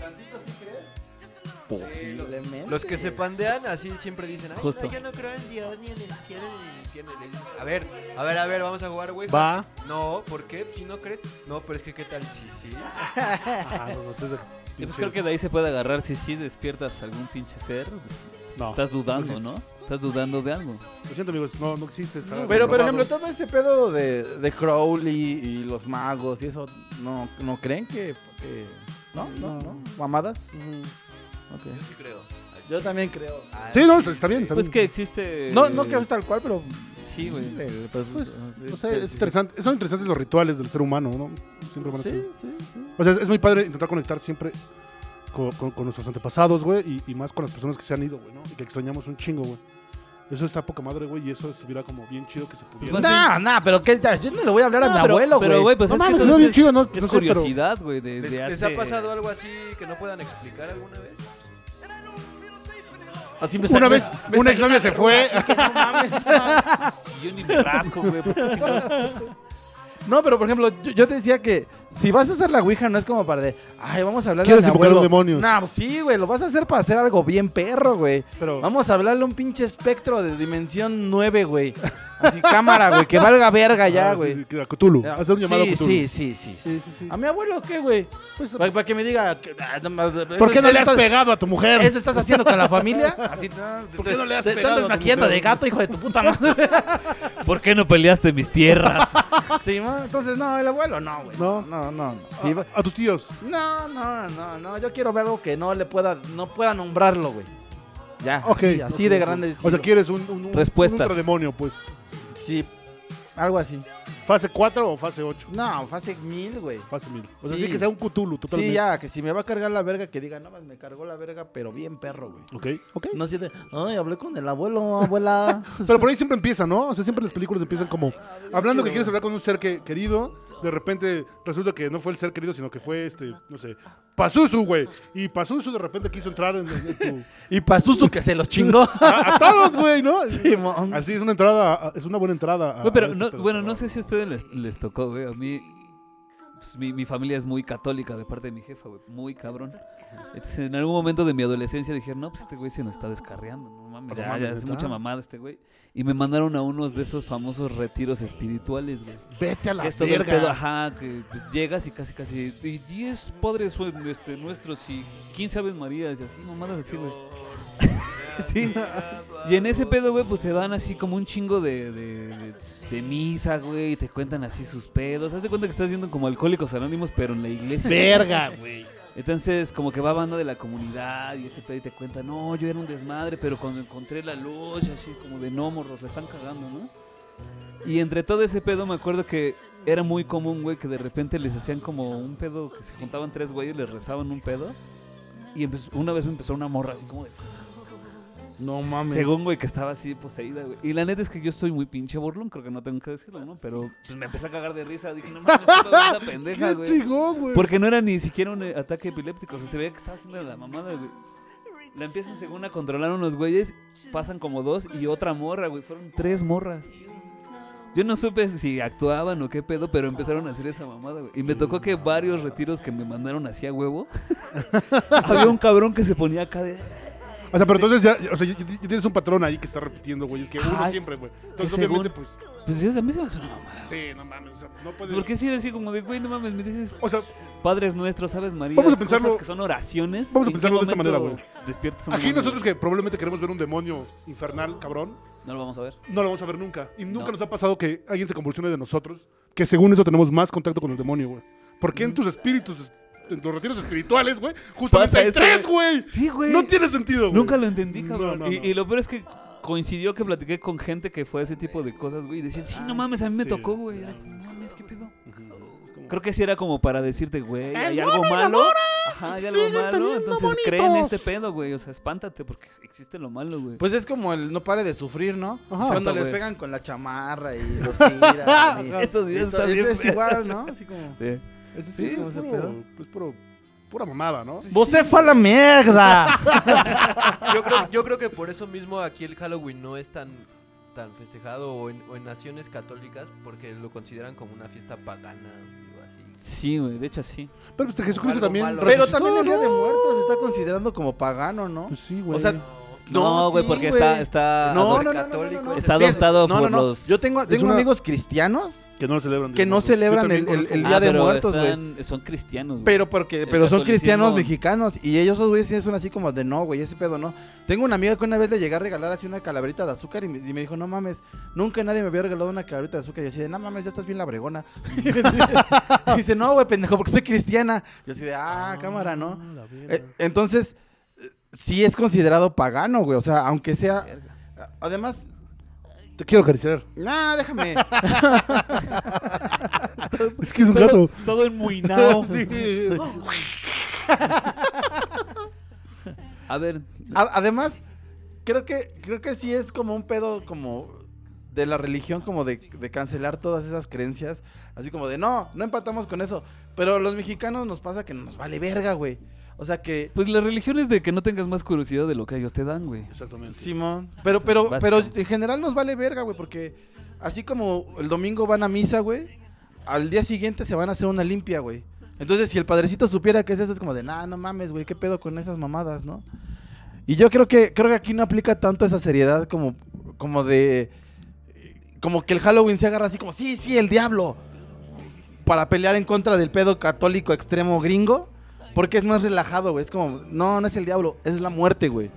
[SPEAKER 3] Tantito sí crees. Sí, lo de mente.
[SPEAKER 5] Los que se pandean así siempre dicen, "Ay,
[SPEAKER 4] Justo.
[SPEAKER 5] no, yo no creo en Dios ni en el cielo ni en el infierno". Y le dices, A ver, a ver, a ver, vamos a jugar, güey.
[SPEAKER 2] Va.
[SPEAKER 5] No, ¿por qué? Si no crees. No, pero es que qué tal si sí.
[SPEAKER 2] Ah, no, no, es de
[SPEAKER 4] Yo pues creo que de ahí se puede agarrar si sí despiertas algún pinche ser. pues,
[SPEAKER 5] Ah,
[SPEAKER 2] No.
[SPEAKER 4] Estás dudando, ¿no? Estás dudando de algo.
[SPEAKER 2] Lo siento, amigos. No, no existe. está
[SPEAKER 3] Pero, por
[SPEAKER 2] comprobado.
[SPEAKER 3] ejemplo, todo ese pedo de, de Crowley y los magos y eso, ¿no, no creen que...? que- ¿No? ¿No? ¿No? ¿Mamadas?
[SPEAKER 5] Yo sí creo.
[SPEAKER 3] Yo también creo.
[SPEAKER 2] Sí, no, está bien. está
[SPEAKER 4] Pues que
[SPEAKER 2] bien.
[SPEAKER 4] existe.
[SPEAKER 3] No, no que es tal cual, pero...
[SPEAKER 4] Sí, güey.
[SPEAKER 3] eh, pues,
[SPEAKER 2] Pues,
[SPEAKER 3] sí,
[SPEAKER 2] no sé,
[SPEAKER 3] sí,
[SPEAKER 2] es
[SPEAKER 3] sí.
[SPEAKER 2] interesante. Son interesantes los rituales del ser humano, ¿no? Siempre van a ser.
[SPEAKER 3] Sí, sí, sí.
[SPEAKER 2] O sea, es muy padre intentar conectar siempre con, con- con nuestros antepasados, güey, y, y más con las personas que se han ido, güey, ¿no? Y que extrañamos un chingo, güey. Eso está poca madre, güey, y eso estuviera como bien chido que se
[SPEAKER 3] Pues
[SPEAKER 2] pudiera.
[SPEAKER 4] Más
[SPEAKER 3] No, no, pero ¿qué tal? Yo no le voy a hablar a
[SPEAKER 4] No,
[SPEAKER 3] mi
[SPEAKER 4] pero-
[SPEAKER 3] abuelo, güey.
[SPEAKER 4] Pero, güey, pues
[SPEAKER 2] No
[SPEAKER 4] es
[SPEAKER 2] mames,
[SPEAKER 4] que
[SPEAKER 2] no,
[SPEAKER 4] todo
[SPEAKER 2] bien
[SPEAKER 4] es-
[SPEAKER 2] chido, no- no sé,
[SPEAKER 4] Es
[SPEAKER 2] pero-
[SPEAKER 4] curiosidad, güey, desde
[SPEAKER 5] ¿Les,
[SPEAKER 4] hace...
[SPEAKER 5] les ha pasado algo así que no puedan explicar alguna vez?
[SPEAKER 3] Así me
[SPEAKER 2] Una
[SPEAKER 3] saca-
[SPEAKER 2] vez,
[SPEAKER 3] me
[SPEAKER 2] una
[SPEAKER 3] saca-
[SPEAKER 2] exnovia se fue.
[SPEAKER 4] Y yo ni me rasco, güey. ¿por qué chingados?
[SPEAKER 3] No, pero por ejemplo, yo, yo te decía que si vas a hacer la Ouija, no es como para de, ay, vamos a hablar
[SPEAKER 2] Quieres
[SPEAKER 3] a mi
[SPEAKER 2] invocar
[SPEAKER 3] abuelo.
[SPEAKER 2] un demonio.
[SPEAKER 3] No, pues sí, güey, lo vas a hacer para hacer algo bien perro, güey.
[SPEAKER 2] Pero,
[SPEAKER 3] Vamos a hablarle a un pinche espectro de dimensión 9, güey. Así, cámara, güey, que valga verga ya,
[SPEAKER 2] Ah,
[SPEAKER 3] güey.
[SPEAKER 2] sí, sí, a Cthulhu. Hacer un llamado a
[SPEAKER 3] sí,
[SPEAKER 2] Cthulhu.
[SPEAKER 3] sí, Ah, sí, sí, sí.
[SPEAKER 2] sí, sí, sí.
[SPEAKER 3] ¿A mi abuelo qué, güey?
[SPEAKER 2] Pues,
[SPEAKER 3] Para, que me diga... que- ah, no más-
[SPEAKER 2] ¿Por qué no
[SPEAKER 3] eso
[SPEAKER 2] le has
[SPEAKER 3] estás-
[SPEAKER 2] pegado a tu mujer?
[SPEAKER 3] ¿Eso estás haciendo con la familia? Así, no,
[SPEAKER 2] ¿Por qué no le has
[SPEAKER 3] te- te
[SPEAKER 2] pegado a
[SPEAKER 3] andas
[SPEAKER 2] tu
[SPEAKER 3] maquillando
[SPEAKER 2] mujer?
[SPEAKER 3] de gato, hijo de tu puta madre.
[SPEAKER 4] ¿Por qué no peleaste mis tierras?
[SPEAKER 3] Sí, ma, entonces no, el abuelo no, güey.
[SPEAKER 2] No. Ah.
[SPEAKER 3] no, no. No,
[SPEAKER 2] A-
[SPEAKER 3] Sí, va-
[SPEAKER 2] a, tus tíos.
[SPEAKER 3] no, no, no, no, yo quiero ver algo que no le pueda, no pueda nombrarlo, güey. Ya,
[SPEAKER 2] Ok.
[SPEAKER 3] así, así
[SPEAKER 2] ok,
[SPEAKER 3] de
[SPEAKER 2] ok.
[SPEAKER 3] grande.
[SPEAKER 2] O sea,
[SPEAKER 3] decirlo.
[SPEAKER 2] quieres un, un, un,
[SPEAKER 4] Respuestas.
[SPEAKER 2] un ultrademonio, pues.
[SPEAKER 3] Sí, algo así.
[SPEAKER 2] ¿Fase 4 o fase 8?
[SPEAKER 3] No, fase mil, güey.
[SPEAKER 2] Fase 1000. O sea, sí.
[SPEAKER 3] Sí.
[SPEAKER 2] que sea un Cthulhu totalmente.
[SPEAKER 3] Sí, ya, que si me va a cargar la verga, que diga, no, más me cargó la verga, pero bien perro, güey.
[SPEAKER 2] Ok, ok.
[SPEAKER 3] No así de, ay, hablé con el abuelo, abuela.
[SPEAKER 2] Pero por ahí siempre empieza, ¿no? O sea, siempre las películas empiezan como hablando que quieres hablar con un ser que- querido, de repente resulta que no fue el ser querido, sino que fue este, no sé, Pazuzu, güey. Y Pazuzu de repente quiso entrar en, en tu-
[SPEAKER 10] Y Pazuzu que se los chingó.
[SPEAKER 3] Ah,
[SPEAKER 2] a, a todos, güey, ¿no?
[SPEAKER 10] Simón.
[SPEAKER 2] Así es una entrada, a- es una buena entrada. a-
[SPEAKER 4] Güey, pero
[SPEAKER 2] a
[SPEAKER 4] no,
[SPEAKER 2] este pedo.
[SPEAKER 4] bueno, no sé si a ustedes les, les tocó, güey. A mí, pues, mi, mi familia es muy católica de parte de mi jefa, güey. Muy cabrón. Entonces, en algún momento de mi adolescencia dije, no, pues este güey se nos está descarriando. No mames,
[SPEAKER 2] Ah, no
[SPEAKER 4] ya,
[SPEAKER 2] mames,
[SPEAKER 4] ya es
[SPEAKER 2] ¿neta?
[SPEAKER 4] mucha mamada este güey. Y me mandaron a unos de esos famosos retiros espirituales, güey.
[SPEAKER 2] Vete a la
[SPEAKER 4] Que es todo el
[SPEAKER 2] verga.
[SPEAKER 4] pedo, ajá, que pues, llegas y casi, casi, y 10 padres su- este, nuestros y 15 aves marías y así, mamadas así, güey. sí. Y en ese pedo, güey, pues te dan así como un chingo de, de, de- de misa, güey, y te cuentan así sus pedos. Haz de cuenta que estás viendo como Alcohólicos Anónimos, pero en la
[SPEAKER 1] Ah,
[SPEAKER 4] iglesia.
[SPEAKER 2] Verga, güey.
[SPEAKER 4] Entonces, como que va banda de la comunidad y este pedo y te cuenta, no, yo era un desmadre, pero cuando encontré la luz, así como de no, morros, la están cagando, ¿no? Y entre todo ese pedo me acuerdo que era muy común, güey, que de repente les hacían como un pedo, que se juntaban tres güeyes, les rezaban un pedo. Y empezó- una vez me empezó una morra así como de...
[SPEAKER 10] No mames.
[SPEAKER 4] Según, güey, que estaba así poseída, güey. Y la neta es que yo soy muy pinche burlón, creo que no tengo que decirlo, ¿no? Pero pues, me empecé a cagar de risa, dije, no mames, qué pedo esa pendeja,
[SPEAKER 2] Qué
[SPEAKER 4] güey.
[SPEAKER 2] chingón, güey.
[SPEAKER 4] Porque no era ni siquiera un eh, ataque epiléptico, o sea, se veía que estaba haciendo la mamada, güey. La empiezan según a controlar unos güeyes, pasan como dos y otra morra, güey. Fueron tres morras. Yo no supe si actuaban o qué pedo, pero empezaron a hacer esa mamada, güey. Y me tocó que varios retiros que me mandaron así a huevo, había un cabrón que se ponía acá de...
[SPEAKER 2] O sea, pero entonces ya, ya- o sea, ya- ya tienes un patrón ahí que está repitiendo, güey. Es que uno
[SPEAKER 4] Ajá.
[SPEAKER 2] siempre, güey. Entonces,
[SPEAKER 4] según-
[SPEAKER 2] obviamente, pues.
[SPEAKER 4] Pues yo, a mí se me hizo una mamada.
[SPEAKER 2] Sí, no mames. O sea, no puedes.
[SPEAKER 4] Porque Pues, si era así como de, güey, no mames, me dices
[SPEAKER 2] O sea,
[SPEAKER 4] padres nuestros, sabes, María.
[SPEAKER 2] Vamos a pensarlo-
[SPEAKER 4] cosas que son oraciones.
[SPEAKER 2] vamos a
[SPEAKER 4] ¿en qué
[SPEAKER 2] pensarlo de esta
[SPEAKER 4] momento
[SPEAKER 2] manera,
[SPEAKER 4] Despiertas un
[SPEAKER 2] aquí
[SPEAKER 4] demonio,
[SPEAKER 2] nosotros que probablemente queremos ver un demonio infernal, cabrón.
[SPEAKER 4] güey? No lo vamos a ver.
[SPEAKER 2] No lo vamos a ver nunca. Y nunca
[SPEAKER 4] No.
[SPEAKER 2] nos ha pasado que alguien se convulsione de nosotros, que según eso tenemos más contacto con el demonio, güey. Porque
[SPEAKER 4] Mm.
[SPEAKER 2] en tus espíritus, en los retiros espirituales, güey, justamente
[SPEAKER 4] Pasa
[SPEAKER 2] hay
[SPEAKER 4] eso,
[SPEAKER 2] tres, güey.
[SPEAKER 4] Sí, güey.
[SPEAKER 2] No tiene sentido, güey.
[SPEAKER 4] Nunca lo entendí,
[SPEAKER 2] No,
[SPEAKER 4] cabrón.
[SPEAKER 2] no,
[SPEAKER 4] Y,
[SPEAKER 2] no.
[SPEAKER 4] y lo peor es que coincidió que platiqué con gente que fue a ese tipo de cosas, güey. Y decían, sí, no mames, a mí me
[SPEAKER 2] Ah, sí.
[SPEAKER 4] tocó, güey. Era como, no mames, ¿qué pedo? Creo que sí era como para decirte, güey, hay
[SPEAKER 2] ¡El
[SPEAKER 4] algo
[SPEAKER 2] mono
[SPEAKER 4] malo.
[SPEAKER 2] enamora!
[SPEAKER 4] Ajá, hay algo
[SPEAKER 2] ¡Sigue
[SPEAKER 4] malo.
[SPEAKER 2] teniendo
[SPEAKER 4] Entonces cree en
[SPEAKER 2] bonitos!
[SPEAKER 4] este pedo, güey. O sea, espántate porque existe lo malo, güey.
[SPEAKER 10] Pues es como el no pare de sufrir, ¿no?
[SPEAKER 2] Ajá.
[SPEAKER 3] Cuando
[SPEAKER 4] Exacto,
[SPEAKER 3] les
[SPEAKER 4] güey.
[SPEAKER 3] pegan con la chamarra y los tiran. y-
[SPEAKER 4] Estos videos
[SPEAKER 3] Eso-
[SPEAKER 4] están
[SPEAKER 3] eso
[SPEAKER 4] bien
[SPEAKER 3] es igual, ¿no? Así como.
[SPEAKER 4] Sí.
[SPEAKER 2] Ese
[SPEAKER 3] Sí,
[SPEAKER 2] sí, es
[SPEAKER 3] ¿cómo se
[SPEAKER 2] puro,
[SPEAKER 3] pedo?
[SPEAKER 2] pues puro, pura mamada,
[SPEAKER 4] Pues
[SPEAKER 2] ¿no?
[SPEAKER 10] ¡Vos se fue a la mierda!
[SPEAKER 5] Yo creo, yo creo que por eso mismo aquí el Halloween no es tan, tan festejado o en, o en naciones católicas porque lo consideran como una fiesta pagana o así.
[SPEAKER 4] Sí, güey, de hecho sí.
[SPEAKER 2] Pero pues, Jesucristo
[SPEAKER 5] Algo
[SPEAKER 2] también.
[SPEAKER 5] malo.
[SPEAKER 3] Pero
[SPEAKER 2] resucitó,
[SPEAKER 3] también el Día de
[SPEAKER 2] ¿no?
[SPEAKER 3] Muertos se está considerando como pagano, ¿no?
[SPEAKER 2] Pues sí, güey.
[SPEAKER 3] sea,
[SPEAKER 4] No, güey,
[SPEAKER 3] sí,
[SPEAKER 4] porque está, está adop- Está adoptado
[SPEAKER 3] no,
[SPEAKER 4] por
[SPEAKER 3] no, no.
[SPEAKER 4] los-
[SPEAKER 3] Yo tengo, tengo
[SPEAKER 2] una-
[SPEAKER 3] amigos cristianos,
[SPEAKER 2] que no lo celebran.
[SPEAKER 3] Que
[SPEAKER 2] Yo
[SPEAKER 3] no
[SPEAKER 2] también
[SPEAKER 3] celebran el-
[SPEAKER 2] conozco-
[SPEAKER 3] el Día de
[SPEAKER 4] Ah, pero
[SPEAKER 3] Muertos, güey.
[SPEAKER 4] están- Son cristianos, güey.
[SPEAKER 3] pero porque
[SPEAKER 4] El
[SPEAKER 3] pero son cristianos
[SPEAKER 4] catolicismo-
[SPEAKER 3] mexicanos. Y ellos, esos güeyes, sí son así como de no, güey, ese pedo no. Tengo una amiga que una vez le llegué a regalar así una calaverita de azúcar y me, y me dijo, no mames, nunca nadie me había regalado una calaverita de azúcar. Y yo así de, no mames, ya estás bien labregona. Y dice, no, güey, pendejo, porque soy cristiana. Yo así de, ah, cámara, ¿no?
[SPEAKER 2] la verga.
[SPEAKER 3] Eh, entonces, eh, sí es considerado pagano, güey. O sea, aunque sea. Además,
[SPEAKER 2] Te quiero acariciar.
[SPEAKER 3] nah, déjame.
[SPEAKER 2] Es que es un gato.
[SPEAKER 4] Todo enmuinado.
[SPEAKER 2] Sí.
[SPEAKER 4] A ver,
[SPEAKER 3] A- además, creo que, creo que sí es como un pedo como de la religión, como de, de cancelar todas esas creencias. Así como de no, no empatamos con eso. Pero los mexicanos nos pasa que nos vale verga, güey. O sea que.
[SPEAKER 4] Pues la religión es de que no tengas más curiosidad de lo que ellos te dan, güey.
[SPEAKER 2] Exactamente.
[SPEAKER 3] Simón. Pero, pero,
[SPEAKER 4] Básico.
[SPEAKER 3] pero en general nos vale verga, güey, porque así como el domingo van a misa, güey, al día siguiente se van a hacer una limpia, güey. Entonces, si el padrecito supiera que es eso, es como de, nah, no mames, güey, qué pedo con esas mamadas, ¿no? Y yo creo que, creo que aquí no aplica tanto esa seriedad como, como de, como que el Halloween se agarra así como, sí, sí, el diablo, para pelear en contra del pedo católico extremo gringo, porque es más relajado, güey, es como, no, no es el diablo, es la muerte, güey.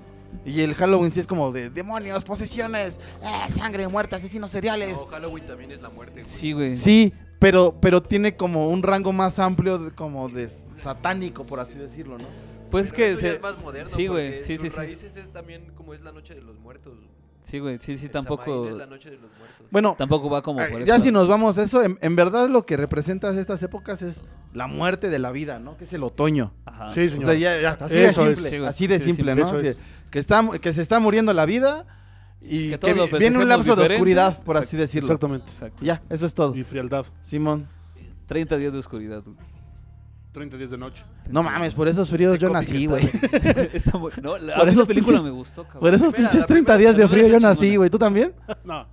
[SPEAKER 3] Y el Halloween sí es como de demonios, posesiones, eh, sangre muerta, asesinos seriales.
[SPEAKER 5] No, Halloween también es la muerte. güey.
[SPEAKER 4] Sí, güey.
[SPEAKER 3] Sí, pero, pero tiene como un rango más amplio, de- como de satánico, por así decirlo, ¿no?
[SPEAKER 4] Pues es
[SPEAKER 5] Pero
[SPEAKER 4] que
[SPEAKER 5] eso ya
[SPEAKER 4] se-
[SPEAKER 5] es más moderno.
[SPEAKER 4] sí, güey,
[SPEAKER 5] porque
[SPEAKER 4] sí, sí,
[SPEAKER 5] sus
[SPEAKER 4] sí.
[SPEAKER 5] raíces es también como es la noche de los muertos.
[SPEAKER 4] Sí, güey, sí, sí,
[SPEAKER 5] El
[SPEAKER 4] tampoco.
[SPEAKER 5] Samaín es la noche de los muertos.
[SPEAKER 3] Bueno,
[SPEAKER 4] Tampoco va como
[SPEAKER 3] eh,
[SPEAKER 4] por
[SPEAKER 3] ya
[SPEAKER 4] eso.
[SPEAKER 3] si nos vamos a eso, en, en verdad lo que representas estas épocas es la muerte de la vida, ¿no? Que es el otoño.
[SPEAKER 4] Ajá.
[SPEAKER 2] Sí,
[SPEAKER 3] O
[SPEAKER 2] señor.
[SPEAKER 3] sea, ya, ya, así
[SPEAKER 2] Eso
[SPEAKER 3] de
[SPEAKER 2] es.
[SPEAKER 3] simple,
[SPEAKER 4] Sí, güey.
[SPEAKER 3] así de
[SPEAKER 4] Sí,
[SPEAKER 3] simple,
[SPEAKER 4] simple.
[SPEAKER 3] ¿no?
[SPEAKER 2] Eso
[SPEAKER 3] Así
[SPEAKER 2] es.
[SPEAKER 3] que, está, que se está muriendo la vida y
[SPEAKER 4] Que
[SPEAKER 3] que,
[SPEAKER 4] todos lo
[SPEAKER 3] vi- viene un
[SPEAKER 4] festejemos
[SPEAKER 3] lapso de
[SPEAKER 4] diferente.
[SPEAKER 3] oscuridad, por
[SPEAKER 4] Exacto.
[SPEAKER 3] así decirlo.
[SPEAKER 2] Exactamente.
[SPEAKER 4] Exacto.
[SPEAKER 3] Ya, eso es todo.
[SPEAKER 2] Y frialdad.
[SPEAKER 3] Simón.
[SPEAKER 4] 30 días de oscuridad, güey.
[SPEAKER 2] 30 días de noche.
[SPEAKER 3] No mames, por esos fríos
[SPEAKER 4] Ese
[SPEAKER 3] yo
[SPEAKER 4] cómic
[SPEAKER 3] nací,
[SPEAKER 4] está
[SPEAKER 3] güey.
[SPEAKER 4] de- está muy- No, la, a
[SPEAKER 3] Por
[SPEAKER 4] mí la
[SPEAKER 3] esos
[SPEAKER 4] película
[SPEAKER 3] pinches-
[SPEAKER 4] me gustó, cabrón.
[SPEAKER 3] Por esos
[SPEAKER 4] Espera, la
[SPEAKER 3] pinches
[SPEAKER 4] primera-
[SPEAKER 3] 30 días de
[SPEAKER 4] la
[SPEAKER 3] frío
[SPEAKER 4] primera
[SPEAKER 3] yo
[SPEAKER 4] está
[SPEAKER 3] nací,
[SPEAKER 4] chingona.
[SPEAKER 3] güey. ¿Tú también?
[SPEAKER 2] No.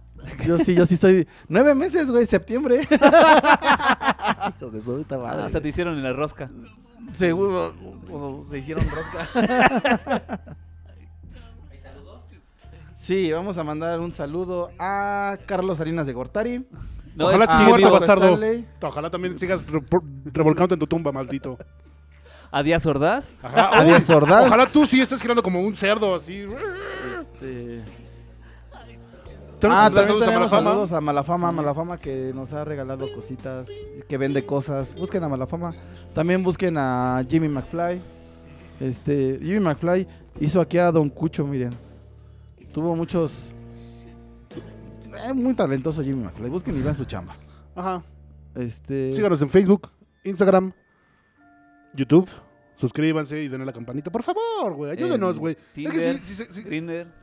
[SPEAKER 3] Yo sí, yo sí estoy. Nueve meses, güey, septiembre. Hijos de su puta madre.
[SPEAKER 4] Ah, o sea, te hicieron en la rosca.
[SPEAKER 3] Seguro o- o se hicieron rosca. Sí, vamos a mandar un saludo a Carlos Salinas de Gortari.
[SPEAKER 4] No,
[SPEAKER 2] Ojalá
[SPEAKER 4] es-
[SPEAKER 2] te
[SPEAKER 4] sigue
[SPEAKER 2] muerta,
[SPEAKER 4] vivo.
[SPEAKER 2] vas- bastardo.
[SPEAKER 3] Stanley.
[SPEAKER 2] Ojalá también sigas re- por- revolcándote en tu tumba, maldito.
[SPEAKER 4] A Díaz Ordaz.
[SPEAKER 2] Ajá.
[SPEAKER 3] A Díaz Ordaz.
[SPEAKER 2] Ojalá tú sí estés girando como un cerdo, así.
[SPEAKER 3] Este,
[SPEAKER 2] Saludos
[SPEAKER 3] Ah,
[SPEAKER 2] a la
[SPEAKER 3] también
[SPEAKER 2] salud de
[SPEAKER 3] tenemos
[SPEAKER 2] Malafama.
[SPEAKER 3] saludos a Malafama, Malafama que nos ha regalado cositas, que vende cosas. Busquen a Malafama. También busquen a Jimmy McFly. Este, Jimmy McFly hizo aquí a Don Cucho, miren. Tuvo muchos... Es muy talentoso Jimmy McFly. Busquen y vean su chamba.
[SPEAKER 2] Ajá.
[SPEAKER 3] Este,
[SPEAKER 2] Síganos en Facebook, Instagram, YouTube. Suscríbanse y denle a la campanita. Por favor, güey. Ayúdenos,
[SPEAKER 4] En
[SPEAKER 2] güey. Es que
[SPEAKER 4] Tinder,
[SPEAKER 2] sí, sí, sí, sí.
[SPEAKER 4] Grinder.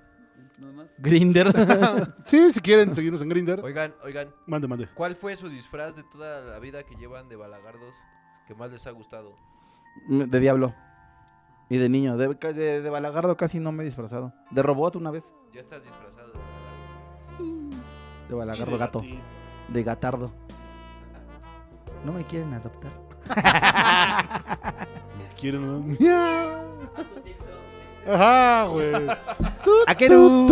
[SPEAKER 4] ¿No más?
[SPEAKER 3] Grinder.
[SPEAKER 2] Sí, si quieren seguirnos en Grinder,
[SPEAKER 5] Oigan, oigan,
[SPEAKER 2] mande, mande.
[SPEAKER 5] ¿cuál fue su disfraz de toda la vida que llevan de balagardos que más les ha gustado?
[SPEAKER 3] de diablo. Y de niño. De, de- de balagardo casi no me he disfrazado. De robot una vez.
[SPEAKER 5] Ya estás disfrazado de balagardo.
[SPEAKER 3] De balagardo gato. De gatardo. No me quieren adoptar.
[SPEAKER 2] Quieren un- Ajá, güey.
[SPEAKER 3] ¿A qué tú?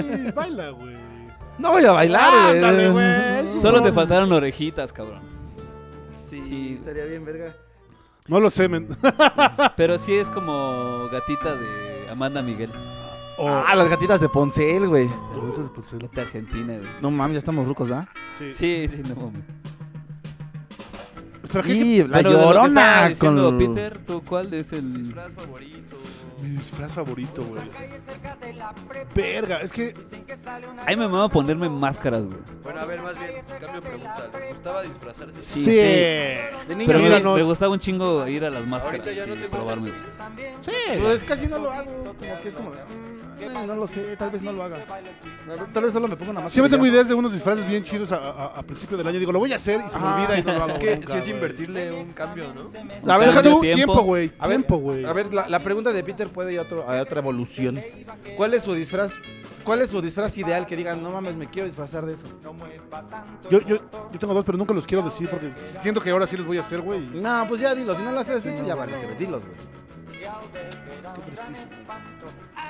[SPEAKER 2] Sí, baila, güey.
[SPEAKER 3] No voy a bailar, güey.
[SPEAKER 2] Ándale, güey.
[SPEAKER 4] Solo te faltaron orejitas, cabrón.
[SPEAKER 3] Sí,
[SPEAKER 4] Sí.
[SPEAKER 3] estaría bien, verga.
[SPEAKER 2] No lo semen.
[SPEAKER 4] Pero sí es como gatita de Amanda Miguel.
[SPEAKER 3] Ah, las gatitas de Poncel, güey.
[SPEAKER 4] Gata argentina, güey.
[SPEAKER 3] No mames, ya estamos rucos, ¿verdad?
[SPEAKER 4] Sí, sí, no mames.
[SPEAKER 2] Espera, ¿qué-
[SPEAKER 3] Y la
[SPEAKER 4] Pero de lo que
[SPEAKER 3] llorona
[SPEAKER 4] estaba
[SPEAKER 3] con
[SPEAKER 4] diciendo
[SPEAKER 3] lo-
[SPEAKER 4] Peter, ¿tú cuál es
[SPEAKER 2] Mm.
[SPEAKER 4] el...?
[SPEAKER 5] Disfraz favorito.
[SPEAKER 2] qué- Mi disfraz favorito, güey. Verga, es que
[SPEAKER 4] Ay, me mama ponerme máscaras, güey.
[SPEAKER 5] Bueno, a ver, más bien, cambio de pregunta. ¿Les gustaba disfrazarse?
[SPEAKER 2] sí.
[SPEAKER 4] sí.
[SPEAKER 3] De niño, mira,
[SPEAKER 4] Pero me,
[SPEAKER 3] no.
[SPEAKER 2] míranos.
[SPEAKER 4] me gustaba un chingo ir a las máscaras
[SPEAKER 5] Ahorita ya no
[SPEAKER 4] y
[SPEAKER 5] te gusta.
[SPEAKER 4] probarme.
[SPEAKER 2] Sí.
[SPEAKER 3] Pues casi no lo hago. Como que es como. de, "Mm, No lo sé, tal vez no lo haga. Tal vez solo me pongo una máscara.
[SPEAKER 2] Siempre
[SPEAKER 3] y ya".
[SPEAKER 2] tengo ideas de unos disfraces bien chidos a, a- a principio del año. Digo, lo voy a hacer y se me
[SPEAKER 3] Ajá.
[SPEAKER 2] olvida y no lo hago.
[SPEAKER 5] Es que
[SPEAKER 2] nunca,
[SPEAKER 5] si es
[SPEAKER 2] güey.
[SPEAKER 5] invertirle un cambio, ¿no?
[SPEAKER 3] A ver,
[SPEAKER 2] Deja
[SPEAKER 4] Cambio
[SPEAKER 2] tú
[SPEAKER 4] de tiempo.
[SPEAKER 2] tiempo, güey.
[SPEAKER 3] A ver,
[SPEAKER 2] Tiempo, güey.
[SPEAKER 3] A ver, la, la pregunta de Peter puede ir a, otro- a otra evolución. ¿Cuál es su disfraz? ¿Cuál es su disfraz ideal que digan, no mames, me quiero disfrazar de eso?
[SPEAKER 2] Yo, yo, yo tengo dos, pero nunca los quiero decir porque siento que ahora sí los voy a hacer, güey. y-
[SPEAKER 3] No, pues ya dilo, si no lo has hecho, ya valiste, güey, dilos, güey.
[SPEAKER 2] Qué tristísimo.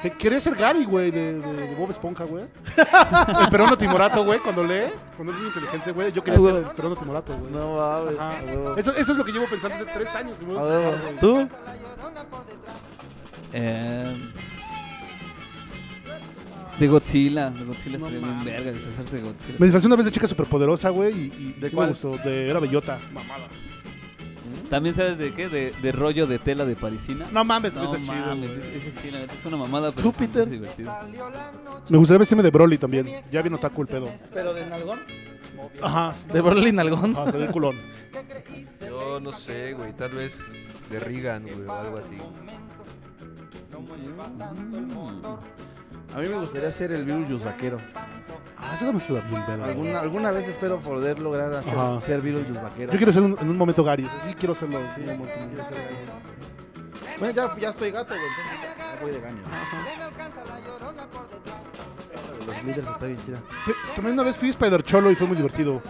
[SPEAKER 2] Te- Quería ser Gary, güey, de, de- de Bob Esponja, güey. El perono timorato, güey, cuando lee, cuando es muy inteligente, güey. Yo quería ser el perono timorato, güey.
[SPEAKER 3] No mames.
[SPEAKER 2] Ajá.
[SPEAKER 3] a huevo.
[SPEAKER 2] Eso, eso es lo que llevo pensando hace tres años. güey.
[SPEAKER 3] A huevo.
[SPEAKER 2] güey.
[SPEAKER 3] ¿Tú?
[SPEAKER 4] Eh, de Godzilla. De Godzilla
[SPEAKER 2] No
[SPEAKER 4] estaría bien
[SPEAKER 2] mames.
[SPEAKER 4] verga disfrazarse de Godzilla.
[SPEAKER 2] Me disfrazé una vez de chica superpoderosa, güey, y, y
[SPEAKER 3] ¿De
[SPEAKER 2] sí
[SPEAKER 3] cuál?
[SPEAKER 2] me gustó. De, era bellota. Mamada.
[SPEAKER 4] También sabes de qué? De, de rollo de tela de parisina.
[SPEAKER 2] No mames,
[SPEAKER 4] No
[SPEAKER 2] está chido.
[SPEAKER 4] mames,
[SPEAKER 2] güey.
[SPEAKER 4] ese, ese sí, la neta es una mamada, pero
[SPEAKER 3] ¿Tú,
[SPEAKER 4] es muy
[SPEAKER 3] Peter?
[SPEAKER 4] divertido.
[SPEAKER 2] Me gustaría vestirme de Broly también. Ya vino taco el pedo.
[SPEAKER 3] ¿Pero de nalgón?
[SPEAKER 2] Ajá.
[SPEAKER 3] ¿De Berlín nalgón?
[SPEAKER 2] Ajá, se ve el culón.
[SPEAKER 5] Yo no sé, güey. Tal vez de Regan, güey, o algo así.
[SPEAKER 3] A mí me gustaría ser el Virus vaquero.
[SPEAKER 2] Ah, eso me suena bien, verga.
[SPEAKER 3] Alguna, alguna vez espero poder lograr hacer,
[SPEAKER 2] Ajá.
[SPEAKER 3] ser Virus vaquero.
[SPEAKER 2] Yo quiero ser un- en un momento Gary. o sea, Sí, quiero serlo. Sí,
[SPEAKER 3] Sí,
[SPEAKER 2] un
[SPEAKER 3] amor,
[SPEAKER 2] momento.
[SPEAKER 3] como quiera ser gallo. Bueno, ya, ya estoy gato, güey. entonces ya Voy de gaño. Esta de Los líderes está bien chida.
[SPEAKER 2] Fui- también una vez fui Spider Cholo y fue muy divertido.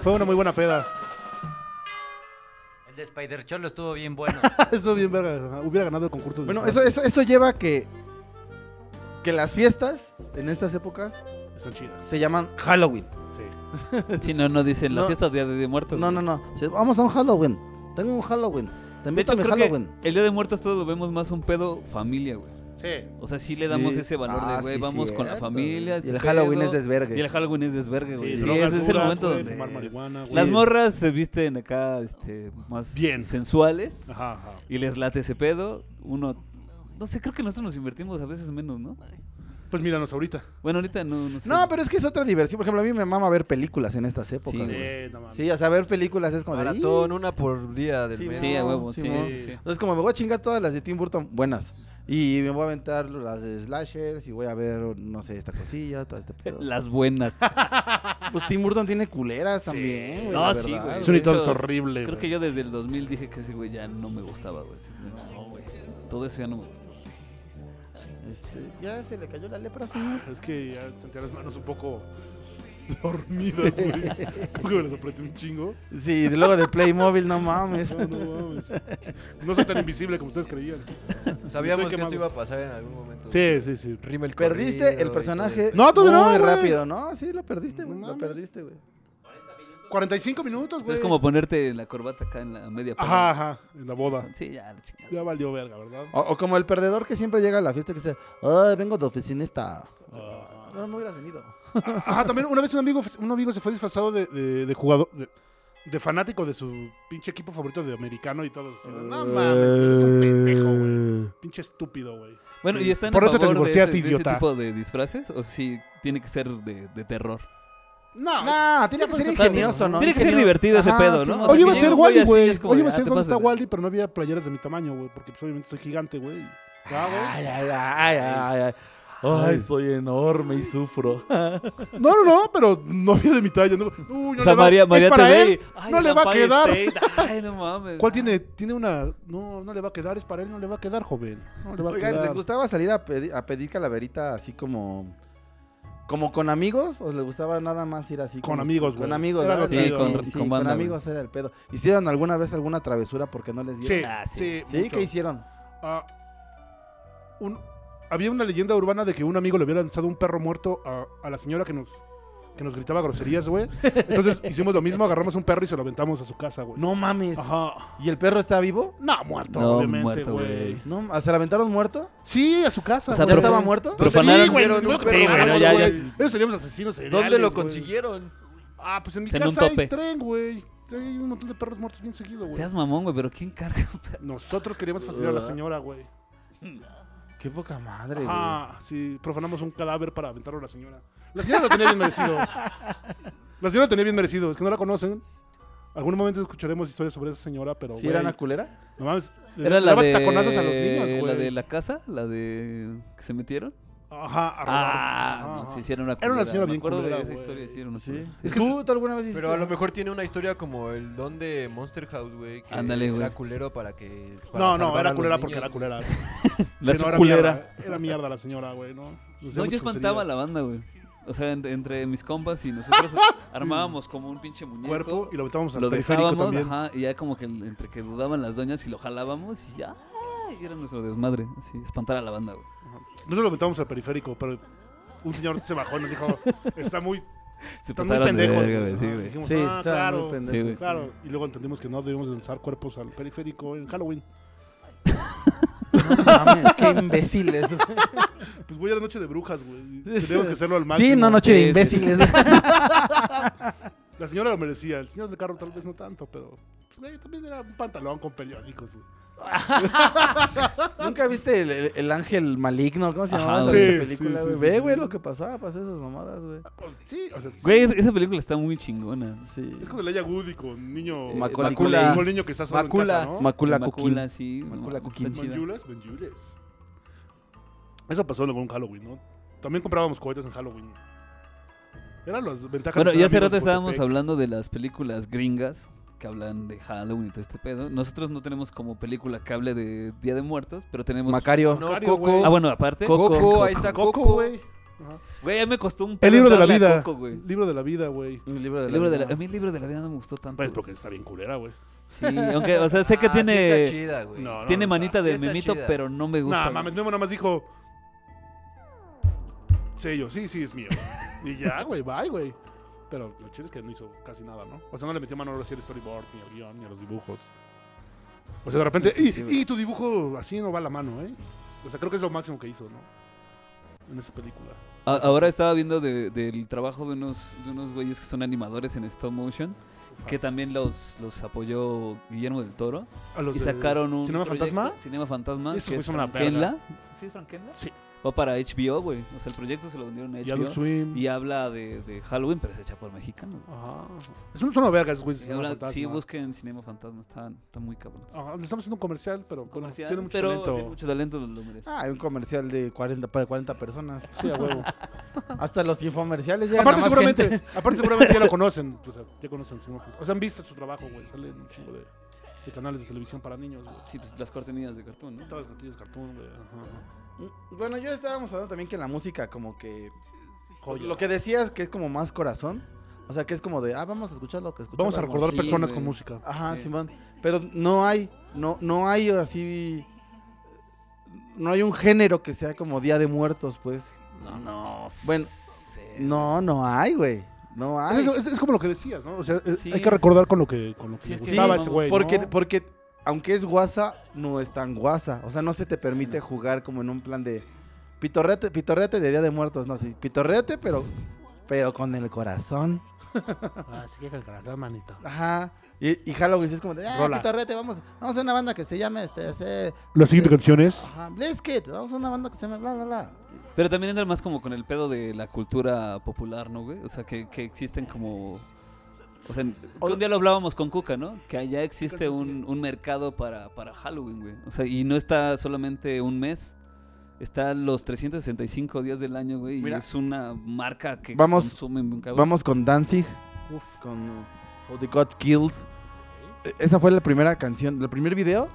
[SPEAKER 2] Fue una muy buena peda.
[SPEAKER 7] El de Spider Cholo estuvo bien bueno.
[SPEAKER 2] Eso bien verga. ajá. Hubiera ganado el concurso. de
[SPEAKER 3] Bueno, eso,
[SPEAKER 2] disfraces.
[SPEAKER 3] eso, eso lleva a que, que las fiestas en estas épocas
[SPEAKER 2] Están chidas.
[SPEAKER 3] se llaman Halloween.
[SPEAKER 2] Sí.
[SPEAKER 4] Sí, no, no dicen la
[SPEAKER 3] No.
[SPEAKER 4] fiesta de Día de Muertos.
[SPEAKER 3] No, no,
[SPEAKER 4] güey.
[SPEAKER 3] no. Si Vamos a un Halloween. Tengo un Halloween. Te
[SPEAKER 4] De hecho,
[SPEAKER 3] invito a mi
[SPEAKER 4] creo
[SPEAKER 3] Halloween.
[SPEAKER 4] que el Día de Muertos todos lo vemos más un pedo familia, güey.
[SPEAKER 2] Sí.
[SPEAKER 4] O sea, sí le damos
[SPEAKER 3] Sí.
[SPEAKER 4] ese valor
[SPEAKER 3] Ah,
[SPEAKER 4] de, güey,
[SPEAKER 3] sí,
[SPEAKER 4] vamos con la
[SPEAKER 3] cierto,
[SPEAKER 4] familia.
[SPEAKER 3] güey. Y el
[SPEAKER 4] este
[SPEAKER 3] Halloween
[SPEAKER 4] pedo.
[SPEAKER 3] es desvergue.
[SPEAKER 4] Y el Halloween es desvergue, güey. Sí,
[SPEAKER 2] drogas
[SPEAKER 4] ese es el
[SPEAKER 2] duras,
[SPEAKER 4] momento
[SPEAKER 2] güey,
[SPEAKER 4] donde...
[SPEAKER 2] Fumar marihuana, güey.
[SPEAKER 4] Las morras se visten acá este, más
[SPEAKER 2] Bien.
[SPEAKER 4] sensuales
[SPEAKER 2] Ajá, ajá.
[SPEAKER 4] y les late ese pedo. Uno No sé, creo que nosotros nos invertimos a veces menos, ¿no?
[SPEAKER 2] Pues míranos ahorita.
[SPEAKER 4] Bueno, ahorita no, no sé.
[SPEAKER 3] No, pero es que es otra diversión. Por ejemplo, a mí me mama ver películas en estas
[SPEAKER 4] Sí,
[SPEAKER 3] épocas.
[SPEAKER 4] güey.
[SPEAKER 3] güey.
[SPEAKER 2] Eh, no mames.
[SPEAKER 3] Sí, o sea, ver películas es como de... "Ih".
[SPEAKER 5] Maratón, una por día del
[SPEAKER 3] Sí,
[SPEAKER 5] mes.
[SPEAKER 4] Sí, a huevo, sí,
[SPEAKER 3] Simón.
[SPEAKER 4] sí, sí.
[SPEAKER 3] Entonces, como me voy a chingar todas las de Tim Burton, buenas. Y me voy a aventar las de slashers y voy a ver, no sé, esta cosilla, todo este pedo.
[SPEAKER 4] Las buenas.
[SPEAKER 3] Pues Tim Burton tiene culeras también, güey.
[SPEAKER 4] No,
[SPEAKER 3] la
[SPEAKER 4] sí,
[SPEAKER 3] verdad,
[SPEAKER 4] güey.
[SPEAKER 2] Es
[SPEAKER 4] de
[SPEAKER 2] un hito
[SPEAKER 4] hecho,
[SPEAKER 2] horrible.
[SPEAKER 4] Creo
[SPEAKER 2] güey.
[SPEAKER 4] que yo desde el 2000 dije que ese güey ya no me gustaba, güey. Así, No, güey. Todo eso ya no me gusta.
[SPEAKER 3] Este, ya se le cayó la lepra, señor.
[SPEAKER 2] Es que ya sentía las manos un poco dormidas, güey. Como que me las apreté un chingo.
[SPEAKER 3] Sí, de- luego de Playmobil, no mames.
[SPEAKER 2] No, no mames. No soy tan invisible como ustedes creían.
[SPEAKER 5] Sabíamos que
[SPEAKER 2] Estoy
[SPEAKER 5] esto
[SPEAKER 2] quemado.
[SPEAKER 5] iba a pasar en algún momento.
[SPEAKER 2] Sí, sí, sí.
[SPEAKER 5] Rima el
[SPEAKER 3] Perdiste el personaje
[SPEAKER 2] No, todavía no,
[SPEAKER 3] muy
[SPEAKER 2] güey.
[SPEAKER 3] rápido, ¿no? Sí, lo perdiste, güey.
[SPEAKER 2] No
[SPEAKER 3] Lo
[SPEAKER 2] mames.
[SPEAKER 3] perdiste, güey.
[SPEAKER 2] 45 minutos,
[SPEAKER 4] Entonces
[SPEAKER 2] güey.
[SPEAKER 4] es como ponerte la corbata acá en la media
[SPEAKER 2] Ajá,
[SPEAKER 4] pata.
[SPEAKER 2] ajá. En la boda.
[SPEAKER 4] Sí, ya, la chingada.
[SPEAKER 2] Ya valió verga, ¿verdad?
[SPEAKER 3] O, o como el perdedor que siempre llega a la fiesta que dice, ay, vengo de oficinista.
[SPEAKER 2] Ah.
[SPEAKER 3] No, no hubieras venido.
[SPEAKER 2] Ajá, también una vez un amigo, un amigo se fue disfrazado de, de, de jugador, de, de fanático de su pinche equipo favorito de americano y todo. así, no mames, eres un
[SPEAKER 4] Eh.
[SPEAKER 2] pendejo, güey. Pinche estúpido, güey.
[SPEAKER 4] Bueno,
[SPEAKER 2] Sí.
[SPEAKER 4] ¿y están
[SPEAKER 2] Por
[SPEAKER 4] a
[SPEAKER 2] eso te
[SPEAKER 4] favor de,
[SPEAKER 2] divorciaste,
[SPEAKER 4] ese, de ese
[SPEAKER 2] idiota.
[SPEAKER 4] tipo de disfraces? ¿O si tiene que ser de, de terror?
[SPEAKER 2] No, pues,
[SPEAKER 3] No, Ah, tiene que ser
[SPEAKER 4] está bien.
[SPEAKER 3] ingenioso, ¿no?
[SPEAKER 4] Tiene que ser
[SPEAKER 3] Ingenio-
[SPEAKER 4] divertido ese
[SPEAKER 3] Ajá,
[SPEAKER 4] pedo,
[SPEAKER 3] sí,
[SPEAKER 4] ¿no?
[SPEAKER 3] o
[SPEAKER 4] sea,
[SPEAKER 2] Oye,
[SPEAKER 3] que
[SPEAKER 2] iba a
[SPEAKER 4] llegue
[SPEAKER 2] ser
[SPEAKER 4] un güey
[SPEAKER 2] Wally,
[SPEAKER 4] así,
[SPEAKER 2] güey.
[SPEAKER 4] es como
[SPEAKER 2] Oye,
[SPEAKER 4] de,
[SPEAKER 2] iba a
[SPEAKER 4] ah,
[SPEAKER 2] ser
[SPEAKER 4] te
[SPEAKER 2] dónde está
[SPEAKER 4] pasas de-
[SPEAKER 2] Wally, pero no había playeras de mi tamaño, güey. Porque pues, obviamente soy gigante, güey. Ya, güey.
[SPEAKER 3] Ay, ay, ay, ay, ay. Ay, soy enorme y sufro.
[SPEAKER 2] No, no, no, pero no había de mi talla. No, Uy, no
[SPEAKER 4] O
[SPEAKER 2] le
[SPEAKER 4] sea,
[SPEAKER 2] va-
[SPEAKER 4] María,
[SPEAKER 2] es
[SPEAKER 4] María te
[SPEAKER 2] para
[SPEAKER 4] ve
[SPEAKER 2] él,
[SPEAKER 4] y, ay, este.
[SPEAKER 2] no le va a
[SPEAKER 4] Vampire
[SPEAKER 2] quedar.
[SPEAKER 4] State, Ay, no mames.
[SPEAKER 2] ¿Cuál tiene? Tiene una. No, no le va a quedar, es para él, no le va a quedar, joven. No le va a
[SPEAKER 3] Oigan,
[SPEAKER 2] quedar.
[SPEAKER 3] ¿les gustaba salir a, pedi- a pedir calaverita así como como con amigos o les gustaba nada más ir así
[SPEAKER 2] Con
[SPEAKER 3] como-
[SPEAKER 2] amigos,
[SPEAKER 3] con
[SPEAKER 2] güey.
[SPEAKER 3] amigos
[SPEAKER 2] Era
[SPEAKER 3] ¿verdad?
[SPEAKER 2] lo chido.
[SPEAKER 4] Sí, con- con banda,
[SPEAKER 3] amigos era el pedo hicieron alguna vez alguna travesura porque no les
[SPEAKER 2] Sí,
[SPEAKER 3] dieron
[SPEAKER 2] sí.
[SPEAKER 3] sí,
[SPEAKER 2] mucho.
[SPEAKER 3] qué hicieron
[SPEAKER 2] Ah, un- había una leyenda urbana de que un amigo le había lanzado un perro muerto a, a la señora que nos, que nos gritaba groserías, güey. Entonces hicimos lo mismo, agarramos un perro y se lo aventamos a su casa, güey.
[SPEAKER 3] no mames
[SPEAKER 2] Ajá.
[SPEAKER 3] y el perro está vivo
[SPEAKER 2] Pues, No, muerto,
[SPEAKER 4] No,
[SPEAKER 2] obviamente,
[SPEAKER 4] muerto,
[SPEAKER 2] güey.
[SPEAKER 4] güey.
[SPEAKER 3] no ¿ah, se la aventaron muerto
[SPEAKER 2] Sí, a su casa.
[SPEAKER 4] O
[SPEAKER 3] ya
[SPEAKER 4] sea,
[SPEAKER 2] güey.
[SPEAKER 4] pero-
[SPEAKER 3] estaba muerto
[SPEAKER 4] Profanaron-
[SPEAKER 2] Sí, güey,
[SPEAKER 5] Dieron
[SPEAKER 2] no
[SPEAKER 5] un
[SPEAKER 2] que
[SPEAKER 5] perro.
[SPEAKER 2] profanamos,
[SPEAKER 4] Sí, bueno, ya- ya-
[SPEAKER 2] güey. Ellos seríamos asesinos seriales,
[SPEAKER 5] ¿Dónde lo
[SPEAKER 2] güey.
[SPEAKER 5] consiguieron?
[SPEAKER 2] Ah, pues en mi
[SPEAKER 4] En un
[SPEAKER 2] casa hay
[SPEAKER 4] tope.
[SPEAKER 2] tren, güey. Sí, Hay un montón de perros muertos bien seguido, güey.
[SPEAKER 4] Seas mamón, güey, pero ¿quién carga? un perro?
[SPEAKER 2] Nosotros queríamos fastidiar a la señora, güey.
[SPEAKER 3] qué poca madre güey.
[SPEAKER 2] Ajá, sí, profanamos un cadáver para aventarlo a la señora. La señora lo tenía bien merecido. La señora lo tenía bien merecido, es que no la conocen. Algún momento escucharemos historias sobre esa señora, pero
[SPEAKER 3] ¿Sí
[SPEAKER 2] güey,
[SPEAKER 3] era una culera
[SPEAKER 2] no mames, le
[SPEAKER 4] Era la
[SPEAKER 2] daba
[SPEAKER 4] de,
[SPEAKER 2] taconazos a los niños,
[SPEAKER 4] la
[SPEAKER 2] güey.
[SPEAKER 4] de la casa, la de que se metieron.
[SPEAKER 2] Ajá, a robar.
[SPEAKER 4] Ah,
[SPEAKER 2] Ajá.
[SPEAKER 4] no, sí, sí, era una
[SPEAKER 2] Era una
[SPEAKER 4] culera.
[SPEAKER 2] señora
[SPEAKER 4] Me
[SPEAKER 2] bien
[SPEAKER 4] acuerdo
[SPEAKER 2] culera,
[SPEAKER 4] de esa
[SPEAKER 2] güey.
[SPEAKER 4] historia, sí, era una
[SPEAKER 3] sí
[SPEAKER 4] culera.
[SPEAKER 3] es que tú, tú alguna vez hiciste
[SPEAKER 5] Pero a lo mejor tiene una historia como el don de Monster House, güey. que
[SPEAKER 4] Ándale, güey.
[SPEAKER 5] Era culero para que. para
[SPEAKER 2] No, no,
[SPEAKER 5] salvar a
[SPEAKER 2] era
[SPEAKER 5] los
[SPEAKER 2] culera
[SPEAKER 5] niños.
[SPEAKER 2] porque era culera.
[SPEAKER 4] La
[SPEAKER 2] Sí, no, era
[SPEAKER 4] culera.
[SPEAKER 2] mierda, Era mierda la señora, güey, ¿no? Nos hacía
[SPEAKER 4] No, yo
[SPEAKER 2] muchas
[SPEAKER 4] espantaba a
[SPEAKER 2] groserías.
[SPEAKER 4] la banda, güey. O sea, en- entre mis compas y nosotros armábamos como un pinche muñeco.
[SPEAKER 2] Cuerpo y lo metábamos al
[SPEAKER 4] lo
[SPEAKER 2] periférico
[SPEAKER 4] dejábamos,
[SPEAKER 2] también.
[SPEAKER 4] ajá, y ya como que entre que dudaban las doñas y lo jalábamos y ya. Y era nuestro desmadre, así, espantar a la banda, güey.
[SPEAKER 2] Nosotros lo metábamos al periférico, pero un señor se bajó y nos dijo, está muy
[SPEAKER 4] Se
[SPEAKER 2] Están muy
[SPEAKER 4] pasaron de
[SPEAKER 2] pendejos.
[SPEAKER 4] verga, güey,
[SPEAKER 2] güey.
[SPEAKER 4] sí,
[SPEAKER 2] Ajá,
[SPEAKER 4] güey.
[SPEAKER 2] Dijimos,
[SPEAKER 3] Sí,
[SPEAKER 2] ah,
[SPEAKER 3] está
[SPEAKER 2] claro,
[SPEAKER 3] muy pendejo.
[SPEAKER 4] Sí, güey.
[SPEAKER 2] claro. Y luego entendimos que no debíamos lanzar cuerpos al periférico en Halloween.
[SPEAKER 3] No mames, qué imbéciles güey.
[SPEAKER 2] Pues voy a la noche de brujas, güey. Tenemos que hacerlo al máximo.
[SPEAKER 3] sí no noche de
[SPEAKER 4] Sí, sí,
[SPEAKER 3] imbéciles
[SPEAKER 2] La señora lo merecía. El señor del carro tal vez no tanto, pero... pues, güey, también era un pantalón con periódicos, güey.
[SPEAKER 3] ¿Nunca viste el, el- el ángel maligno? ¿Cómo se
[SPEAKER 4] Ajá,
[SPEAKER 3] llamaba esa
[SPEAKER 4] güey.
[SPEAKER 3] pinche
[SPEAKER 2] Sí,
[SPEAKER 3] película,
[SPEAKER 2] sí,
[SPEAKER 3] güey?
[SPEAKER 2] sí,
[SPEAKER 3] Ve,
[SPEAKER 2] sí,
[SPEAKER 3] güey,
[SPEAKER 2] sí.
[SPEAKER 3] lo que pasaba, pasé esas mamadas, güey.
[SPEAKER 2] Oh, Sí, o sea... sí.
[SPEAKER 4] Güey, es- esa película está muy chingona.
[SPEAKER 3] Sí.
[SPEAKER 2] Es como Leia Woody con niño...
[SPEAKER 3] Macaulay
[SPEAKER 2] Macula.
[SPEAKER 3] Culkin.
[SPEAKER 2] Con niño que está solo
[SPEAKER 5] Macula.
[SPEAKER 2] en casa, ¿no?
[SPEAKER 3] Macula
[SPEAKER 4] Eh, Macula,
[SPEAKER 3] Coquín.
[SPEAKER 4] sí. no,
[SPEAKER 3] Macula
[SPEAKER 4] está
[SPEAKER 3] Coquín.
[SPEAKER 4] chida.
[SPEAKER 2] Manjules, Manjules. Eso pasó en algún Halloween, ¿no? También comprábamos cohetes en Halloween. Eran las ventajas...
[SPEAKER 4] Bueno,
[SPEAKER 2] de
[SPEAKER 4] y hace
[SPEAKER 2] tener
[SPEAKER 4] rato
[SPEAKER 2] amigos en
[SPEAKER 4] estábamos
[SPEAKER 2] Coatepec.
[SPEAKER 4] hablando de las películas gringas que hablan de Halloween y todo este pedo. Nosotros no tenemos como película que hable de Día de Muertos, pero tenemos...
[SPEAKER 3] Macario.
[SPEAKER 5] No,
[SPEAKER 2] Macario,
[SPEAKER 5] Coco.
[SPEAKER 2] güey.
[SPEAKER 4] Ah, bueno, aparte...
[SPEAKER 5] Coco,
[SPEAKER 3] Coco,
[SPEAKER 5] ahí está Coco.
[SPEAKER 2] Coco, güey. Ajá.
[SPEAKER 4] Güey, ya me costó un
[SPEAKER 2] El
[SPEAKER 4] pedo
[SPEAKER 2] libro de la
[SPEAKER 4] entrarle a
[SPEAKER 2] vida.
[SPEAKER 4] Coco, güey.
[SPEAKER 2] libro de la vida, güey.
[SPEAKER 3] El libro de
[SPEAKER 4] El libro de la- a mí el libro de la vida no me gustó tanto.
[SPEAKER 2] Pues
[SPEAKER 4] güey.
[SPEAKER 2] porque está bien culera, güey.
[SPEAKER 4] Sí, aunque, o sea, sé que
[SPEAKER 5] Ah, sí
[SPEAKER 4] tiene...
[SPEAKER 5] está chida, güey.
[SPEAKER 2] No, no,
[SPEAKER 4] tiene
[SPEAKER 2] no
[SPEAKER 4] manita
[SPEAKER 5] está.
[SPEAKER 4] de
[SPEAKER 5] Sí está
[SPEAKER 4] memito,
[SPEAKER 5] chida.
[SPEAKER 4] pero no me
[SPEAKER 2] No,
[SPEAKER 4] gusta. güey.
[SPEAKER 2] mames, Memo nada más dijo. Sello, sí, sí, es mío. y ya, güey, bye, güey. Pero lo chido es que no hizo casi nada, ¿no? O sea, no le metió mano ahora sí al storyboard, ni al guión, ni a los dibujos. O sea, de repente,
[SPEAKER 4] Sí,
[SPEAKER 2] y,
[SPEAKER 4] sí, güey.
[SPEAKER 2] y tu dibujo así no va a la mano, ¿eh? O sea, creo que es lo máximo que hizo, ¿no? En esa película.
[SPEAKER 4] A- Ahora estaba viendo de- del trabajo de unos, de unos güeyes que son animadores en stop motion que también los, los apoyó Guillermo del Toro.
[SPEAKER 2] A los
[SPEAKER 4] Y
[SPEAKER 2] de-
[SPEAKER 4] sacaron un.
[SPEAKER 2] ¿Cinema Fantasma?
[SPEAKER 4] Cinema Fantasma.
[SPEAKER 2] Esos
[SPEAKER 4] que
[SPEAKER 2] güeyes
[SPEAKER 4] es
[SPEAKER 2] son una
[SPEAKER 4] Frankenla. ¿Sí es Frankenla?
[SPEAKER 2] Sí.
[SPEAKER 4] Va para HBO, güey. O sea, el proyecto se lo vendieron a
[SPEAKER 2] Y Adult
[SPEAKER 4] HBO.
[SPEAKER 2] Swim.
[SPEAKER 4] Y habla de, de Halloween, pero es hecha por mexicanos. güey.
[SPEAKER 2] Ajá. Es un solo vergas, güey.
[SPEAKER 4] Y
[SPEAKER 2] Cinema
[SPEAKER 4] habla-
[SPEAKER 2] Fantasma.
[SPEAKER 4] sí, busquen Cinema Fantasma. Está, está muy cabrón.
[SPEAKER 2] Ajá, le estamos haciendo un comercial, pero bueno,
[SPEAKER 4] Comercial,
[SPEAKER 2] tiene mucho
[SPEAKER 4] pero
[SPEAKER 2] talento.
[SPEAKER 4] tiene mucho talento, lo- lo merece.
[SPEAKER 3] Ah, hay un comercial de 40 para 40 personas.
[SPEAKER 2] Sí, a huevo.
[SPEAKER 3] Hasta los infomerciales llegan
[SPEAKER 2] aparte,
[SPEAKER 3] a más
[SPEAKER 2] seguramente,
[SPEAKER 3] gente.
[SPEAKER 2] aparte, seguramente ya lo conocen. O sea, ya conocen Simón Fuentes. O sea, han visto su trabajo, güey. Sale en un chingo de, de canales de televisión para niños, güey.
[SPEAKER 4] Sí, pues las cortinillas de cartón, ¿no?
[SPEAKER 2] Todas las noticias, cartoon, güey. Ajá, ajá.
[SPEAKER 3] Mm, Bueno, yo estábamos hablando también que la música como que... Lo que decías que es como más corazón. O sea, que es como de, ah, vamos a escuchar lo que escuchamos.
[SPEAKER 2] Vamos a recordar
[SPEAKER 4] sí,
[SPEAKER 2] personas
[SPEAKER 4] güey.
[SPEAKER 2] con música.
[SPEAKER 3] Ajá,
[SPEAKER 4] Sí.
[SPEAKER 3] Simón. Pero no hay, no, no hay así... No hay un género que sea como Día de Muertos, pues.
[SPEAKER 4] No, no.
[SPEAKER 3] Bueno,
[SPEAKER 4] sé.
[SPEAKER 3] No, no hay, güey. No hay.
[SPEAKER 2] Ah, Es, es- es como lo que decías, ¿no? O sea, es-
[SPEAKER 4] Sí.
[SPEAKER 2] hay que recordar con lo que, con lo que
[SPEAKER 4] Sí,
[SPEAKER 2] le
[SPEAKER 4] es que-
[SPEAKER 2] gustaba a
[SPEAKER 4] Sí,
[SPEAKER 2] ese güey.
[SPEAKER 3] Porque,
[SPEAKER 2] ¿no?
[SPEAKER 3] porque aunque es guasa, no es tan guasa. O sea, no se te permite jugar como en un plan de pitorrete, pitorrete de Día de Muertos. No, sí, pitorrete, pero, pero con el corazón.
[SPEAKER 2] Así Ah, que con el corazón, manito.
[SPEAKER 3] Ajá. Y, y Halloween sí es como de, ah,
[SPEAKER 2] Rola.
[SPEAKER 3] pitorrete, vamos, vamos a una banda que se llame, este, ese,
[SPEAKER 2] La siguiente canción
[SPEAKER 4] Ah.
[SPEAKER 2] es.
[SPEAKER 3] ajá, Blitzkit, vamos a una banda que se llame, bla, bla, bla.
[SPEAKER 4] Pero también entra más como con el pedo de la cultura popular, ¿no, güey? O sea, que, que existen como... O sea, un día lo hablábamos con Cuca, ¿no? Que allá existe un, un mercado para, para Halloween, güey. O sea, y no está solamente un mes. Está los 365 días del año, güey.
[SPEAKER 3] Mira.
[SPEAKER 4] Y es una marca que
[SPEAKER 3] Vamos-
[SPEAKER 4] consume un cabrón.
[SPEAKER 3] Vamos con Danzig, con uh, How the God Kills. E- Esa fue la primera canción, el primer video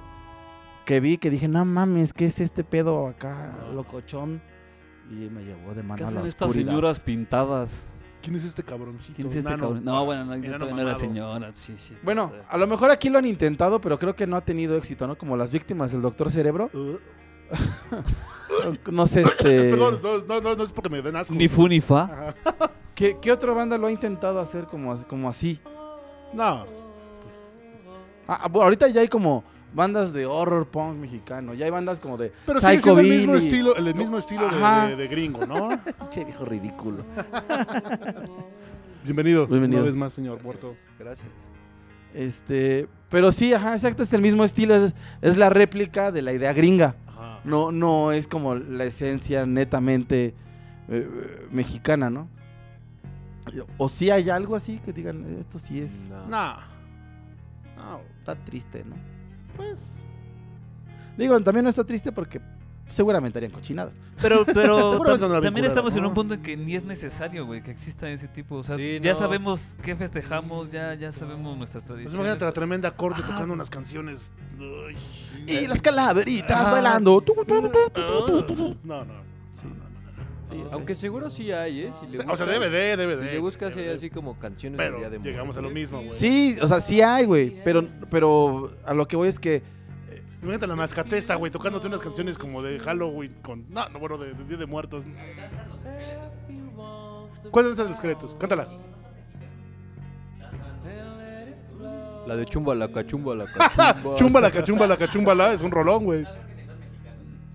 [SPEAKER 3] que vi que dije, no mames, ¿qué es este pedo acá, locochón? Y me llevó de
[SPEAKER 4] ¿Qué
[SPEAKER 3] mano a
[SPEAKER 4] hacen
[SPEAKER 3] la
[SPEAKER 4] estas
[SPEAKER 3] oscuridad.
[SPEAKER 4] señoras pintadas?
[SPEAKER 2] ¿Quién es este cabroncito?
[SPEAKER 4] ¿Quién es este
[SPEAKER 2] Enano.
[SPEAKER 4] cabrón? No, bueno, no, yo
[SPEAKER 2] Enano
[SPEAKER 4] todavía no era
[SPEAKER 2] mamado.
[SPEAKER 4] señora. Sí, sí, está-
[SPEAKER 3] Bueno,
[SPEAKER 4] está-
[SPEAKER 3] a lo mejor aquí lo han intentado, pero creo que no ha tenido éxito, ¿no? Como las víctimas del Doctor Cerebro.
[SPEAKER 2] Uh,
[SPEAKER 3] No sé, este...
[SPEAKER 2] Perdón, no, no, no, no es porque me den asco.
[SPEAKER 4] Eh, Ni fu ni fa.
[SPEAKER 2] Ajá.
[SPEAKER 3] ¿Qué, qué otra banda lo ha intentado hacer como, as- como así?
[SPEAKER 2] No.
[SPEAKER 3] Ah, ah, bueno, ahorita ya hay como bandas de horror punk mexicano, ya hay bandas como de...
[SPEAKER 2] Pero sigue
[SPEAKER 3] Psycho
[SPEAKER 2] siendo el mismo
[SPEAKER 3] Billy.
[SPEAKER 2] estilo, el mismo estilo de-
[SPEAKER 3] Ajá.
[SPEAKER 2] de, de gringo, ¿no?
[SPEAKER 3] Che, viejo ridículo.
[SPEAKER 2] Bienvenido.
[SPEAKER 3] Bienvenido.
[SPEAKER 2] Una vez más, señor Muerto.
[SPEAKER 5] Gracias.
[SPEAKER 3] Este, pero sí, ajá, exacto, es el mismo estilo, es, es la réplica de la idea gringa.
[SPEAKER 2] Ajá.
[SPEAKER 3] No, no es como la esencia netamente eh, eh, mexicana, ¿no? O si hay algo así que digan, esto sí es,
[SPEAKER 2] Nah.
[SPEAKER 3] no, está triste, ¿no? Pues, digo, también no está triste porque seguramente harían cochinadas.
[SPEAKER 4] Pero, pero
[SPEAKER 2] Seguramente
[SPEAKER 4] tam-
[SPEAKER 2] no la
[SPEAKER 4] también
[SPEAKER 2] vincularon,
[SPEAKER 4] estamos en
[SPEAKER 2] ¿no?
[SPEAKER 4] un punto en que ni es necesario, güey, que exista ese tipo. O sea,
[SPEAKER 5] Sí,
[SPEAKER 4] ya
[SPEAKER 5] no.
[SPEAKER 4] sabemos qué festejamos, ya, ya sabemos nuestras
[SPEAKER 2] Pues
[SPEAKER 4] tradiciones.
[SPEAKER 2] imagínate la tremenda corte
[SPEAKER 4] Ajá.
[SPEAKER 2] tocando unas canciones. Uy.
[SPEAKER 3] Y las calaveritas
[SPEAKER 2] Ajá.
[SPEAKER 3] bailando. Tu, tu, tu, tu.
[SPEAKER 2] No, no.
[SPEAKER 3] Sí, no, Sí,
[SPEAKER 5] Aunque seguro sí hay, ¿eh? Si le
[SPEAKER 2] O sea,
[SPEAKER 5] buscas-
[SPEAKER 2] DVD, DVD.
[SPEAKER 5] Si le buscas, hay
[SPEAKER 2] DVD.
[SPEAKER 5] así como canciones de
[SPEAKER 2] Pero
[SPEAKER 5] Día de Muertos.
[SPEAKER 2] llegamos a lo mismo, güey.
[SPEAKER 3] Sí, o sea, sí hay, güey, pero, pero a lo que voy es que...
[SPEAKER 2] Imagínate la mascatesta, güey, tocándote unas canciones como de Halloween con. No, no, bueno, de, de Día de Muertos. ¿Cuál es de los esqueletos? Cántala.
[SPEAKER 5] La de chumba, la cachumba, la cachumba.
[SPEAKER 2] Chumbala, cachumbala, cachumbala. Es un rolón, güey.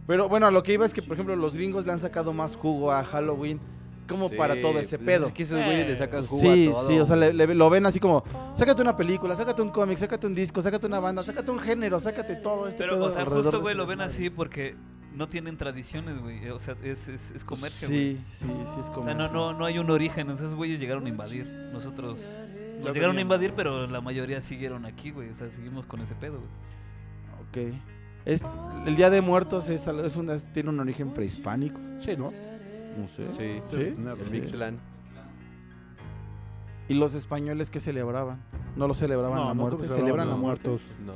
[SPEAKER 3] Pero bueno, a lo que iba es que, por ejemplo, los gringos le han sacado más jugo a Halloween como
[SPEAKER 5] Sí,
[SPEAKER 3] para todo ese
[SPEAKER 5] pues,
[SPEAKER 3] pedo.
[SPEAKER 5] Es que esos güeyes le sacan pues, jugo
[SPEAKER 3] Sí,
[SPEAKER 5] a todo.
[SPEAKER 3] sí, o sea, le- le- lo ven así como, sácate una película, sácate un cómic, sácate un disco, sácate una banda, sácate un género, sácate todo este esto.
[SPEAKER 4] Pero, o sea, justo, güey, lo ven así porque no tienen tradiciones, güey. eh, O sea, es, es, es comercio, güey.
[SPEAKER 3] Sí, sí, sí, es
[SPEAKER 4] O
[SPEAKER 3] como...
[SPEAKER 4] sea, no, no, no hay un origen. Esos güeyes llegaron a invadir. Nosotros
[SPEAKER 2] Ya
[SPEAKER 4] nos llegaron
[SPEAKER 2] venían.
[SPEAKER 4] a invadir, pero la mayoría siguieron aquí, güey. O sea, seguimos con ese pedo, güey.
[SPEAKER 3] Ok. Es, el Día de Muertos es, algo- es una- tiene un origen prehispánico,
[SPEAKER 2] Sí, ¿no?
[SPEAKER 3] no sé.
[SPEAKER 5] Sí,
[SPEAKER 3] ¿Sí?
[SPEAKER 5] el Big Clan.
[SPEAKER 3] ¿Y los españoles qué celebraban? No lo celebraban
[SPEAKER 2] No, no
[SPEAKER 3] la
[SPEAKER 2] creo
[SPEAKER 3] muerte,
[SPEAKER 2] que se
[SPEAKER 3] celebran
[SPEAKER 2] hablaban
[SPEAKER 3] la
[SPEAKER 2] de
[SPEAKER 3] muerte.
[SPEAKER 5] No.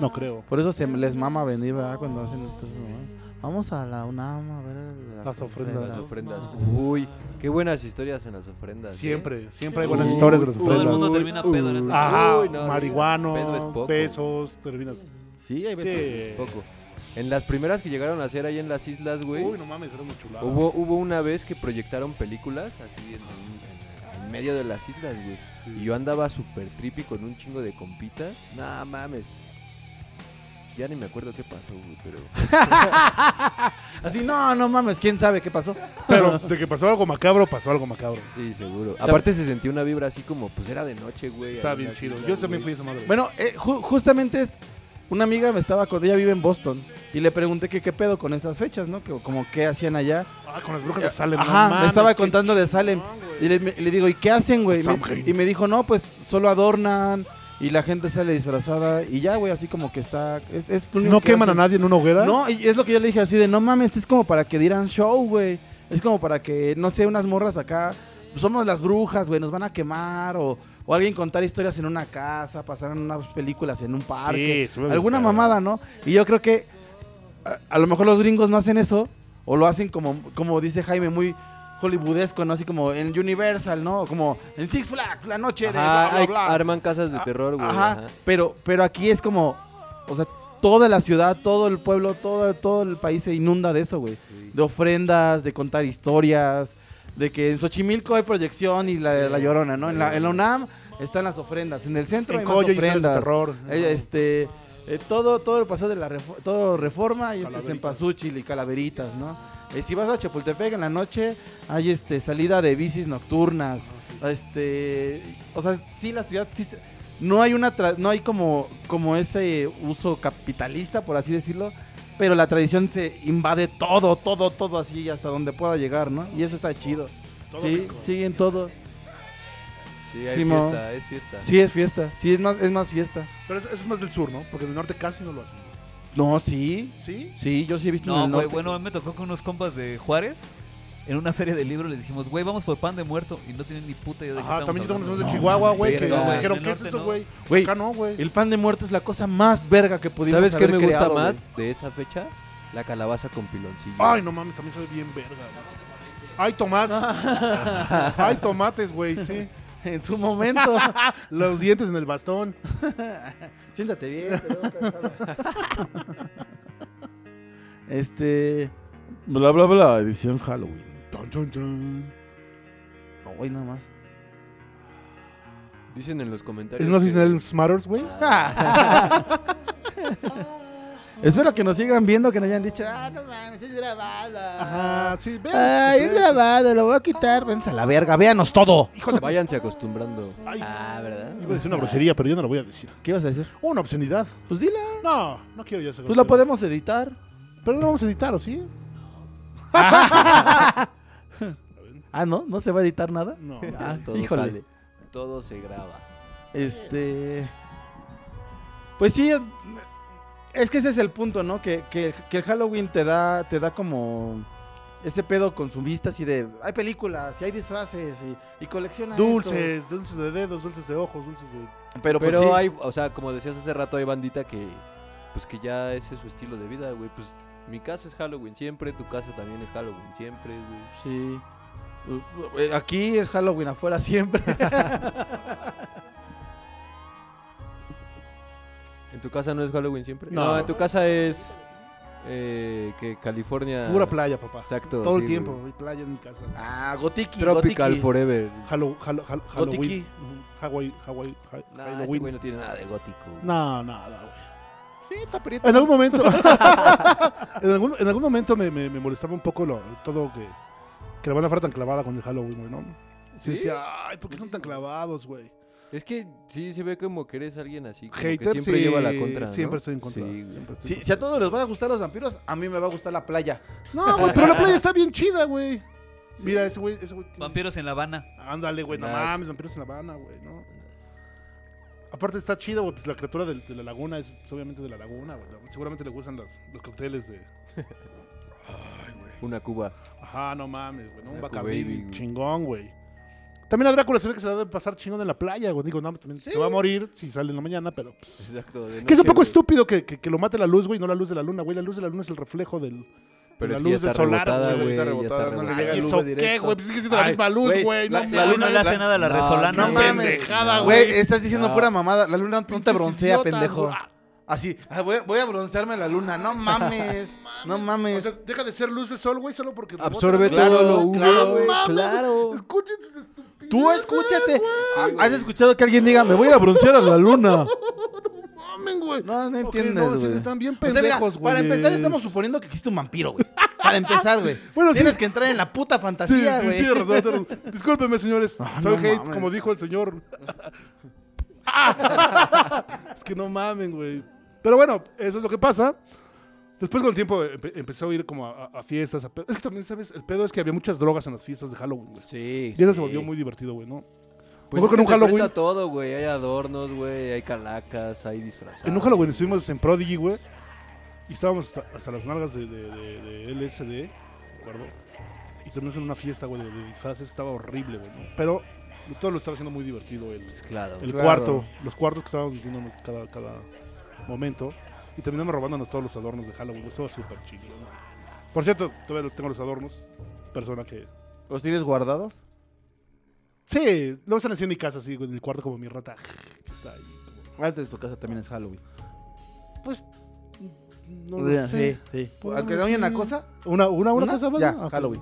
[SPEAKER 2] No creo.
[SPEAKER 3] Por eso se les mama venir, ¿verdad? Cuando hacen entonces, ¿no? Vamos a la UNAM a ver las,
[SPEAKER 2] Las ofrendas.
[SPEAKER 5] Las ofrendas. Uy, qué buenas historias en las ofrendas. ¿eh?
[SPEAKER 2] Siempre, siempre hay
[SPEAKER 4] Sí.
[SPEAKER 2] buenas historias de las
[SPEAKER 5] Uy,
[SPEAKER 4] Todo el
[SPEAKER 2] ofrendas.
[SPEAKER 4] mundo termina pedo en ese
[SPEAKER 2] Ajá,
[SPEAKER 5] Uy, no, pedo es
[SPEAKER 2] marihuano,
[SPEAKER 5] poco.
[SPEAKER 2] pesos, terminas.
[SPEAKER 3] Sí, hay veces.
[SPEAKER 2] Sí.
[SPEAKER 5] Poco. En las primeras que llegaron a hacer ahí en las islas, güey,
[SPEAKER 2] Uy, no mames, era muy chulada.
[SPEAKER 5] hubo, hubo una vez que proyectaron películas así en, en- en medio de las islas, güey.
[SPEAKER 2] Sí.
[SPEAKER 5] Y yo andaba súper trippy con un chingo de compitas. Nah, mames. Ya ni me acuerdo qué pasó, güey, pero...
[SPEAKER 3] Así, no, no mames, quién sabe qué pasó.
[SPEAKER 2] Pero de que pasó algo macabro, pasó algo macabro.
[SPEAKER 5] Sí, seguro. Aparte se sentía una vibra así como, pues era de noche, güey.
[SPEAKER 2] Está bien
[SPEAKER 5] había una
[SPEAKER 2] chido.
[SPEAKER 5] fila,
[SPEAKER 2] Yo también fui
[SPEAKER 5] güey.
[SPEAKER 2] esa madre.
[SPEAKER 3] Bueno, eh, ju- justamente es. Una amiga me estaba con. Ella vive en Boston. Y le pregunté que qué pedo con estas fechas, ¿no? Que, como qué hacían allá.
[SPEAKER 2] ah, con las brujas de Salem.
[SPEAKER 3] Ajá,
[SPEAKER 2] no
[SPEAKER 3] me estaba
[SPEAKER 2] mames, qué Pues,
[SPEAKER 3] contando de Salem.
[SPEAKER 2] güey.
[SPEAKER 3] Y le, me- le digo, ¿y qué hacen, güey? Me-
[SPEAKER 2] Samhain.
[SPEAKER 3] Y me dijo, no, pues solo adornan. Y la gente sale disfrazada. Y ya, güey, así como que está. Es, es lo único
[SPEAKER 2] ¿No
[SPEAKER 3] que
[SPEAKER 2] queman a
[SPEAKER 3] hacen.
[SPEAKER 2] nadie en una hoguera?
[SPEAKER 3] No, y es lo que yo le dije así de, no mames, es como para que dieran show, güey. Es como para que, no sé, unas morras acá, pues, somos las brujas, güey, nos van a quemar o, o alguien contar historias en una casa, pasar unas películas en un parque,
[SPEAKER 2] Sí, sube-
[SPEAKER 3] alguna mamada, ¿no? Y yo creo que a, a lo mejor los gringos no hacen eso o lo hacen como, como dice Jaime, muy hollywoodesco, ¿no? Así como en Universal, ¿no? Como en Six Flags, la noche de... bla,
[SPEAKER 5] Ajá,
[SPEAKER 3] bla,
[SPEAKER 5] hay-
[SPEAKER 3] bla.
[SPEAKER 5] arman casas de
[SPEAKER 3] Ah,
[SPEAKER 5] terror, güey.
[SPEAKER 3] Ajá,
[SPEAKER 5] ajá.
[SPEAKER 3] Pero, pero aquí es como, o sea, toda la ciudad, todo el pueblo, todo, todo el país se inunda de eso, güey. De ofrendas, de contar historias, de que en Xochimilco hay proyección y la, la llorona, ¿no? En la, en la UNAM están las ofrendas, en el centro
[SPEAKER 2] En
[SPEAKER 3] hay más
[SPEAKER 2] Coyo y historias de
[SPEAKER 3] ofrendas.
[SPEAKER 2] terror.
[SPEAKER 3] Eh, este, eh, todo, todo el paseo de la refo- todo reforma y este
[SPEAKER 2] Calaveritas.
[SPEAKER 3] cempasúchil y calaveritas, ¿no? Eh, si vas a Chapultepec en la noche, hay este salida de bicis nocturnas. Este, o sea, sí la ciudad sí se- no hay una tra- no hay como como ese uso capitalista por así decirlo, pero la tradición se invade todo, todo, todo así hasta donde pueda llegar, ¿no? Y eso está chido.
[SPEAKER 2] Todo
[SPEAKER 3] sí,
[SPEAKER 2] rico.
[SPEAKER 3] siguen todo.
[SPEAKER 5] Sí, hay
[SPEAKER 3] Simón.
[SPEAKER 5] fiesta, es fiesta.
[SPEAKER 3] Sí es fiesta, sí es más es más fiesta.
[SPEAKER 2] Pero eso es más del sur, ¿no? Porque del norte casi no lo hacen.
[SPEAKER 3] No, sí.
[SPEAKER 2] ¿Sí?
[SPEAKER 3] Sí, yo sí he visto en el
[SPEAKER 4] No, güey,
[SPEAKER 3] norte. pues.
[SPEAKER 4] bueno, a mí me tocó con unos compas de Juárez. En una feria de libros les dijimos, güey, vamos por pan de muerto. Y no tienen ni puta idea de qué
[SPEAKER 2] Ajá,
[SPEAKER 4] estamos
[SPEAKER 2] también yo
[SPEAKER 4] hablando.
[SPEAKER 2] conozco de Chihuahua, güey, que
[SPEAKER 5] verga, güey.
[SPEAKER 2] dijeron,
[SPEAKER 4] En el
[SPEAKER 2] ¿qué es
[SPEAKER 4] norte
[SPEAKER 2] eso,
[SPEAKER 4] no.
[SPEAKER 2] güey?
[SPEAKER 3] Güey,
[SPEAKER 2] Acá no, güey.
[SPEAKER 3] El pan de muerto es la cosa más verga que pudimos
[SPEAKER 5] ¿Sabes qué
[SPEAKER 3] haber
[SPEAKER 5] me gusta
[SPEAKER 3] creado,
[SPEAKER 5] más
[SPEAKER 3] güey.
[SPEAKER 5] de esa fecha? La calabaza con piloncillo.
[SPEAKER 2] Ay, no mames, también sabe bien verga, güey. Ay, Tomás. Ay, tomates, güey, sí.
[SPEAKER 3] En su momento.
[SPEAKER 2] Los dientes en el bastón.
[SPEAKER 3] Siéntate bien. te veo cansado. este. Bla, bla, bla. Edición Halloween.
[SPEAKER 2] Tan, tan, tan.
[SPEAKER 3] No, güey, nada más.
[SPEAKER 5] Dicen en los comentarios.
[SPEAKER 2] ¿Es no
[SPEAKER 5] que-
[SPEAKER 2] seasonal smatters, güey?
[SPEAKER 3] Espero que nos sigan viendo, que nos hayan dicho, ah, no mames, es grabada.
[SPEAKER 2] Ajá, sí, ve.
[SPEAKER 3] Ay, Ah, es grabada, lo voy a quitar. Vénse a la verga, véanos todo.
[SPEAKER 5] Váyanse acostumbrando.
[SPEAKER 2] Ay,
[SPEAKER 5] Ah, ¿verdad?
[SPEAKER 2] iba a decir una grosería, pero yo no la voy a decir.
[SPEAKER 3] ¿Qué ibas a decir?
[SPEAKER 2] Una obscenidad.
[SPEAKER 3] Pues dila.
[SPEAKER 2] No, no quiero ya esa
[SPEAKER 3] Pues la
[SPEAKER 2] grosería.
[SPEAKER 3] podemos editar.
[SPEAKER 2] Pero no la vamos a editar, ¿o sí?
[SPEAKER 3] Ah, no, no se va a editar nada.
[SPEAKER 2] No.
[SPEAKER 3] Ah,
[SPEAKER 5] Todo
[SPEAKER 3] híjole.
[SPEAKER 5] sale. Todo se graba.
[SPEAKER 3] Este. Pues sí. Es que ese es el punto, ¿no? Que, que- que el Halloween te da, te da como ese pedo consumista así de hay películas y hay disfraces y, y colecciona esto".
[SPEAKER 2] Dulces, dulces de dedos, dulces de ojos, dulces de...
[SPEAKER 3] Pero, pues, sí.
[SPEAKER 5] Pero hay, o sea, como decías hace rato, hay bandita que. Pues que ya ese es su estilo de vida, güey. Pues mi casa es Halloween siempre, tu casa también es Halloween siempre,
[SPEAKER 3] Sí.
[SPEAKER 5] güey.
[SPEAKER 3] Eh, Aquí es Halloween afuera siempre.
[SPEAKER 5] ¿En tu casa no es Halloween siempre?
[SPEAKER 2] No.
[SPEAKER 5] No, en tu casa es. eh, que California.
[SPEAKER 2] Pura playa, papá.
[SPEAKER 5] Exacto.
[SPEAKER 2] Todo el
[SPEAKER 5] sí,
[SPEAKER 2] tiempo,
[SPEAKER 5] güey.
[SPEAKER 2] hay playa en mi casa.
[SPEAKER 3] ah, Gotiki.
[SPEAKER 5] Tropical
[SPEAKER 3] gotiki.
[SPEAKER 5] Forever.
[SPEAKER 2] Halo, halo, halo,
[SPEAKER 3] Gotiki.
[SPEAKER 2] Halloween. Ujú. Hawaii, Hawaii, ha-
[SPEAKER 5] Nah, este
[SPEAKER 2] Halloween.
[SPEAKER 5] güey no tiene nada de gótico. güey.
[SPEAKER 2] No, nada, güey. En algún momento. en, algún, en algún momento me, me- me molestaba un poco lo, todo que, que la banda fuera tan clavada con el Halloween, güey, ¿no? Sí,
[SPEAKER 5] ¿Sí?
[SPEAKER 2] decía, ay, ¿por qué son tan clavados, güey?
[SPEAKER 5] Es que sí se ve como que eres alguien así. Como
[SPEAKER 2] Hater,
[SPEAKER 5] que siempre
[SPEAKER 2] sí,
[SPEAKER 5] lleva la contra. ¿no?
[SPEAKER 2] siempre estoy en contra,
[SPEAKER 5] Sí, güey.
[SPEAKER 2] siempre estoy
[SPEAKER 3] Si, si a todos les van a gustar los vampiros, a mí me va a gustar la playa.
[SPEAKER 2] No, güey, pero la playa está bien chida, güey. Mira, ese güey. Ese güey tiene-
[SPEAKER 4] Vampiros en La Habana.
[SPEAKER 2] Ándale, güey, no
[SPEAKER 5] Nice.
[SPEAKER 2] mames, vampiros en La Habana, güey, ¿no? Aparte está chido, güey, pues la criatura del- de, la laguna es pues, obviamente de la laguna, güey. Seguramente le gustan los, los cócteles de...
[SPEAKER 5] Una Cuba.
[SPEAKER 2] Ajá, no mames, güey, ¿no? Un
[SPEAKER 5] Draco Baby,
[SPEAKER 2] bacababy
[SPEAKER 5] güey.
[SPEAKER 2] chingón, güey. También a Drácula se ve que se la debe pasar chingón en la playa, güey. Digo, no, pues, también se va a morir si sale en la mañana, pero... pues,
[SPEAKER 5] Exacto.
[SPEAKER 2] que
[SPEAKER 5] de
[SPEAKER 2] es un
[SPEAKER 5] noche,
[SPEAKER 2] poco
[SPEAKER 5] güey.
[SPEAKER 2] estúpido que, que- que lo mate la luz, güey, no la luz de la luna, güey. La luz de la luna es el reflejo del...
[SPEAKER 5] Pero
[SPEAKER 2] la
[SPEAKER 5] es que ya
[SPEAKER 2] luz del
[SPEAKER 5] está
[SPEAKER 2] solar,
[SPEAKER 5] rebotada,
[SPEAKER 2] Ah, güey,
[SPEAKER 5] güey.
[SPEAKER 8] está
[SPEAKER 5] Ya está
[SPEAKER 8] rebotada, no le
[SPEAKER 5] rebotada.
[SPEAKER 8] llega
[SPEAKER 2] Ay,
[SPEAKER 8] el
[SPEAKER 2] ¿Eso
[SPEAKER 8] directo.
[SPEAKER 2] qué, güey? Pues es que siendo la
[SPEAKER 3] Ay,
[SPEAKER 2] misma luz,
[SPEAKER 3] güey,
[SPEAKER 2] güey.
[SPEAKER 3] la-
[SPEAKER 2] no
[SPEAKER 4] La
[SPEAKER 2] mames.
[SPEAKER 4] luna le hace nada a la
[SPEAKER 5] No,
[SPEAKER 4] resolana.
[SPEAKER 5] no
[SPEAKER 4] güey.
[SPEAKER 5] mames.
[SPEAKER 2] Pendejada,
[SPEAKER 5] Ah,
[SPEAKER 3] Güey, estás diciendo
[SPEAKER 5] No.
[SPEAKER 3] pura mamada. La luna no te
[SPEAKER 2] Pinches
[SPEAKER 3] broncea,
[SPEAKER 2] idiotas,
[SPEAKER 3] pendejo.
[SPEAKER 2] güey. Ah,
[SPEAKER 3] Así, ah, voy, a- voy a broncearme la luna. No mames. no
[SPEAKER 2] O
[SPEAKER 3] mames.
[SPEAKER 2] sea, deja de ser luz de sol, güey, solo porque... rebota
[SPEAKER 5] Absorbe
[SPEAKER 2] la luz.
[SPEAKER 5] todo lo UV,
[SPEAKER 3] claro,
[SPEAKER 5] güey.
[SPEAKER 2] mames,
[SPEAKER 5] Claro.
[SPEAKER 2] Escuchen sus
[SPEAKER 3] Tú
[SPEAKER 2] estupideces,
[SPEAKER 3] escúchate. Ah,
[SPEAKER 2] güey.
[SPEAKER 3] ¿Has escuchado que alguien diga, me voy a ir a broncear a la luna?
[SPEAKER 2] mamen, güey.
[SPEAKER 3] No, no
[SPEAKER 2] Ok,
[SPEAKER 3] entiendes,
[SPEAKER 2] sí,
[SPEAKER 3] güey.
[SPEAKER 2] están bien
[SPEAKER 3] O sea, mira,
[SPEAKER 2] pendejos, güey.
[SPEAKER 3] para empezar, estamos suponiendo que existe un vampiro, güey. Para empezar, güey.
[SPEAKER 2] Bueno, sí.
[SPEAKER 3] Tienes que entrar en la puta
[SPEAKER 2] Sí, sí,
[SPEAKER 3] fantasía, güey.
[SPEAKER 2] sí, razón, razón. Discúlpenme, señores.
[SPEAKER 3] Ah,
[SPEAKER 2] Soy
[SPEAKER 3] no
[SPEAKER 2] hate,
[SPEAKER 3] mames.
[SPEAKER 2] como dijo el señor. es que no mamen, güey. Pero bueno, eso es lo que pasa. Después con el tiempo empe- empezó a ir como a, a- a fiestas. a pe- Es que también, ¿sabes? El pedo es que había muchas drogas en las fiestas de Halloween, güey.
[SPEAKER 5] Sí.
[SPEAKER 2] Y eso se volvió muy divertido, güey, ¿no? Mejor
[SPEAKER 5] Pues es
[SPEAKER 2] con
[SPEAKER 5] que
[SPEAKER 2] un
[SPEAKER 5] se
[SPEAKER 2] Halloween.
[SPEAKER 5] presta todo, güey. Hay adornos, güey. Hay calacas, hay disfrazados.
[SPEAKER 2] En un Halloween estuvimos en Prodigy, güey. Y estábamos hasta, hasta las nalgas de, de- de- de LSD, ¿de acuerdo? Y terminamos en una fiesta, güey, de, de disfraces. Estaba horrible, güey. ¿no? Pero todo lo estaba haciendo muy divertido el,
[SPEAKER 5] Pues claro.
[SPEAKER 2] el
[SPEAKER 5] Claro.
[SPEAKER 2] cuarto, los cuartos que estábamos metiendo en cada, cada momento. Y terminamos robándonos todos los adornos de Halloween. Estaba súper chido. ¿no? Por cierto, todavía lo- tengo los adornos. Persona que.
[SPEAKER 3] ¿Los tienes guardados?
[SPEAKER 2] Sí, luego están así en mi casa, así, güey, en el cuarto como mi rata. que está ahí, como-
[SPEAKER 3] Antes Ah, tu casa también es Halloween.
[SPEAKER 2] Pues. No lo sé.
[SPEAKER 3] Sí, sí.
[SPEAKER 2] Podemos
[SPEAKER 3] Aunque hay una
[SPEAKER 2] ir.
[SPEAKER 3] cosa.
[SPEAKER 2] ¿Una, una, una,
[SPEAKER 3] una,
[SPEAKER 2] cosa más?
[SPEAKER 3] Ya,
[SPEAKER 2] ¿no? Ah,
[SPEAKER 3] Halloween.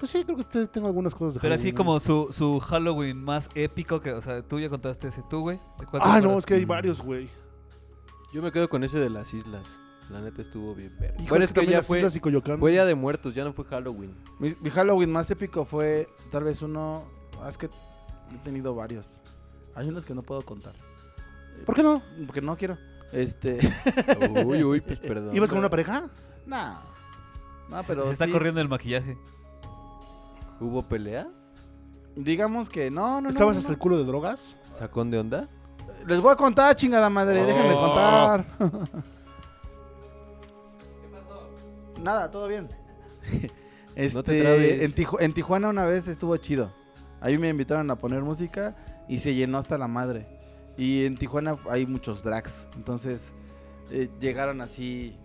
[SPEAKER 2] Pues sí, creo que te- tengo algunas cosas de
[SPEAKER 4] Pero así
[SPEAKER 2] Halloween,
[SPEAKER 4] como su, su Halloween más épico, que, o sea, tú ya contaste ese tú, güey. ¿De cuál te
[SPEAKER 2] Ah, no,
[SPEAKER 4] acuerdas?
[SPEAKER 2] es que hay varios, güey.
[SPEAKER 5] Yo me quedo con ese de las islas. La neta estuvo bien verga.
[SPEAKER 2] Hijo,
[SPEAKER 5] Bueno, es que
[SPEAKER 2] también
[SPEAKER 5] ya
[SPEAKER 2] las
[SPEAKER 5] fue,
[SPEAKER 2] Islas y Coyoacán.
[SPEAKER 5] fue Día de Muertos, ya no fue Halloween.
[SPEAKER 3] Mi, mi Halloween más épico fue tal vez uno. ah, Es que he tenido varios. Hay unos que no puedo contar.
[SPEAKER 2] ¿Por qué no?
[SPEAKER 3] Porque no quiero. Este.
[SPEAKER 5] Uy, uy, pues perdón.
[SPEAKER 2] ¿Ibas con una pareja?
[SPEAKER 3] Nah. No,
[SPEAKER 4] Se-
[SPEAKER 3] pero.
[SPEAKER 4] Se está
[SPEAKER 3] sí,
[SPEAKER 4] corriendo el maquillaje.
[SPEAKER 5] ¿Hubo pelea?
[SPEAKER 3] Digamos que no, no. no,
[SPEAKER 2] ¿Estabas
[SPEAKER 3] no,
[SPEAKER 2] hasta
[SPEAKER 3] no.
[SPEAKER 2] el culo de drogas?
[SPEAKER 5] ¿Sacón de onda?
[SPEAKER 3] Les voy a contar, chingada madre. Déjenme
[SPEAKER 4] Oh.
[SPEAKER 3] contar. ¿Qué pasó? Nada, todo bien. este,
[SPEAKER 5] te trabes.
[SPEAKER 3] en, Tiju- en Tijuana una vez estuvo chido. Ahí me invitaron a poner música y se llenó hasta la madre. Y en Tijuana hay muchos drags. Entonces eh, llegaron así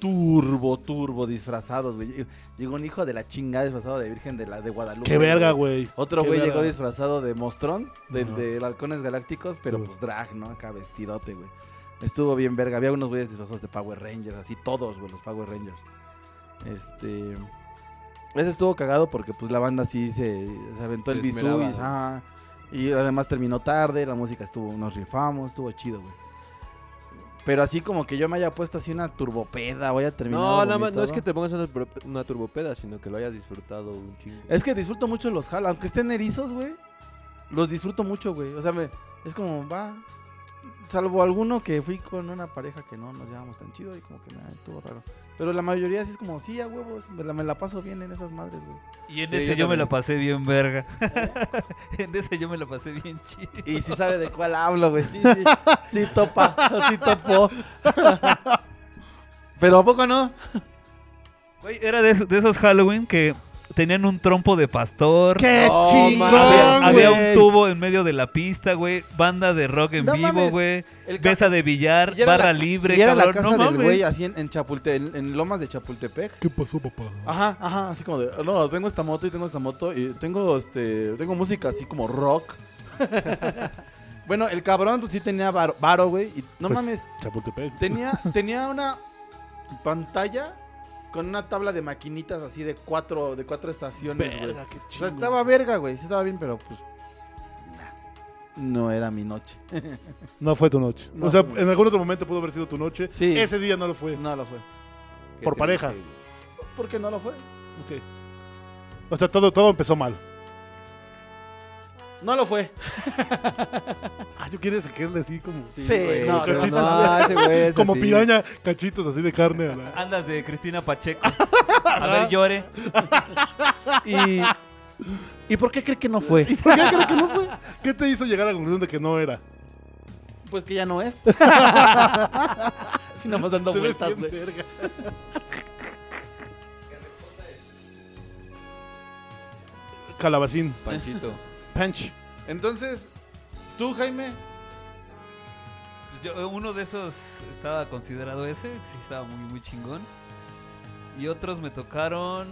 [SPEAKER 3] turbo, turbo, disfrazados, güey. Llegó un hijo de la chingada disfrazado de Virgen de la de Guadalupe.
[SPEAKER 2] ¡Qué verga, güey!
[SPEAKER 3] Otro
[SPEAKER 2] Qué
[SPEAKER 3] güey
[SPEAKER 2] verga.
[SPEAKER 3] llegó disfrazado de Mostrón, del
[SPEAKER 2] Ajá.
[SPEAKER 3] de Halcones Galácticos, pero
[SPEAKER 2] Sí.
[SPEAKER 3] pues drag, ¿no? Acá vestidote, güey. Estuvo bien verga. Había unos güeyes disfrazados de Power Rangers, así todos, güey, los Power Rangers. Este. Ese estuvo cagado porque, pues, la banda sí se, se aventó
[SPEAKER 5] Se
[SPEAKER 3] el bisú
[SPEAKER 5] esmeraba,
[SPEAKER 3] y,
[SPEAKER 5] ¿no?
[SPEAKER 3] ajá. y además terminó tarde, la música estuvo, nos rifamos, estuvo chido, güey. Pero así como que yo me haya puesto así una turbopeda, voy a terminar.
[SPEAKER 5] No, nada más, no es que te pongas una, tur- una turbopeda, sino que lo hayas disfrutado un chingo.
[SPEAKER 3] Es que disfruto mucho los Halloween. Aunque estén erizos, güey. Los disfruto mucho, güey. O sea, me- es como, va. Salvo alguno que fui con una pareja que no nos llevamos tan chido y como que me estuvo raro. Pero la mayoría sí es como, sí, a huevos. Me la, me la paso bien en esas madres, güey.
[SPEAKER 4] Y en
[SPEAKER 5] Sí,
[SPEAKER 4] ese
[SPEAKER 5] yo
[SPEAKER 4] yo, me
[SPEAKER 5] también.
[SPEAKER 4] la pasé bien verga. en ese yo me la pasé bien chido.
[SPEAKER 3] Y sí sabe de cuál hablo, güey. Sí, sí. Sí topa. Sí topó. Pero ¿a poco no?
[SPEAKER 4] Güey, era de, esos- de esos Halloween que tenían un trompo de pastor.
[SPEAKER 2] ¡Qué
[SPEAKER 5] No,
[SPEAKER 2] chingón,
[SPEAKER 5] mames.
[SPEAKER 4] Había, había
[SPEAKER 2] güey!
[SPEAKER 4] un tubo en medio de la pista, güey. Banda de rock en
[SPEAKER 3] No
[SPEAKER 4] vivo,
[SPEAKER 3] mames.
[SPEAKER 4] güey.
[SPEAKER 3] El ca-
[SPEAKER 4] Besa de billar,
[SPEAKER 3] Y era
[SPEAKER 4] barra
[SPEAKER 3] la-
[SPEAKER 4] libre,
[SPEAKER 3] y era la
[SPEAKER 4] cabrón.
[SPEAKER 3] casa
[SPEAKER 4] no
[SPEAKER 3] del
[SPEAKER 4] mames.
[SPEAKER 3] güey así en, en Chapulte- en- en Lomas de Chapultepec.
[SPEAKER 2] ¿Qué pasó, papá?
[SPEAKER 3] Ajá, ajá, así como de, no, tengo esta moto y tengo esta moto y tengo este, tengo música así como rock. bueno, el cabrón pues sí tenía varo, varo, güey, y no
[SPEAKER 2] Pues-
[SPEAKER 3] mames,
[SPEAKER 2] Chapultepec.
[SPEAKER 3] tenía tenía una pantalla con una tabla de maquinitas así de cuatro de cuatro estaciones, güey.
[SPEAKER 2] Verga, qué
[SPEAKER 3] O sea,
[SPEAKER 2] chingón.
[SPEAKER 3] estaba verga, güey, sí estaba bien, pero pues nah, no era mi noche.
[SPEAKER 2] No fue tu noche.
[SPEAKER 3] No
[SPEAKER 2] o sea,
[SPEAKER 3] fue mi noche.
[SPEAKER 2] en algún otro momento pudo haber sido tu noche.
[SPEAKER 3] Sí.
[SPEAKER 2] Ese día no lo fue.
[SPEAKER 3] No lo fue.
[SPEAKER 5] Qué
[SPEAKER 2] por pareja.
[SPEAKER 5] triste, güey.
[SPEAKER 3] ¿Por qué no lo fue?
[SPEAKER 2] Ok. O sea, todo, todo empezó mal.
[SPEAKER 3] No lo fue.
[SPEAKER 2] Ah, yo quiero sacarle así como...
[SPEAKER 3] Sí,
[SPEAKER 5] Güey,
[SPEAKER 3] no,
[SPEAKER 5] pero
[SPEAKER 2] cachito.
[SPEAKER 5] no, ese güey es
[SPEAKER 2] Como
[SPEAKER 5] así.
[SPEAKER 2] piraña, cachitos así de carne. a la-
[SPEAKER 4] Andas de Cristina Pacheco. A ver, llore.
[SPEAKER 3] Y ¿Y por qué cree que no fue?
[SPEAKER 2] ¿Por qué crees que no fue? ¿Qué te hizo llegar a la conclusión de que no era?
[SPEAKER 3] Pues que ya no es. Si nomás dando
[SPEAKER 2] Te ves
[SPEAKER 3] vueltas,
[SPEAKER 2] bien
[SPEAKER 3] güey.
[SPEAKER 2] verga. Calabacín.
[SPEAKER 5] Panchito.
[SPEAKER 2] Punch.
[SPEAKER 8] Entonces, tú, Jaime,
[SPEAKER 4] Yo- uno de esos estaba considerado ese, que sí estaba muy, muy chingón. Y otros me tocaron.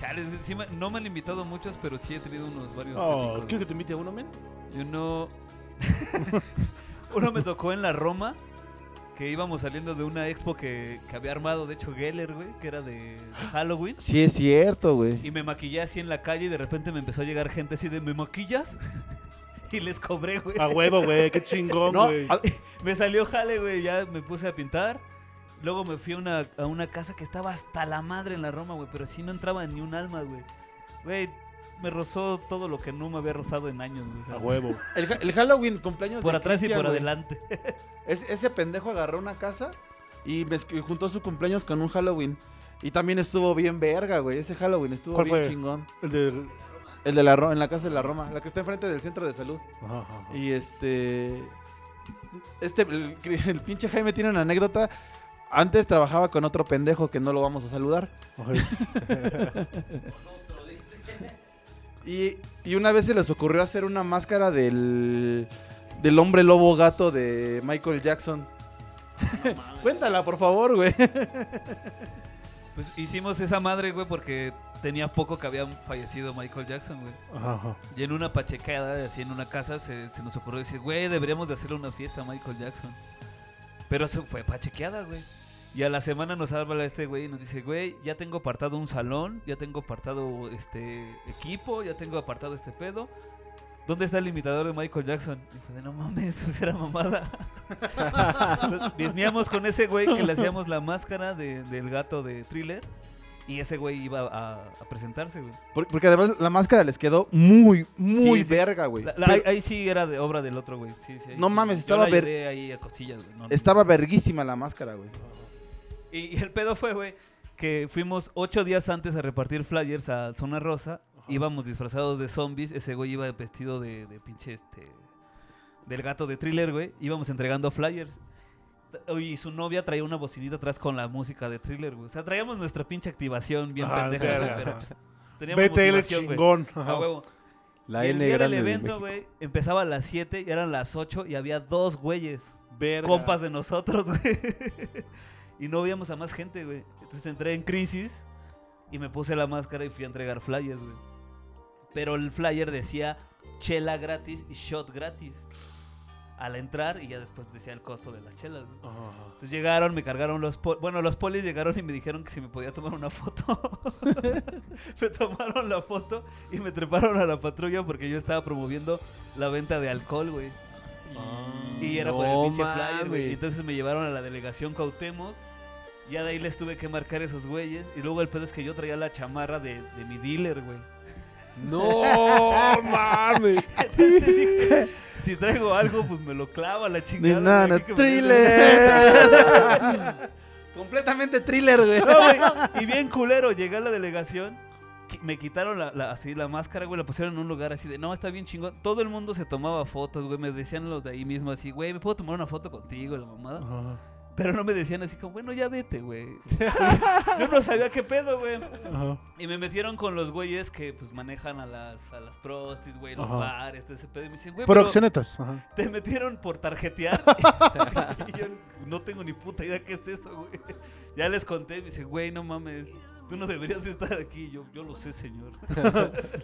[SPEAKER 4] Chales, sí me- no me han invitado muchos, pero sí he tenido unos varios.
[SPEAKER 2] Oh,
[SPEAKER 4] épicos,
[SPEAKER 2] ¿Quieres que te invite a uno, men?
[SPEAKER 4] Y uno. uno me tocó en la Roma. Que íbamos saliendo de una expo que, que había armado, de hecho, Geller, güey, que era de, de Halloween.
[SPEAKER 3] Sí, es cierto, güey.
[SPEAKER 4] Y me maquillé así en la calle y de repente me empezó a llegar gente así de: ¿Me maquillas? y les cobré, güey.
[SPEAKER 3] Ah,
[SPEAKER 2] A huevo, güey, qué chingón,
[SPEAKER 4] No,
[SPEAKER 2] güey.
[SPEAKER 4] a- me salió jale, güey, ya me puse a pintar. Luego me fui a una, a una casa que estaba hasta la madre en la Roma, güey, pero sí no entraba ni un alma, güey. Güey, me rozó todo lo que no me había rozado en años, güey. o sea,
[SPEAKER 2] A huevo.
[SPEAKER 3] El, ja- el Halloween cumpleaños.
[SPEAKER 4] Por
[SPEAKER 3] Ah, de
[SPEAKER 4] atrás y
[SPEAKER 3] Cristian,
[SPEAKER 4] por
[SPEAKER 3] güey.
[SPEAKER 4] adelante.
[SPEAKER 3] Es- ese pendejo agarró una casa y mezc- juntó su cumpleaños con un Halloween. Y también estuvo bien verga, güey. Ese Halloween estuvo
[SPEAKER 2] ¿Cuál
[SPEAKER 3] bien
[SPEAKER 2] fue?
[SPEAKER 3] chingón.
[SPEAKER 2] El de.
[SPEAKER 3] El de la Ro- en la casa de la Roma, la que está enfrente del centro de salud.
[SPEAKER 2] Ajá, ajá, ajá.
[SPEAKER 3] Y este. Este, el, el pinche Jaime tiene una anécdota. Antes trabajaba con otro pendejo que no lo vamos a saludar.
[SPEAKER 2] Ok.
[SPEAKER 3] Y, y una vez se les ocurrió hacer una máscara del, del hombre lobo gato de Michael Jackson. Cuéntala, por favor, güey.
[SPEAKER 4] Pues hicimos esa madre, güey, porque tenía poco que había fallecido Michael Jackson, güey.
[SPEAKER 2] Ajá, ajá.
[SPEAKER 4] Y en una pachecada, así en una casa, se, se nos ocurrió decir, güey, deberíamos de hacerle una fiesta a Michael Jackson. Pero eso fue pachequeada, güey. Y a la semana nos habla este güey y nos dice, güey, ya tengo apartado un salón, ya tengo apartado este equipo, ya tengo apartado este pedo. ¿Dónde está el imitador de Michael Jackson? Y fue de, no mames, eso era mamada. Nos Disneamos con ese güey que le hacíamos la máscara de- del gato de thriller. Y ese güey iba a, a presentarse, güey.
[SPEAKER 3] Por- Porque además la máscara les quedó muy, muy
[SPEAKER 4] Sí, sí.
[SPEAKER 3] verga, güey.
[SPEAKER 4] La- la-
[SPEAKER 3] Pero
[SPEAKER 4] ahí, ahí sí era de obra del otro, güey. Sí, sí, ahí
[SPEAKER 3] No
[SPEAKER 4] sí.
[SPEAKER 3] mames,
[SPEAKER 4] Yo
[SPEAKER 3] estaba
[SPEAKER 4] la
[SPEAKER 3] ver-
[SPEAKER 4] ayudé ahí a cosillas, güey. No, no.
[SPEAKER 3] Estaba verguísima la máscara, güey.
[SPEAKER 4] Y, y el pedo fue, güey, que fuimos ocho días antes a repartir flyers a Zona Rosa. Íbamos disfrazados de zombies. Ese güey iba vestido de, de pinche este. Del gato de thriller, güey. Íbamos entregando flyers. Y su novia traía una bocinita atrás con la música de thriller, güey. O sea, traíamos nuestra pinche activación bien
[SPEAKER 2] Ah,
[SPEAKER 4] pendeja, güey,
[SPEAKER 2] verga,
[SPEAKER 4] pero
[SPEAKER 2] ajá.
[SPEAKER 4] pues, teníamos
[SPEAKER 2] BTL
[SPEAKER 4] motivación, güey.
[SPEAKER 2] chingón.
[SPEAKER 4] A
[SPEAKER 2] Ajá.
[SPEAKER 4] huevo.
[SPEAKER 5] La
[SPEAKER 4] Y el
[SPEAKER 5] N
[SPEAKER 4] día del
[SPEAKER 5] grande de
[SPEAKER 4] evento,
[SPEAKER 5] México.
[SPEAKER 4] güey, empezaba a las 7 y eran las 8 y había dos güeyes,
[SPEAKER 2] Verga.
[SPEAKER 4] compas de nosotros, güey. Y no veíamos a más gente, güey. Entonces entré en crisis y me puse la máscara y fui a entregar flyers, güey. Pero el flyer decía chela gratis y shot gratis. Al entrar y ya después decía el costo de las chelas, güey.
[SPEAKER 2] Ajá, ajá.
[SPEAKER 4] Entonces llegaron, me cargaron los polis. Bueno, los polis llegaron y me dijeron que si me podía tomar una foto. me tomaron la foto y me treparon a la patrulla porque yo estaba promoviendo la venta de alcohol, güey. Y era por el
[SPEAKER 5] Ah, no
[SPEAKER 4] pinche flyer, güey. Y
[SPEAKER 5] mames.
[SPEAKER 4] Entonces me llevaron a la delegación Cuauhtémoc. Ya de ahí les tuve que marcar esos güeyes. Y luego el pedo es que yo traía la chamarra de, de mi dealer, güey.
[SPEAKER 5] No
[SPEAKER 4] Ah,
[SPEAKER 5] mames.
[SPEAKER 4] Entonces dije, si traigo algo, pues me lo clava la
[SPEAKER 11] Ni
[SPEAKER 4] chingada.
[SPEAKER 11] nada, no,
[SPEAKER 4] güey, que me-
[SPEAKER 11] thriller.
[SPEAKER 3] Completamente thriller, güey.
[SPEAKER 4] No, güey, Y bien culero, llegué a la delegación, qui- me quitaron la, la- así la máscara, güey, la pusieron en un lugar así de, no, está bien chingón. Todo el mundo se tomaba fotos, güey, me decían los de ahí mismo así, güey, ¿me puedo tomar una foto contigo, la mamada?
[SPEAKER 2] Ajá.
[SPEAKER 4] Pero no me decían así como, bueno, ya vete, güey. Yo no sabía qué pedo, güey.
[SPEAKER 2] Ajá.
[SPEAKER 4] Y me metieron con los güeyes que, pues, manejan a las, a las prostis, güey, los
[SPEAKER 2] Ajá.
[SPEAKER 4] bares, todo ese pedo. Y me dicen, güey,
[SPEAKER 2] Por
[SPEAKER 4] pero
[SPEAKER 2] accionetas. Ajá.
[SPEAKER 4] te metieron por tarjetear. y yo no tengo ni puta idea qué es eso, güey. Ya les conté, me dice, güey, no mames, tú no deberías estar aquí. Y Yo, yo lo sé, señor.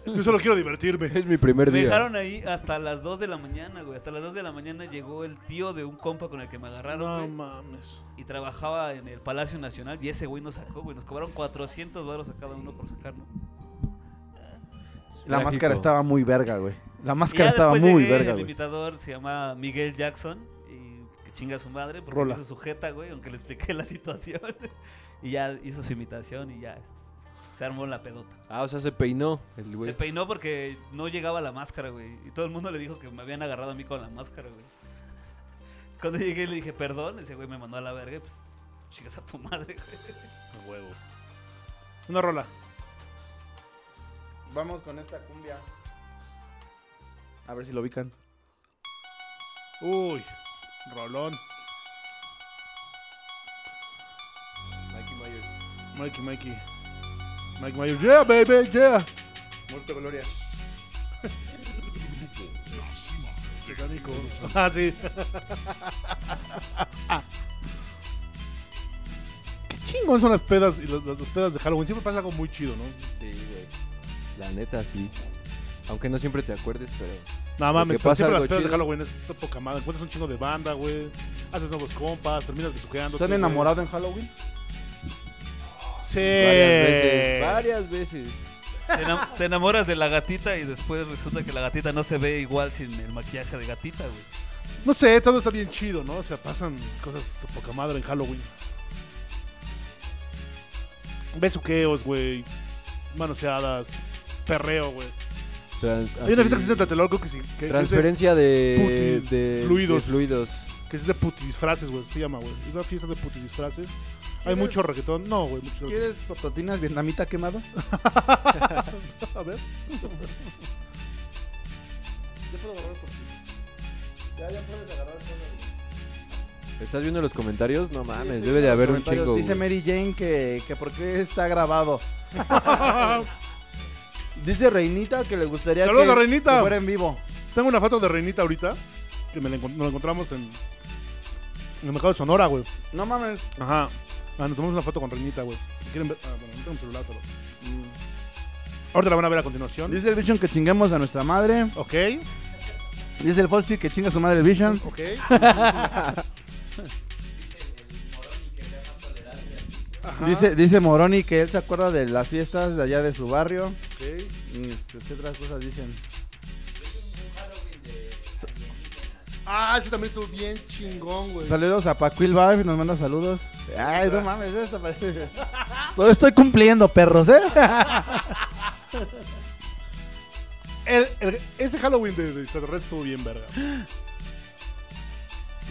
[SPEAKER 2] Yo solo quiero divertirme.
[SPEAKER 5] Es mi primer
[SPEAKER 4] Me
[SPEAKER 5] día.
[SPEAKER 4] dejaron ahí hasta las 2 de la mañana, güey. Hasta las 2 de la mañana llegó el tío de un compa con el que me agarraron,
[SPEAKER 2] No
[SPEAKER 4] güey,
[SPEAKER 2] mames.
[SPEAKER 4] Y trabajaba en el Palacio Nacional y ese güey nos sacó, güey. Nos cobraron 400 baros a cada uno por sacarnos.
[SPEAKER 3] La
[SPEAKER 5] Trágico.
[SPEAKER 3] máscara estaba muy verga, güey. La
[SPEAKER 4] Y ya
[SPEAKER 3] máscara estaba
[SPEAKER 4] después
[SPEAKER 3] muy
[SPEAKER 4] llegué,
[SPEAKER 3] verga,
[SPEAKER 4] El
[SPEAKER 3] güey.
[SPEAKER 4] imitador se llama Miguel Jackson. Y que chinga a su madre porque
[SPEAKER 2] Rola.
[SPEAKER 4] hizo sujeta, güey, aunque le expliqué la situación. y ya hizo su imitación y ya se armó la pelota.
[SPEAKER 5] Ah, o sea, se peinó el
[SPEAKER 4] Se
[SPEAKER 5] güey.
[SPEAKER 4] peinó porque no llegaba la máscara, güey. Y todo el mundo le dijo que me habían agarrado a mí con la máscara, güey. Cuando llegué le dije perdón, ese güey me mandó a la verga. y Pues chingas a tu madre,
[SPEAKER 2] A
[SPEAKER 4] güey.
[SPEAKER 2] huevo. Una rola.
[SPEAKER 3] Vamos con esta cumbia. A ver si lo ubican.
[SPEAKER 2] Uy. Rolón.
[SPEAKER 5] Mikey Myers.
[SPEAKER 2] Mikey, Mikey. Mike Myers. Yeah, baby, yeah.
[SPEAKER 3] Muerte, Gloria.
[SPEAKER 2] Británico. Ah, sí. Qué chingón son las pedas y las, las- las pedas de Halloween. Siempre pasa algo muy chido, ¿no?
[SPEAKER 5] Sí, güey. La neta, sí. Aunque no siempre te acuerdes, pero.
[SPEAKER 2] Nada mames,
[SPEAKER 5] Porque
[SPEAKER 2] pero
[SPEAKER 5] pasa
[SPEAKER 2] siempre las
[SPEAKER 5] algo
[SPEAKER 2] pedas de
[SPEAKER 5] chido.
[SPEAKER 2] Halloween es esta poca madre. Encuentras un chingo de banda, güey. Haces nuevos compas, terminas besuqueando.
[SPEAKER 3] ¿Se han enamorado en Halloween?
[SPEAKER 2] Sí.
[SPEAKER 5] Varias veces. Varias veces.
[SPEAKER 4] Te, enam- te enamoras de la gatita y después resulta que la gatita no se ve igual sin el maquillaje de gatita, güey.
[SPEAKER 2] No sé, todo está bien chido, ¿no? O sea, pasan cosas de poca madre en Halloween. Besuqueos, güey. Manoseadas. Perreo, güey.
[SPEAKER 5] Trans-
[SPEAKER 2] Hay una
[SPEAKER 5] así-
[SPEAKER 2] fiesta que se hace en Tlatelolco que, sí- que- que es de,
[SPEAKER 5] Transferencia de,
[SPEAKER 2] Putis,
[SPEAKER 5] de
[SPEAKER 2] fluidos.
[SPEAKER 5] de fluidos.
[SPEAKER 2] que es de putidisfraces, güey. Se llama, güey. Es una fiesta de putidisfraces. Hay
[SPEAKER 12] ¿Quieres-
[SPEAKER 2] mucho reggaetón. No, güey. Mucho reggaetón.
[SPEAKER 12] ¿Quieres tototinas vietnamita quemado?
[SPEAKER 2] A
[SPEAKER 12] Yo
[SPEAKER 2] ver.
[SPEAKER 12] puedo agarrar por ti. Ya, ya puedes agarrar solo.
[SPEAKER 5] ¿Estás viendo los comentarios? No
[SPEAKER 12] Sí,
[SPEAKER 5] mames,
[SPEAKER 12] estoy
[SPEAKER 5] debe de
[SPEAKER 12] viendo
[SPEAKER 5] haber
[SPEAKER 12] los
[SPEAKER 5] un
[SPEAKER 12] comentarios.
[SPEAKER 5] chingo.
[SPEAKER 12] Dice
[SPEAKER 5] güey.
[SPEAKER 12] Mary Jane que, que por qué está grabado. Ah, Dice Reinita que le gustaría
[SPEAKER 2] Saludos,
[SPEAKER 12] que,
[SPEAKER 2] Reinita.
[SPEAKER 12] que fuera en vivo.
[SPEAKER 2] Tengo una foto de Reinita ahorita. Que me la encon- nos la encontramos en, en el mercado de Sonora, güey.
[SPEAKER 12] No mames.
[SPEAKER 2] Ajá. Ah, nos tomamos una foto con Reinita, güey. Si ¿Quieren ver? Ah, bueno, no tengo un celular, pero. mm. Ahorita la van a ver a continuación.
[SPEAKER 3] Dice el Vision que chingamos a nuestra madre.
[SPEAKER 2] Ok.
[SPEAKER 3] Dice el Foxy que chinga a su madre el Vision.
[SPEAKER 2] Ok. Ajá,
[SPEAKER 3] Dice, dice Moroni que él se acuerda de las fiestas de allá de su barrio.
[SPEAKER 2] ok.
[SPEAKER 3] Y, este, ¿Qué otras cosas dicen?
[SPEAKER 2] Ah, ese también estuvo bien chingón, güey.
[SPEAKER 3] Pues Saludos a Paquil Vibe, nos manda saludos. Ay, no mames, esto parece. Todo estoy cumpliendo, perros, ¿eh?
[SPEAKER 2] El- el- ese Halloween de, de extraterrestre estuvo bien verga.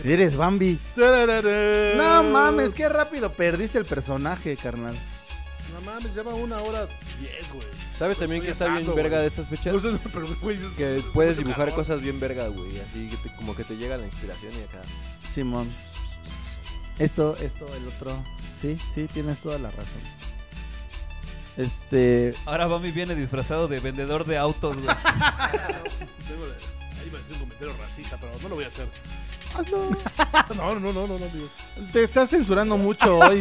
[SPEAKER 3] Eres Bambi. No
[SPEAKER 2] No
[SPEAKER 3] mames, qué rápido perdiste el personaje, carnal.
[SPEAKER 2] No mames, lleva una hora diez, güey.
[SPEAKER 5] ¿Sabes también que está bien
[SPEAKER 2] Pues asando,
[SPEAKER 5] verga
[SPEAKER 2] güey.
[SPEAKER 5] de estas fechas?
[SPEAKER 2] No sé, pero, güey, es- Pues
[SPEAKER 5] Que
[SPEAKER 2] es
[SPEAKER 5] puedes
[SPEAKER 2] mucho
[SPEAKER 5] dibujar
[SPEAKER 2] calor.
[SPEAKER 5] cosas bien verga, güey. Así que te- como que te llega la inspiración y acá.
[SPEAKER 3] Simón. Esto, esto, el otro. Sí, sí, tienes toda la razón. Este.
[SPEAKER 4] Ahora Bambi viene disfrazado de vendedor de autos, güey.
[SPEAKER 2] Tengo de- Ahí iba a decir un comentario racista, pero no lo voy a hacer.
[SPEAKER 3] Hazlo.
[SPEAKER 2] No, no, no, no, no, digo.
[SPEAKER 3] Te estás censurando mucho hoy.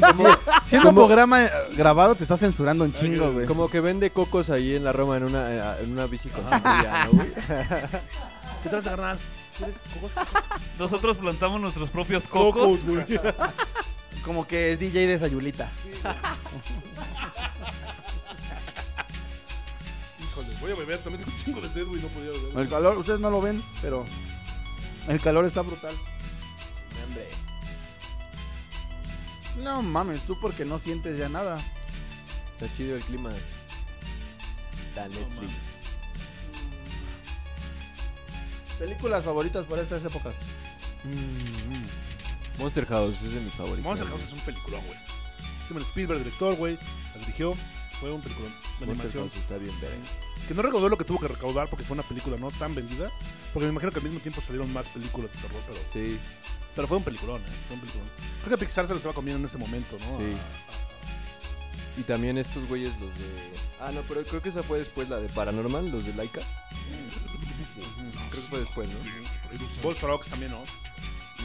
[SPEAKER 3] Si Siendo un programa eh, grabado, te estás censurando un chingo, güey.
[SPEAKER 5] Como que vende cocos ahí en la Roma en una, eh, en una bici con sombrilla, ¿no, güey?
[SPEAKER 2] ¿Qué traes, carnal? ¿Quieres cocos?
[SPEAKER 4] Nosotros plantamos nuestros propios cocos.
[SPEAKER 2] Cocos, güey.
[SPEAKER 3] Como que es DJ de Sayulita.
[SPEAKER 2] Híjole, voy a beber. También tengo un chingo de sed, güey. No podía beber.
[SPEAKER 3] El calor, ustedes no lo ven, pero el calor está brutal. No mames, tú porque no sientes ya nada.
[SPEAKER 5] Está chido el clima. La Netflix.
[SPEAKER 3] Películas favoritas para estas épocas.
[SPEAKER 5] Mm, Monster House es de mis favoritos.
[SPEAKER 2] Monster House es un peliculón, güey. Steven Spielberg, director, güey. La dirigió. Fue un peliculón. La
[SPEAKER 5] Monster
[SPEAKER 2] animación.
[SPEAKER 5] House está bien verga.
[SPEAKER 2] Que no recaudó lo que tuvo que recaudar porque fue una película no tan vendida. Porque me imagino que al mismo tiempo salieron más películas de terror, pero,
[SPEAKER 5] Sí,
[SPEAKER 2] pero fue un peliculón, ¿eh? Fue un peliculón. Creo que Pixar se lo estaba comiendo en ese momento, ¿no?
[SPEAKER 5] Sí.
[SPEAKER 2] A-
[SPEAKER 5] y también estos güeyes, los de. Ah, no, pero creo que esa fue después, la de Paranormal, los de Laika. Creo que fue después, ¿no?
[SPEAKER 2] a- a- Wolf Rocks Ah, también, ¿no?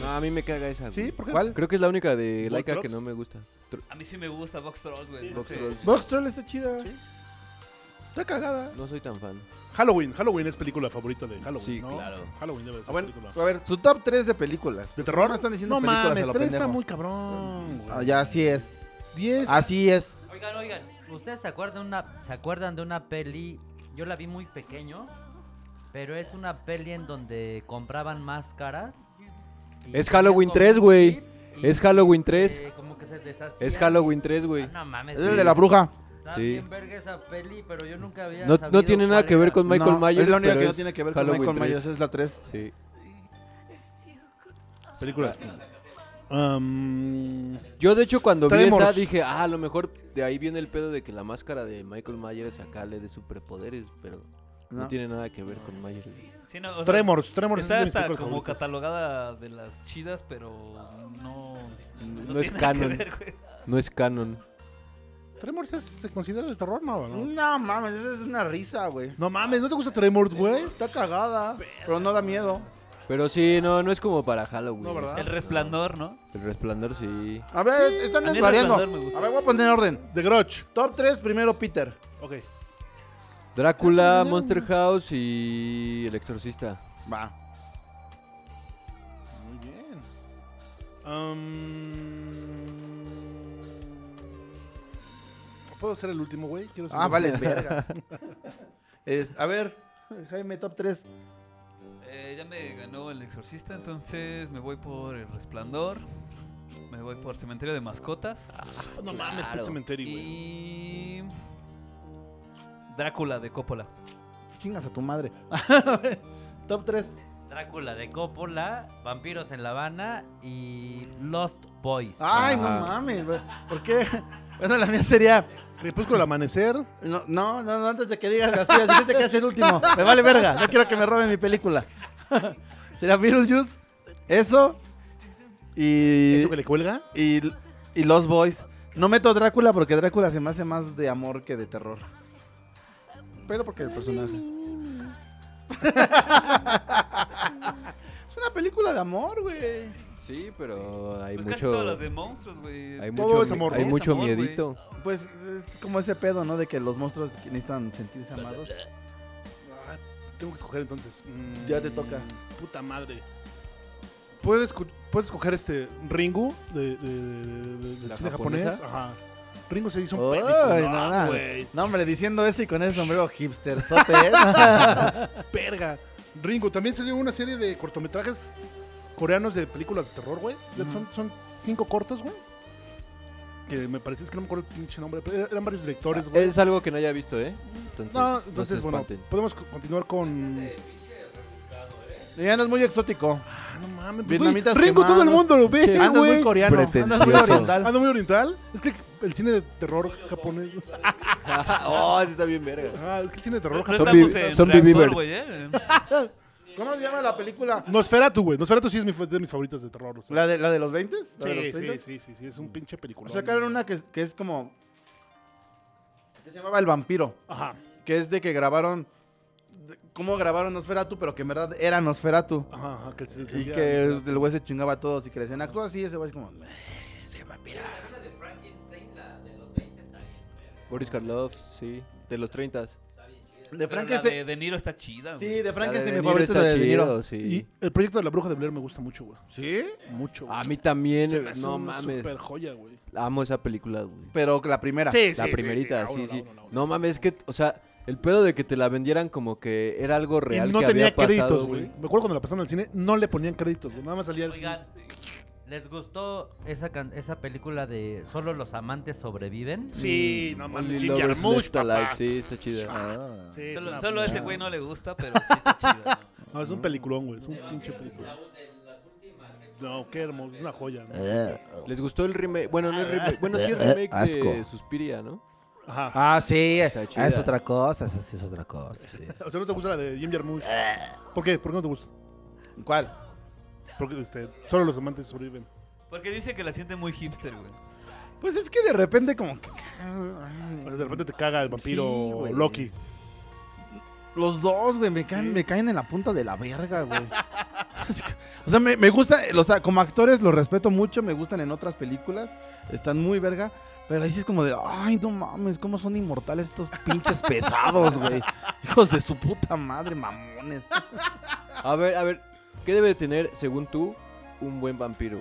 [SPEAKER 5] No, a mí me caga esa. güey.
[SPEAKER 2] Sí, ¿por qué?
[SPEAKER 5] Creo que es la única de Laika
[SPEAKER 2] Trolls?
[SPEAKER 5] que no me gusta. Tr-
[SPEAKER 4] A mí sí me gusta Box Trolls, güey. no
[SPEAKER 5] Box
[SPEAKER 4] sé.
[SPEAKER 5] Trolls.
[SPEAKER 3] Box Troll está chida. Está cagada.
[SPEAKER 5] No soy tan fan.
[SPEAKER 2] Halloween. Halloween es película favorita de Halloween,
[SPEAKER 5] Sí,
[SPEAKER 2] ¿no?
[SPEAKER 5] claro.
[SPEAKER 2] Halloween debe de ser
[SPEAKER 3] A ver,
[SPEAKER 2] película.
[SPEAKER 3] a ver, su top 3 de películas.
[SPEAKER 2] ¿De terror?
[SPEAKER 3] No están diciendo películas a lo
[SPEAKER 2] tres está
[SPEAKER 3] pendejo.
[SPEAKER 2] muy cabrón, güey.
[SPEAKER 3] Ah, ya, así es. Ah,
[SPEAKER 2] 10.
[SPEAKER 3] Así es.
[SPEAKER 7] Oigan, oigan, ¿ustedes se acuerdan de una se acuerdan de una peli? Yo la vi muy pequeño, pero es una peli en donde compraban máscaras. y
[SPEAKER 5] Es Halloween 3, güey. Es Halloween 3.
[SPEAKER 7] eh, como que se deshacían.
[SPEAKER 5] Es Halloween 3, güey.
[SPEAKER 7] Ah, no mames.
[SPEAKER 3] Es el de la bruja.
[SPEAKER 7] Está
[SPEAKER 5] Sí.
[SPEAKER 7] bien verga esa peli, pero yo nunca había
[SPEAKER 5] No,
[SPEAKER 7] sabido
[SPEAKER 5] no tiene nada
[SPEAKER 7] cuál
[SPEAKER 5] que ver
[SPEAKER 7] era.
[SPEAKER 5] con Michael
[SPEAKER 3] No,
[SPEAKER 5] Myers.
[SPEAKER 3] Es la única
[SPEAKER 5] pero
[SPEAKER 3] que no tiene que ver
[SPEAKER 5] Halloween
[SPEAKER 3] con Michael
[SPEAKER 5] 3.
[SPEAKER 3] Myers, ¿eh? es la 3.
[SPEAKER 5] Sí.
[SPEAKER 2] Películas. Um,
[SPEAKER 5] Yo, de hecho, cuando vi
[SPEAKER 2] Tremors.
[SPEAKER 5] esa dije, ah, a lo mejor de ahí viene el pedo de que la máscara de Michael Myers acá le dé superpoderes, pero no,
[SPEAKER 3] No.
[SPEAKER 5] tiene nada que ver con Myers.
[SPEAKER 4] Sí, no, o sea,
[SPEAKER 2] Tremors. Tremors
[SPEAKER 4] Está
[SPEAKER 2] es mi
[SPEAKER 4] hasta
[SPEAKER 2] película
[SPEAKER 4] como
[SPEAKER 2] favorita.
[SPEAKER 4] catalogada de las chidas, pero no.
[SPEAKER 5] No es
[SPEAKER 4] tiene nada que
[SPEAKER 5] canon.
[SPEAKER 4] ver, güey.
[SPEAKER 5] No es canon.
[SPEAKER 2] ¿Tremors es- se considera de terror, no? No,
[SPEAKER 3] No mames, esa es una risa, güey.
[SPEAKER 2] no mames, ¿no te gusta Tremors, güey?
[SPEAKER 3] Está cagada, pero no da miedo.
[SPEAKER 5] Pero sí, no, no es como para Halloween.
[SPEAKER 2] No, ¿verdad?
[SPEAKER 4] El resplandor, ¿no?
[SPEAKER 5] El resplandor, sí.
[SPEAKER 3] A ver, están
[SPEAKER 4] A mí el
[SPEAKER 3] desvariando.
[SPEAKER 4] Resplandor me gusta.
[SPEAKER 3] A ver, voy a poner en orden.
[SPEAKER 2] The Grudge.
[SPEAKER 3] Top 3, primero Peter.
[SPEAKER 2] Ok.
[SPEAKER 5] Drácula, Monster House y El Exorcista.
[SPEAKER 3] Va.
[SPEAKER 2] Muy bien. Um, ¿Puedo ser el último, güey? Quiero ser
[SPEAKER 8] Ah,
[SPEAKER 2] el
[SPEAKER 8] vale,
[SPEAKER 2] último.
[SPEAKER 8] verga. Es- a ver, Jaime, top 3.
[SPEAKER 4] Eh, ya me ganó el exorcista, entonces me voy por el resplandor. Me voy por cementerio de mascotas.
[SPEAKER 2] No mames, por
[SPEAKER 13] Claro.
[SPEAKER 2] cementerio, güey.
[SPEAKER 4] y. Drácula de Coppola.
[SPEAKER 3] Chingas a tu madre. Top 3.
[SPEAKER 7] Drácula de Coppola, Vampiros en La Habana y Lost Boys.
[SPEAKER 3] Ay,
[SPEAKER 13] Ah.
[SPEAKER 3] no mames, güey. ¿Por qué? Bueno, la mía sería.
[SPEAKER 2] Crepúsculo al amanecer.
[SPEAKER 3] No, no, no, no, antes de que digas las tuyas, dijiste que es el último. Me vale verga, no quiero que me roben mi película. Sería Beetlejuice, eso y,
[SPEAKER 2] ¿Eso que le cuelga?
[SPEAKER 3] y, y Los Boys. No meto Drácula porque Drácula se me hace más de amor que de terror. Pero porque el personaje. es una película de amor, güey.
[SPEAKER 13] Sí, pero Mm, hay
[SPEAKER 4] pues casi
[SPEAKER 13] mucho.
[SPEAKER 4] todas las de monstruos, güey.
[SPEAKER 13] Hay
[SPEAKER 2] Todo
[SPEAKER 13] mucho,
[SPEAKER 2] es
[SPEAKER 13] mi-
[SPEAKER 2] amor,
[SPEAKER 13] hay
[SPEAKER 4] ¿no?
[SPEAKER 13] mucho
[SPEAKER 4] Es amor, güey.
[SPEAKER 13] miedito.
[SPEAKER 3] Pues es como ese pedo, ¿no? De que los monstruos necesitan sentirse amados.
[SPEAKER 2] Ah, tengo que escoger entonces. Mm,
[SPEAKER 3] Ya te toca.
[SPEAKER 2] Puta madre. Puedes, cu- puedes escoger este Ringu de, de, de- de- del
[SPEAKER 13] ¿La
[SPEAKER 2] cine
[SPEAKER 13] japonesa?
[SPEAKER 2] japonés. Ajá. Ringu se hizo un
[SPEAKER 3] Ay,
[SPEAKER 2] película,
[SPEAKER 3] nada.
[SPEAKER 2] güey.
[SPEAKER 3] No, hombre, diciendo eso y con ese sombrero ¿eh? hipster, sote,
[SPEAKER 2] Verga. Ringo, también salió una serie de cortometrajes coreanos de películas de terror, güey. son, son cinco cortos, güey. Que me parece, es que no me acuerdo el pinche nombre, pero eran varios directores, güey.
[SPEAKER 13] Es algo que no haya visto, ¿eh? Entonces,
[SPEAKER 2] Ah, No,
[SPEAKER 13] se
[SPEAKER 2] entonces, bueno,
[SPEAKER 13] espanten.
[SPEAKER 2] podemos co- continuar con...
[SPEAKER 3] Y andas muy exótico.
[SPEAKER 2] Ah, no mames. güey.
[SPEAKER 3] Vietnamitas
[SPEAKER 2] Ringo, todo el
[SPEAKER 3] quemados.
[SPEAKER 2] mundo lo ve,
[SPEAKER 3] Andas muy
[SPEAKER 2] Ah, güey.
[SPEAKER 3] coreano. Andas muy
[SPEAKER 13] Pretencioso.
[SPEAKER 3] oriental.
[SPEAKER 2] Ando Ah, muy oriental. Es que el cine de terror japonés...
[SPEAKER 13] oh, sí está bien verga.
[SPEAKER 2] Ah, es que el cine de terror
[SPEAKER 4] No
[SPEAKER 2] japonés...
[SPEAKER 13] Son
[SPEAKER 4] estamos
[SPEAKER 13] vi-
[SPEAKER 4] en
[SPEAKER 13] son
[SPEAKER 4] reactor,
[SPEAKER 13] believers.
[SPEAKER 4] güey, eh.
[SPEAKER 3] ¿Cómo se llama la película?
[SPEAKER 2] Nosferatu, güey. Nosferatu sí es mi fa- de mis favoritas de Mm. terror. o sea.
[SPEAKER 3] ¿La de, la de los 20? ¿La de los
[SPEAKER 2] Sí, sí,
[SPEAKER 3] 30s?
[SPEAKER 2] sí, sí, sí, es un pinche película.
[SPEAKER 3] Sacaron una que, que es como... Que se llamaba El Vampiro.
[SPEAKER 2] Ajá,
[SPEAKER 3] Que es de que grabaron... de- ¿Cómo grabaron Nosferatu? Pero que en verdad era Nosferatu.
[SPEAKER 2] ajá, ajá. Que se- se-
[SPEAKER 3] Y
[SPEAKER 2] se-
[SPEAKER 3] que el güey se chingaba a todos y que le decían, actúa así, ese güey es como... "Eh, Soy vampiro.
[SPEAKER 13] Boris Karloff, sí. De los 30.
[SPEAKER 3] De
[SPEAKER 4] Pero
[SPEAKER 3] Frank
[SPEAKER 4] la
[SPEAKER 3] este...
[SPEAKER 4] de De Niro está chida, güey.
[SPEAKER 3] Sí, de Frank
[SPEAKER 13] La de
[SPEAKER 3] este
[SPEAKER 13] De
[SPEAKER 3] mi
[SPEAKER 13] Niro
[SPEAKER 3] favorito
[SPEAKER 13] está
[SPEAKER 3] de De Niro.
[SPEAKER 13] chido,
[SPEAKER 2] Y
[SPEAKER 13] sí.
[SPEAKER 2] el proyecto de la bruja de Blair me gusta mucho, güey.
[SPEAKER 3] ¿Sí?
[SPEAKER 2] Mucho. güey.
[SPEAKER 13] A mí también,
[SPEAKER 2] Se me
[SPEAKER 13] eh,
[SPEAKER 2] hace
[SPEAKER 13] no
[SPEAKER 2] una
[SPEAKER 13] mames.
[SPEAKER 2] Super joya, güey.
[SPEAKER 13] Amo esa película, güey.
[SPEAKER 3] Pero la primera.
[SPEAKER 13] la primerita,
[SPEAKER 2] la
[SPEAKER 13] sí,
[SPEAKER 2] uno, la
[SPEAKER 13] sí.
[SPEAKER 2] uno, la uno.
[SPEAKER 13] No mames, es que, o sea, el pedo de que te la vendieran como que era algo
[SPEAKER 2] Y
[SPEAKER 13] real.
[SPEAKER 2] no
[SPEAKER 13] que
[SPEAKER 2] tenía
[SPEAKER 13] había pasado,
[SPEAKER 2] créditos, güey. Me acuerdo cuando la pasaron al cine, no le ponían créditos, güey. Nada más salía el
[SPEAKER 7] Oigan, ¿les gustó esa, can- esa película de Solo los amantes sobreviven?
[SPEAKER 2] Sí, no
[SPEAKER 13] Mm. Only
[SPEAKER 2] mames. Jim
[SPEAKER 13] Lovers
[SPEAKER 2] Jarmusch,
[SPEAKER 13] Left Alive,
[SPEAKER 2] papá.
[SPEAKER 13] sí, está chida.
[SPEAKER 2] Sí, es
[SPEAKER 4] Solo,
[SPEAKER 2] una
[SPEAKER 4] solo a ese
[SPEAKER 2] pinche-
[SPEAKER 4] güey no le gusta, pero sí está chida. ¿no?
[SPEAKER 2] No, es un peliculón, güey. Es un pinche película. No, qué hermoso. Es una joya, ¿no?
[SPEAKER 13] ¿Les gustó el remake? Bueno, no el remake. Bueno, sí, el remake de
[SPEAKER 3] asco.
[SPEAKER 13] Suspiria, ¿no?
[SPEAKER 2] Ajá.
[SPEAKER 3] Ah, sí.
[SPEAKER 13] Está chida.
[SPEAKER 3] Ah, es otra cosa, esa sí es otra cosa. sí.
[SPEAKER 2] O sea, ¿no te gusta la de Jim Jarmusch? ¿Por qué? ¿Por qué no te gusta?
[SPEAKER 3] ¿Cuál?
[SPEAKER 2] Porque este, solo los amantes sobreviven.
[SPEAKER 4] Porque dice que la siente muy hipster, güey.
[SPEAKER 3] Pues es que de repente como que...
[SPEAKER 2] O sea, de repente te caga el vampiro
[SPEAKER 3] Sí, güey.
[SPEAKER 2] Loki.
[SPEAKER 3] Los dos, güey, me caen, me caen en la punta de la verga, güey. o sea, me, me gusta, o sea, como actores los respeto mucho, me gustan en otras películas, están muy verga, pero ahí sí es como de, ay, no mames, cómo son inmortales estos pinches pesados, güey. Hijos de su puta madre, mamones.
[SPEAKER 13] A ver, a ver, ¿qué debe de tener, según tú, un buen vampiro?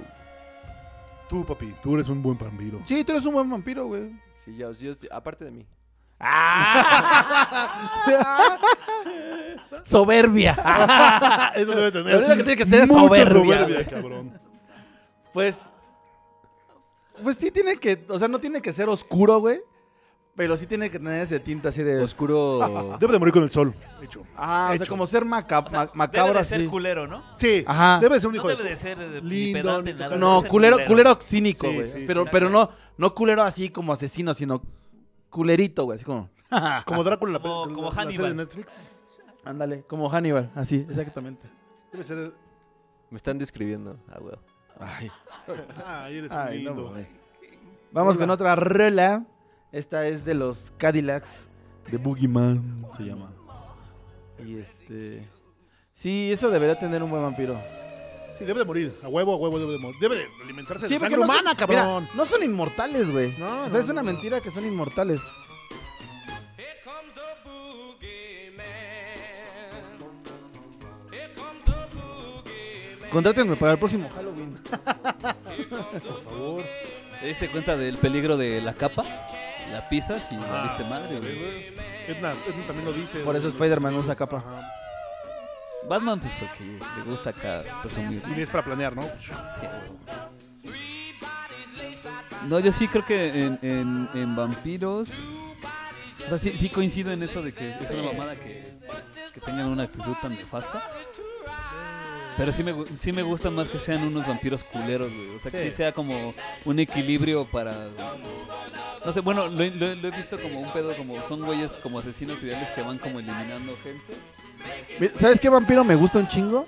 [SPEAKER 2] Tú, papi, tú eres un buen vampiro.
[SPEAKER 3] Sí, tú eres un buen vampiro, güey.
[SPEAKER 13] Sí, ya, sí, yo- aparte de mí.
[SPEAKER 3] Soberbia.
[SPEAKER 2] Ah, Eso debe
[SPEAKER 3] Lo
[SPEAKER 2] tener.
[SPEAKER 3] único que tiene que ser es
[SPEAKER 2] Mucha
[SPEAKER 3] soberbia. güey.
[SPEAKER 2] soberbia, cabrón.
[SPEAKER 3] Pues. Pues sí tiene que. O sea, no tiene que ser oscuro, güey. Pero sí tiene que tener ese tinte así de.
[SPEAKER 13] Oscuro.
[SPEAKER 2] Debe de morir con el sol. Hecho.
[SPEAKER 3] ah, o sea,
[SPEAKER 2] hecho.
[SPEAKER 3] como ser maca-
[SPEAKER 4] O sea,
[SPEAKER 3] ma- macabro
[SPEAKER 4] debe de ser
[SPEAKER 3] así.
[SPEAKER 4] culero, ¿no?
[SPEAKER 2] Sí.
[SPEAKER 3] Ajá.
[SPEAKER 2] Debe de ser un
[SPEAKER 4] No
[SPEAKER 2] hijo
[SPEAKER 4] debe
[SPEAKER 2] de.
[SPEAKER 4] de ser eh, ni
[SPEAKER 2] Lindo, ni
[SPEAKER 4] pedante, nada.
[SPEAKER 2] tocado.
[SPEAKER 4] debe
[SPEAKER 3] No,
[SPEAKER 4] ser
[SPEAKER 3] culero, culero cínico,
[SPEAKER 2] Sí,
[SPEAKER 3] güey.
[SPEAKER 2] sí,
[SPEAKER 3] pero,
[SPEAKER 4] sí.
[SPEAKER 3] pero no, no culero así como asesino, sino culerito, güey. Así como.
[SPEAKER 2] Como Drácula. la
[SPEAKER 4] Como-
[SPEAKER 2] pe-
[SPEAKER 4] como
[SPEAKER 2] la- la serie
[SPEAKER 4] Hannibal.
[SPEAKER 2] de Netflix.
[SPEAKER 3] Ándale, como Hannibal. Así, exactamente.
[SPEAKER 2] Debe ser.
[SPEAKER 13] Me están describiendo. Ah, güey.
[SPEAKER 3] Ay,
[SPEAKER 2] Ah, eres un
[SPEAKER 3] ay, no,
[SPEAKER 2] lindo.
[SPEAKER 3] güey. Vamos con otra rola. Esta es de los Cadillacs. De Boogeyman se llama. Y este. Sí, eso debería tener un buen vampiro.
[SPEAKER 2] sí, debe de morir. A huevo, a huevo debe de morir. Debe de alimentarse
[SPEAKER 3] Sí,
[SPEAKER 2] de
[SPEAKER 3] porque
[SPEAKER 2] sangre
[SPEAKER 3] no son-
[SPEAKER 2] humana,
[SPEAKER 3] mira,
[SPEAKER 2] cabrón.
[SPEAKER 3] no son inmortales, güey.
[SPEAKER 2] No,
[SPEAKER 3] o
[SPEAKER 2] no,
[SPEAKER 3] sea, es una
[SPEAKER 2] no.
[SPEAKER 3] mentira que son inmortales. Contrátenme para el próximo Halloween.
[SPEAKER 4] ¿Te diste cuenta del peligro de la capa? la pisas y la viste madre, güey.
[SPEAKER 2] Edna, Edna también lo dice.
[SPEAKER 3] Por eso
[SPEAKER 2] güey.
[SPEAKER 3] Spider-Man usa capa.
[SPEAKER 2] Ajá.
[SPEAKER 4] Batman, pues porque le gusta acá presumir.
[SPEAKER 2] Y es para planear, ¿no?
[SPEAKER 4] Sí. No, yo sí creo que en, en- en vampiros. O sea, sí, sí coincido en eso de que es una mamada que, que tengan una actitud tan nefasta. Pero sí me, gu- sí me gusta más que sean unos vampiros culeros, güey. O sea, que sí sea como un equilibrio para. No sé, bueno, lo, he- lo he- lo he visto como un pedo, como son güeyes como asesinos seriales que van como eliminando gente.
[SPEAKER 3] Mi- ¿Sabes qué vampiro me gusta un chingo?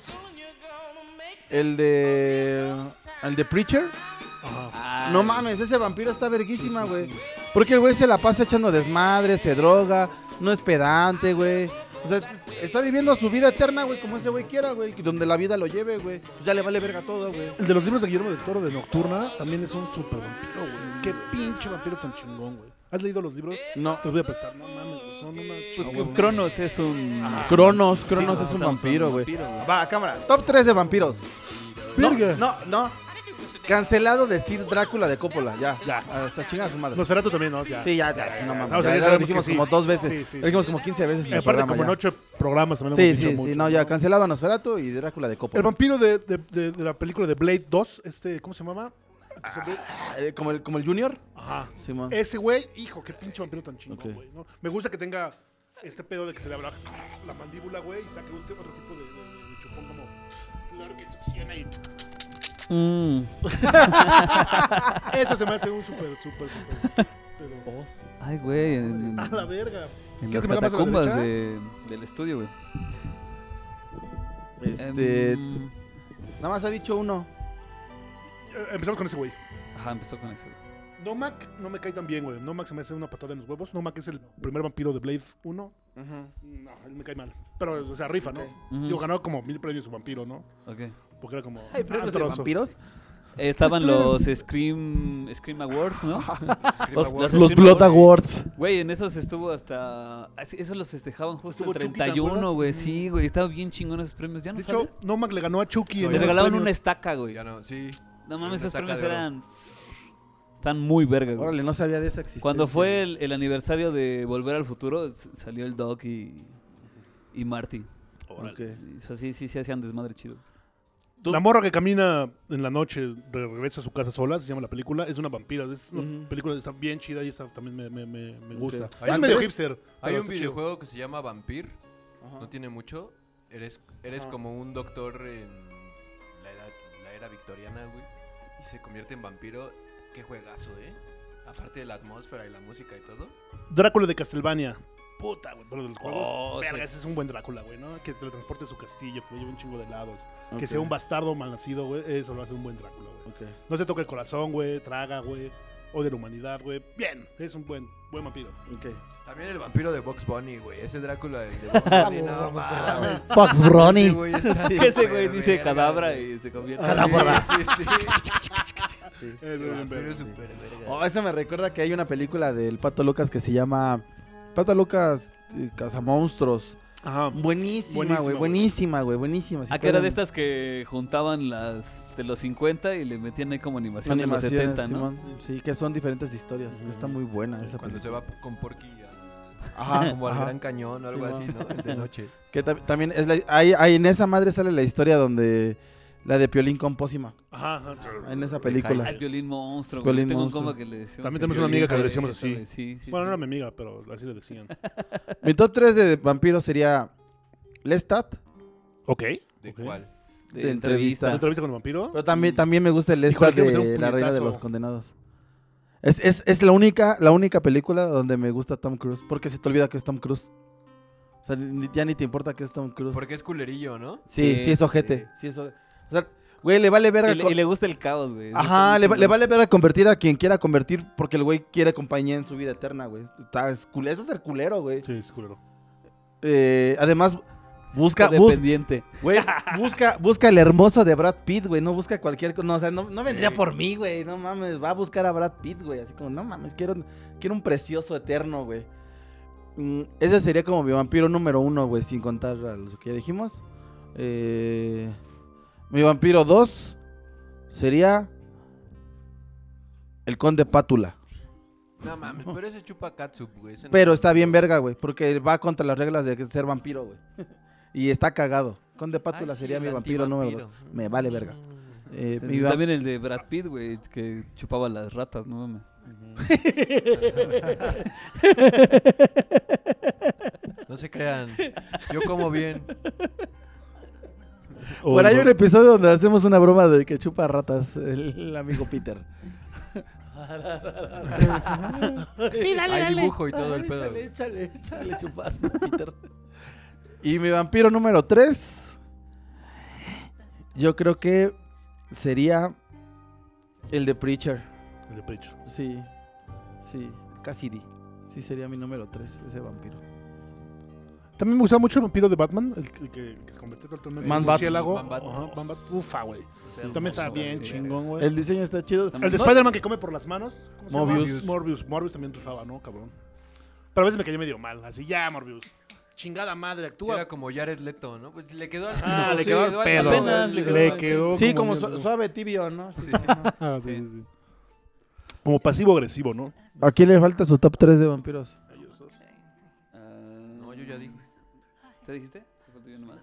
[SPEAKER 3] El de. El de Preacher. No mames, ese vampiro está verguísima, güey. Porque el güey se la pasa echando desmadre, se droga, no es pedante, güey. O sea, está viviendo su vida eterna, güey, como ese güey quiera, güey. y Donde la vida lo lleve, güey. Ya le vale verga todo, güey.
[SPEAKER 2] El de los libros de Guillermo del Toro de Nocturna también es un super vampiro, güey. Qué pinche vampiro tan chingón, güey. ¿Has leído los libros?
[SPEAKER 3] No.
[SPEAKER 2] Te los voy a prestar. No mames, güey, son una
[SPEAKER 4] Pues
[SPEAKER 2] chingona.
[SPEAKER 4] que Cronos es un.
[SPEAKER 3] Cronos,
[SPEAKER 4] Sí,
[SPEAKER 3] Cronos
[SPEAKER 4] no,
[SPEAKER 3] es un
[SPEAKER 4] estamos hablando
[SPEAKER 3] vampiro,
[SPEAKER 4] de
[SPEAKER 3] güey.
[SPEAKER 4] vampiro, güey.
[SPEAKER 3] Va, cámara. Top 3 de vampiros. No,
[SPEAKER 2] Verga.
[SPEAKER 3] no, no. Cancelado decir Drácula de Coppola, ya. Ya. Hasta chinga a su madre.
[SPEAKER 2] Nosferatu también, ¿no? Ya.
[SPEAKER 3] Sí, ya, ya, sí, no mames.
[SPEAKER 2] No, o sea,
[SPEAKER 3] ya,
[SPEAKER 2] ya
[SPEAKER 3] ya lo
[SPEAKER 2] sabemos
[SPEAKER 3] dijimos
[SPEAKER 2] que sí.
[SPEAKER 3] como dos veces.
[SPEAKER 2] Sí, sí.
[SPEAKER 3] Lo dijimos como 15 veces.
[SPEAKER 2] Y
[SPEAKER 3] En el
[SPEAKER 2] aparte,
[SPEAKER 3] programa,
[SPEAKER 2] como en
[SPEAKER 3] ya.
[SPEAKER 2] ocho programas también lo
[SPEAKER 3] Sí,
[SPEAKER 2] hemos
[SPEAKER 3] sí,
[SPEAKER 2] dicho
[SPEAKER 3] sí,
[SPEAKER 2] mucho,
[SPEAKER 3] no, ya cancelado a Nosferatu y Drácula de
[SPEAKER 2] El
[SPEAKER 3] Coppola.
[SPEAKER 2] vampiro de, de, de- de la película de Blade 2, este, ¿cómo se llamaba?
[SPEAKER 3] Ah, eh, como, el, como el Junior.
[SPEAKER 2] Ajá.
[SPEAKER 3] Simón.
[SPEAKER 2] Ese güey, hijo, qué pinche vampiro tan chingón,
[SPEAKER 3] Ok.
[SPEAKER 2] güey. ¿no? Me gusta que tenga este pedo de que se le abra la mandíbula, güey, y saque un, otro tipo de, de- de chupón como. Claro que succiona y.
[SPEAKER 4] Mm.
[SPEAKER 2] Eso se me hace un súper, súper, súper. Pero.
[SPEAKER 3] Oh.
[SPEAKER 4] Ay, güey. En, en-
[SPEAKER 2] A la verga. Eh,
[SPEAKER 4] en
[SPEAKER 2] ¿Quieres
[SPEAKER 4] las
[SPEAKER 2] que me haga más a la
[SPEAKER 4] catacumbas
[SPEAKER 2] derecha?
[SPEAKER 4] de, del estudio, güey.
[SPEAKER 3] Este,
[SPEAKER 4] Em,
[SPEAKER 3] Nada más ha dicho uno.
[SPEAKER 2] Eh, empezamos con ese güey.
[SPEAKER 4] Ajá, empezó con eso.
[SPEAKER 2] Nomak no me cae tan bien, güey. Nomak se me hace una patada en los huevos. Nomak es el primer vampiro de Blade 1. No, él me cae mal. Pero, o sea, rifa, ¿no?
[SPEAKER 4] Ujú.
[SPEAKER 2] Digo, ganó como mil premios su vampiro, ¿no?
[SPEAKER 4] Ok.
[SPEAKER 2] Porque era como.
[SPEAKER 3] Hay premios de
[SPEAKER 2] antroso.
[SPEAKER 3] vampiros.
[SPEAKER 4] Eh, estaban
[SPEAKER 2] Este,
[SPEAKER 4] los Scream, Scream Awards, ¿no? los los
[SPEAKER 3] Los
[SPEAKER 4] Scream
[SPEAKER 3] Blood Awards.
[SPEAKER 4] Güey, en esos estuvo hasta. ah, sí, Esos los festejaban justo el
[SPEAKER 2] Estuvo Chucky, ¿te
[SPEAKER 4] 31,
[SPEAKER 2] acuerdas? Mm.
[SPEAKER 4] güey. Sí, güey. Estaba bien chingón esos premios. Ya no
[SPEAKER 2] De hecho,
[SPEAKER 4] sale.
[SPEAKER 2] Nomak le ganó a Chucky. en
[SPEAKER 4] Le
[SPEAKER 2] esos
[SPEAKER 4] regalaban
[SPEAKER 2] premios.
[SPEAKER 4] una estaca, güey.
[SPEAKER 5] Ya no, sí.
[SPEAKER 4] No mames,
[SPEAKER 5] Una
[SPEAKER 4] esos
[SPEAKER 5] estaca
[SPEAKER 4] premios
[SPEAKER 5] de oro.
[SPEAKER 4] eran. Están muy verga, güey.
[SPEAKER 3] Órale, no sabía de esa existencia.
[SPEAKER 4] Cuando fue el, el aniversario de Volver al Futuro, s- salió el Doc y, y Marty.
[SPEAKER 3] Ok.
[SPEAKER 4] Y eso sí, sí, sí hacían desmadre chido.
[SPEAKER 2] La morra que camina en la noche de regreso a su casa sola, se llama la película, es una vampira. Es una
[SPEAKER 4] Ujú.
[SPEAKER 2] película que está bien chida y esa también me, me, me, me gusta.
[SPEAKER 3] Ok.
[SPEAKER 2] Es
[SPEAKER 8] Hay
[SPEAKER 2] medio
[SPEAKER 8] un-
[SPEAKER 2] hipster.
[SPEAKER 5] Hay
[SPEAKER 2] pero
[SPEAKER 5] un
[SPEAKER 2] está chido.
[SPEAKER 5] videojuego que se llama Vampir. No tiene mucho. Eres, eres como un doctor en la, edad- la era victoriana, güey. Y se convierte en vampiro. Qué juegazo, ¿eh? Aparte de la atmósfera y la música y todo.
[SPEAKER 2] Drácula de Castlevania. Puta, güey, pero de los juegos.
[SPEAKER 4] Oh,
[SPEAKER 2] verga,
[SPEAKER 4] sí.
[SPEAKER 2] ese es un buen Drácula, güey, ¿no? Que te lo transporte a su castillo, que lo lleve un chingo de lados. Que
[SPEAKER 3] Ok.
[SPEAKER 2] sea un bastardo malnacido, güey. Eso lo hace un buen Drácula, güey.
[SPEAKER 3] Ok.
[SPEAKER 2] No se toca el corazón, güey. Traga, güey. O de la humanidad, güey. Bien, es un buen, buen vampiro.
[SPEAKER 3] Ok.
[SPEAKER 5] También el vampiro de Box Bunny, güey. Ese Drácula el de Box Bunny, no mames.
[SPEAKER 3] Fox Brony.
[SPEAKER 5] Ese güey está
[SPEAKER 4] Ese
[SPEAKER 5] súper
[SPEAKER 4] güey dice
[SPEAKER 5] verga,
[SPEAKER 4] cadabra
[SPEAKER 5] güey.
[SPEAKER 4] y se convierte.
[SPEAKER 3] Cadabra.
[SPEAKER 5] Sí, sí, sí.
[SPEAKER 3] Sí.
[SPEAKER 2] Es
[SPEAKER 5] Ese
[SPEAKER 2] bien
[SPEAKER 5] vampiro
[SPEAKER 2] verga.
[SPEAKER 5] es súper verga.
[SPEAKER 3] Oh, eso me recuerda que hay una película del Pato Lucas que se llama Pato Lucas eh, Cazamonstruos.
[SPEAKER 2] Ajá.
[SPEAKER 3] Buenísima,
[SPEAKER 2] Buenísima,
[SPEAKER 3] güey.
[SPEAKER 2] güey.
[SPEAKER 3] Buenísima, güey. Buenísima. Si
[SPEAKER 4] Ah, que era de
[SPEAKER 3] pueden-
[SPEAKER 4] estas que juntaban las de los 50 y le metían ahí como animación de los
[SPEAKER 3] animaciones,
[SPEAKER 4] 70, ¿no?
[SPEAKER 3] Simón. Sí, que son diferentes historias. Está muy buena esa
[SPEAKER 5] Cuando
[SPEAKER 3] película.
[SPEAKER 5] se va con Porky a-
[SPEAKER 3] Ajá,
[SPEAKER 5] como al
[SPEAKER 3] ajá.
[SPEAKER 5] Gran Cañón o algo
[SPEAKER 3] Sí,
[SPEAKER 5] así, ¿no? De noche.
[SPEAKER 3] Que tam- también es la, ahí- ahí en esa madre sale la historia donde la de Piolín con Pósima.
[SPEAKER 2] Ajá, ajá.
[SPEAKER 3] En esa película.
[SPEAKER 4] Al violín monstruo,
[SPEAKER 3] Violín
[SPEAKER 4] güey. Tengo un
[SPEAKER 3] monstruo.
[SPEAKER 4] compa que le decíamos.
[SPEAKER 2] También
[SPEAKER 4] el
[SPEAKER 2] tenemos una
[SPEAKER 4] violín
[SPEAKER 2] amiga que le
[SPEAKER 4] jarocho,
[SPEAKER 2] decíamos así.
[SPEAKER 4] güey, Sí, sí,
[SPEAKER 2] Bueno, no
[SPEAKER 4] sí.
[SPEAKER 2] era mi amiga, pero así le decían.
[SPEAKER 3] Mi top 3 de vampiros sería Lestat.
[SPEAKER 2] ok.
[SPEAKER 5] ¿De
[SPEAKER 2] ok.
[SPEAKER 5] cuál?
[SPEAKER 4] De
[SPEAKER 3] de
[SPEAKER 4] entrevista.
[SPEAKER 2] ¿La entrevista con el vampiro?
[SPEAKER 3] Pero también, también me gusta el
[SPEAKER 2] Híjole,
[SPEAKER 3] Lestat
[SPEAKER 2] quiero meter
[SPEAKER 3] de
[SPEAKER 2] un
[SPEAKER 3] La Reina de
[SPEAKER 2] puñetazo.
[SPEAKER 3] los Condenados. Es, es- es la, única, la única película donde me gusta Tom Cruise. Porque se te olvida que es Tom Cruise. O sea, ni- ya ni te importa que es Tom Cruise.
[SPEAKER 5] Porque es culerillo, ¿no?
[SPEAKER 3] Sí, sí,
[SPEAKER 4] Sí,
[SPEAKER 3] es ojete. Sí, es oje- O sea, güey, le vale verga.
[SPEAKER 4] Y le,
[SPEAKER 3] co-
[SPEAKER 4] y le gusta el caos, güey.
[SPEAKER 3] Ajá, le, va- le
[SPEAKER 4] vale
[SPEAKER 3] vale verga convertir a quien quiera convertir porque el güey quiere compañía en su vida eterna, güey. Está, es cul- eso es ser culero, güey.
[SPEAKER 2] Sí, es culero.
[SPEAKER 3] Eh, además, busca, bus-
[SPEAKER 4] Dependiente.
[SPEAKER 3] güey, busca, busca el hermoso de Brad Pitt, güey. No busca cualquier cosa. No, o sea, no, no vendría
[SPEAKER 5] Sí.
[SPEAKER 3] por mí, güey. No mames, va a buscar a Brad Pitt, güey. Así como, no mames, quiero, quiero un precioso eterno, güey. Mm, ese sería como mi vampiro número uno, güey, sin contar a los que ya dijimos. Eh, mi vampiro dos sería el conde Pátula.
[SPEAKER 5] No mames, pero ese chupa catsup, güey. ese no-
[SPEAKER 3] Pero está bien verga, güey, porque va contra las reglas de ser vampiro, güey. Y está cagado. Conde Pátula
[SPEAKER 5] Ay, sí,
[SPEAKER 3] sería
[SPEAKER 5] el
[SPEAKER 3] mi vampiro número dos.
[SPEAKER 5] antivampiro.
[SPEAKER 3] Me vale verga. Eh, mi
[SPEAKER 4] Está
[SPEAKER 3] va-
[SPEAKER 4] bien el de Brad Pitt, güey, que chupaba las ratas, no mames.
[SPEAKER 5] No se crean. Yo como bien.
[SPEAKER 3] Por ahí hay un episodio donde hacemos una broma de que chupa ratas el amigo Peter.
[SPEAKER 5] Sí, dale, Hay dibujo y todo el pedo.
[SPEAKER 3] Échale, échale, échale, chupar, Peter. Y mi vampiro número 3. Yo creo que sería el de Preacher.
[SPEAKER 2] El de pecho.
[SPEAKER 3] Sí, sí, Cassidy. Sí, sería mi número 3, ese vampiro.
[SPEAKER 2] También me gustaba mucho el vampiro de Batman, el que, el que- el que se convirtió totalmente
[SPEAKER 3] Man
[SPEAKER 2] en
[SPEAKER 3] Bat.
[SPEAKER 2] murciélago.
[SPEAKER 5] Man Bat.
[SPEAKER 2] Ajá, Man Bat. Ufa, güey. También está
[SPEAKER 5] hermoso,
[SPEAKER 2] bien
[SPEAKER 5] güey.
[SPEAKER 2] chingón, güey.
[SPEAKER 3] El diseño está chido.
[SPEAKER 4] Está
[SPEAKER 2] El de
[SPEAKER 4] No,
[SPEAKER 2] Spider-Man que come por las manos. ¿cómo se llama?
[SPEAKER 5] Morbius.
[SPEAKER 2] Morbius. Morbius también rifaba, ¿no, cabrón? Pero a veces me cayó medio mal. Así, ya, Morbius. Chingada madre,
[SPEAKER 5] Sí,
[SPEAKER 2] actúa.
[SPEAKER 5] era como Jared Leto, ¿no? Pues le quedó al
[SPEAKER 2] Ah,
[SPEAKER 5] sí,
[SPEAKER 2] le quedó al pedo.
[SPEAKER 4] apenas le quedó
[SPEAKER 2] Le
[SPEAKER 4] al-
[SPEAKER 2] quedó
[SPEAKER 3] Sí, como
[SPEAKER 2] medio-
[SPEAKER 3] su- suave tibio, ¿no? Sí.
[SPEAKER 2] Ah, sí, sí, sí. Como pasivo-agresivo, ¿no?
[SPEAKER 3] ¿A quién le falta su top 3 de vampiros?
[SPEAKER 4] Ah,
[SPEAKER 5] No, yo ya dije.
[SPEAKER 4] ¿Te dijiste? ¿Te faltó yo nomás?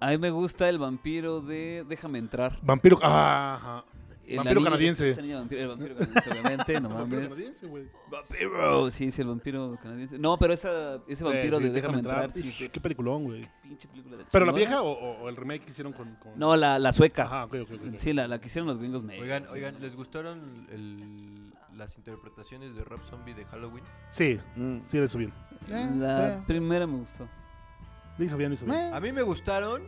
[SPEAKER 4] A mí me gusta el vampiro de Déjame entrar.
[SPEAKER 2] Vampiro. Ah, ajá.
[SPEAKER 4] El
[SPEAKER 2] Vampiro
[SPEAKER 4] anillo-
[SPEAKER 2] canadiense.
[SPEAKER 4] ese anillo vampiro- el vampiro canadiense, obviamente, no
[SPEAKER 2] Vampiro
[SPEAKER 4] mames.
[SPEAKER 2] canadiense, güey.
[SPEAKER 4] Vampiro, sí, sí, el vampiro canadiense. No, pero esa, ese este vampiro
[SPEAKER 2] Eh, Sí,
[SPEAKER 4] de
[SPEAKER 2] sí,
[SPEAKER 4] Déjame entrar, sí,
[SPEAKER 2] Ush,
[SPEAKER 4] sí,
[SPEAKER 2] Qué peliculón, güey.
[SPEAKER 4] pinche película de
[SPEAKER 2] ¿Pero la
[SPEAKER 4] chingona.
[SPEAKER 2] vieja o, o- o el remake que hicieron con. con-
[SPEAKER 4] No, la, la sueca.
[SPEAKER 2] Ajá, ok, ok, ok, ok.
[SPEAKER 4] Sí, la, la que hicieron los gringos me.
[SPEAKER 5] Oigan, oigan, ¿les gustaron el- las interpretaciones de Rob Zombie de Halloween?
[SPEAKER 2] Sí, sí, le hizo bien.
[SPEAKER 3] Eh,
[SPEAKER 4] La
[SPEAKER 3] Ah.
[SPEAKER 4] primera me gustó.
[SPEAKER 2] Le hizo bien, le hizo bien.
[SPEAKER 3] eh.
[SPEAKER 5] A mí me gustaron,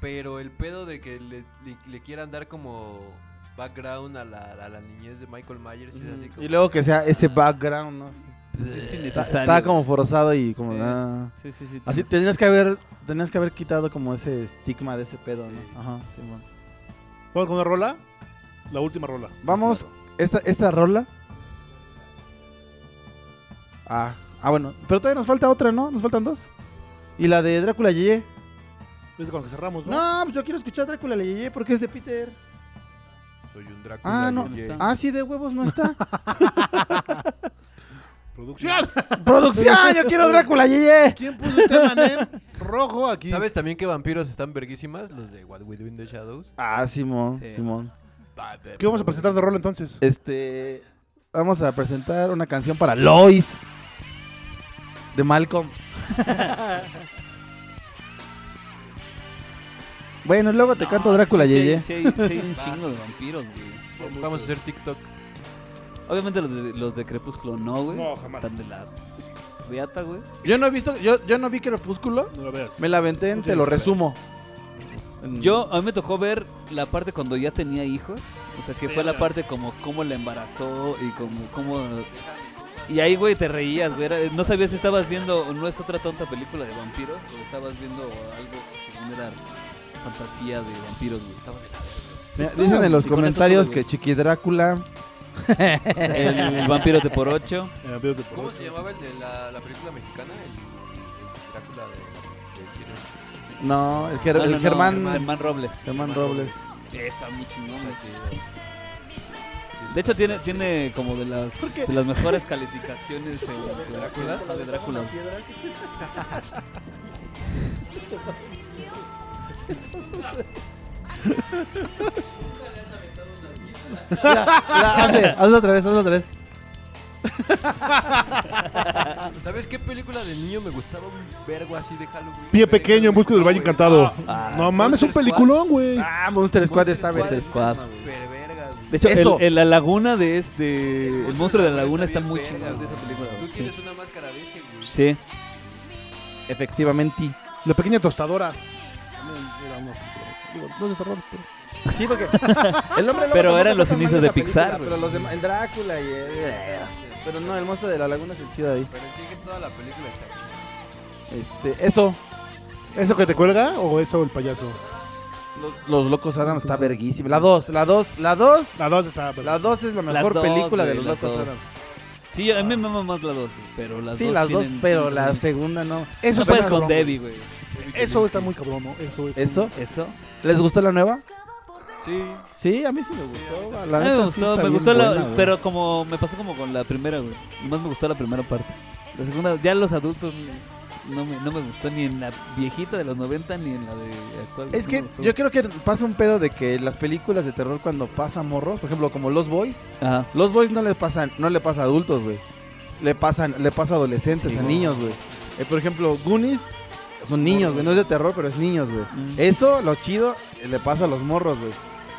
[SPEAKER 5] pero el pedo de que le, le- le quieran dar como background a la, a la niñez de Michael Myers es así como...
[SPEAKER 3] Y luego que sea ese background, ¿no?
[SPEAKER 4] Pues Es
[SPEAKER 3] Está,
[SPEAKER 4] innecesario.
[SPEAKER 3] está como forzado y como...
[SPEAKER 4] Sí.
[SPEAKER 3] ah.
[SPEAKER 4] Sí, sí, sí.
[SPEAKER 3] Así
[SPEAKER 4] tienes-
[SPEAKER 3] tenías que haber tenías que haber quitado como ese estigma de ese pedo, ¿no? Ajá, Simón.
[SPEAKER 2] Vamos con una rola. La última rola.
[SPEAKER 3] Vamos. Esta, esta rola. Ah, ah, bueno. Pero todavía nos falta otra, ¿no? Nos faltan dos. Y la de Drácula Yeye.
[SPEAKER 2] Es con la que cerramos, ¿no?
[SPEAKER 3] No, pues yo quiero escuchar Drácula Yeye porque es de Peter.
[SPEAKER 5] Soy un Drácula.
[SPEAKER 3] Ah, no.
[SPEAKER 5] yeye".
[SPEAKER 3] Ah, sí, de huevos no está.
[SPEAKER 2] Producción.
[SPEAKER 3] ¡Producción! ¡Yo quiero Drácula Yeye!
[SPEAKER 2] ¿Quién puso este manem rojo aquí?
[SPEAKER 5] ¿Sabes también que vampiros están verguísimas? Los de What We Do in the Shadows.
[SPEAKER 3] Ah, Simón,
[SPEAKER 4] Sí.
[SPEAKER 3] Simón.
[SPEAKER 2] ¿Qué vamos a presentar de rola entonces?
[SPEAKER 3] Este. Vamos a presentar una canción para Lois. De Malcolm. bueno, luego te canto
[SPEAKER 4] No,
[SPEAKER 3] Drácula
[SPEAKER 4] sí, sí hay-
[SPEAKER 3] Yeye.
[SPEAKER 4] Sí, hay, sí hay un chingo de vampiros, güey.
[SPEAKER 5] Vamos a hacer TikTok.
[SPEAKER 4] Obviamente los de, los de Crepúsculo no, güey.
[SPEAKER 2] No, jamás.
[SPEAKER 4] Están de la riata, güey.
[SPEAKER 3] Yo no he visto, yo, yo no vi Crepúsculo.
[SPEAKER 2] No lo veas.
[SPEAKER 3] Me la aventé, en te lo resumo. En-
[SPEAKER 4] Yo, a mí me tocó ver la parte cuando ya tenía hijos. O sea, que fue la parte como cómo la embarazó y como cómo... Y ahí, güey, te reías, güey. Era- No sabías si estabas viendo, no es otra tonta película de vampiros, o estabas viendo algo que según era fantasía de vampiros, güey. Estaba de la
[SPEAKER 3] Mira, dicen en los
[SPEAKER 4] Y con eso
[SPEAKER 3] comentarios
[SPEAKER 4] todo,
[SPEAKER 3] que
[SPEAKER 4] güey.
[SPEAKER 3] Chiqui Drácula.
[SPEAKER 4] verga. El, el vampiro de por ocho.
[SPEAKER 2] Eh, veo que por
[SPEAKER 5] ¿Cómo
[SPEAKER 2] ahí.
[SPEAKER 5] se llamaba el de la, la película mexicana? El, el Drácula de... de Peter.
[SPEAKER 3] No, el, Ger-
[SPEAKER 4] Ah, No,
[SPEAKER 3] el
[SPEAKER 4] no, no,
[SPEAKER 3] Germán, Germán,
[SPEAKER 4] Germán
[SPEAKER 3] Robles.
[SPEAKER 4] Robles. Está muy chingón, güey. De hecho, tiene, tiene como de las, de las mejores calificaciones en- en
[SPEAKER 5] ¿Dráculas?
[SPEAKER 4] Ah, de Drácula.
[SPEAKER 3] Ah, hazle, hazlo otra vez, hazlo otra vez.
[SPEAKER 5] ¿Sabes qué película de niño me gustaba un vergo así de Halloween?
[SPEAKER 2] Pie pequeño en busca del
[SPEAKER 5] Ah,
[SPEAKER 2] Valle Encantado. no mames, es un
[SPEAKER 5] Monster Squad.
[SPEAKER 2] peliculón, güey.
[SPEAKER 3] Ah, Monster Squad está
[SPEAKER 5] Monster
[SPEAKER 3] bien.
[SPEAKER 4] Squad.
[SPEAKER 5] Super vergas, güey.
[SPEAKER 4] De hecho,
[SPEAKER 3] Eso.
[SPEAKER 4] el- el- la laguna de este. El, monstruo de la laguna está
[SPEAKER 5] bien
[SPEAKER 4] muy
[SPEAKER 5] verga,
[SPEAKER 4] chingón de
[SPEAKER 5] güey.
[SPEAKER 4] esa película.
[SPEAKER 5] Tú
[SPEAKER 4] güey.
[SPEAKER 5] tienes una máscara de ese, güey.
[SPEAKER 4] Sí.
[SPEAKER 3] Efectivamente.
[SPEAKER 2] La pequeña tostadora. Era una- digo, No es de terror, pero-
[SPEAKER 3] Sí, porque
[SPEAKER 5] Ah,
[SPEAKER 3] el hombre lobo
[SPEAKER 4] Pero
[SPEAKER 3] tampoco
[SPEAKER 4] eran
[SPEAKER 3] está
[SPEAKER 4] los
[SPEAKER 3] tan mal
[SPEAKER 4] inicios
[SPEAKER 3] esa
[SPEAKER 4] de Pixar,
[SPEAKER 3] película,
[SPEAKER 4] güey. Eh.
[SPEAKER 3] Pero los demás, el Drácula y. Pero no, el monstruo de la laguna es el chido ahí.
[SPEAKER 5] Pero en sí que toda la película está chida.
[SPEAKER 3] Este, eso.
[SPEAKER 2] ¿Eso que te cuelga o eso el payaso?
[SPEAKER 3] Los, los locos Adam está verguísima. La 2, la 2, la 2.
[SPEAKER 2] La dos está.
[SPEAKER 3] La 2 es la
[SPEAKER 4] Las
[SPEAKER 3] mejor
[SPEAKER 4] dos,
[SPEAKER 3] película de
[SPEAKER 4] güey,
[SPEAKER 3] los
[SPEAKER 4] las
[SPEAKER 3] locos
[SPEAKER 4] dos.
[SPEAKER 3] Adam.
[SPEAKER 4] Sí, a mí me mama más la 2, pero las
[SPEAKER 3] sí,
[SPEAKER 4] dos
[SPEAKER 3] las dos,
[SPEAKER 4] tienen-
[SPEAKER 3] pero
[SPEAKER 4] tienen-
[SPEAKER 3] la segunda no.
[SPEAKER 2] Eso
[SPEAKER 4] No
[SPEAKER 2] está muy
[SPEAKER 4] puedes con
[SPEAKER 2] cabrón, güey.
[SPEAKER 4] Debbie, güey.
[SPEAKER 2] Eso está muy cabrón, ¿no? Eso es.
[SPEAKER 3] ¿Eso?
[SPEAKER 4] ¿Eso?
[SPEAKER 3] ¿Les gustó la nueva?
[SPEAKER 5] Sí.
[SPEAKER 3] Sí, a mí sí me gustó. la
[SPEAKER 4] A mí
[SPEAKER 3] neta
[SPEAKER 4] me
[SPEAKER 3] sí
[SPEAKER 4] gustó,
[SPEAKER 3] está
[SPEAKER 4] me
[SPEAKER 3] bien
[SPEAKER 4] gustó la-
[SPEAKER 3] buena, güey.
[SPEAKER 4] pero como me pasó como con la primera, güey. Nomás me gustó la primera parte. La segunda, ya los adultos no me, no me gustó ni en la viejita de los 90 ni en la de actual.
[SPEAKER 3] Es
[SPEAKER 4] No
[SPEAKER 3] que
[SPEAKER 4] me gustó.
[SPEAKER 3] yo creo que pasa un pedo de que las películas de terror cuando pasa morros, por ejemplo, como Los Boys,
[SPEAKER 4] Ajá.
[SPEAKER 3] Los boys no les pasan, no le pasa a adultos, güey. Le pasan, le pasa a adolescentes,
[SPEAKER 4] Sí,
[SPEAKER 3] a
[SPEAKER 4] no.
[SPEAKER 3] niños, güey. Eh, por ejemplo, Goonies son niños, güey. No es de terror, pero es niños, güey.
[SPEAKER 4] Mm.
[SPEAKER 3] Eso, lo chido, eh, le pasa a los morros, güey.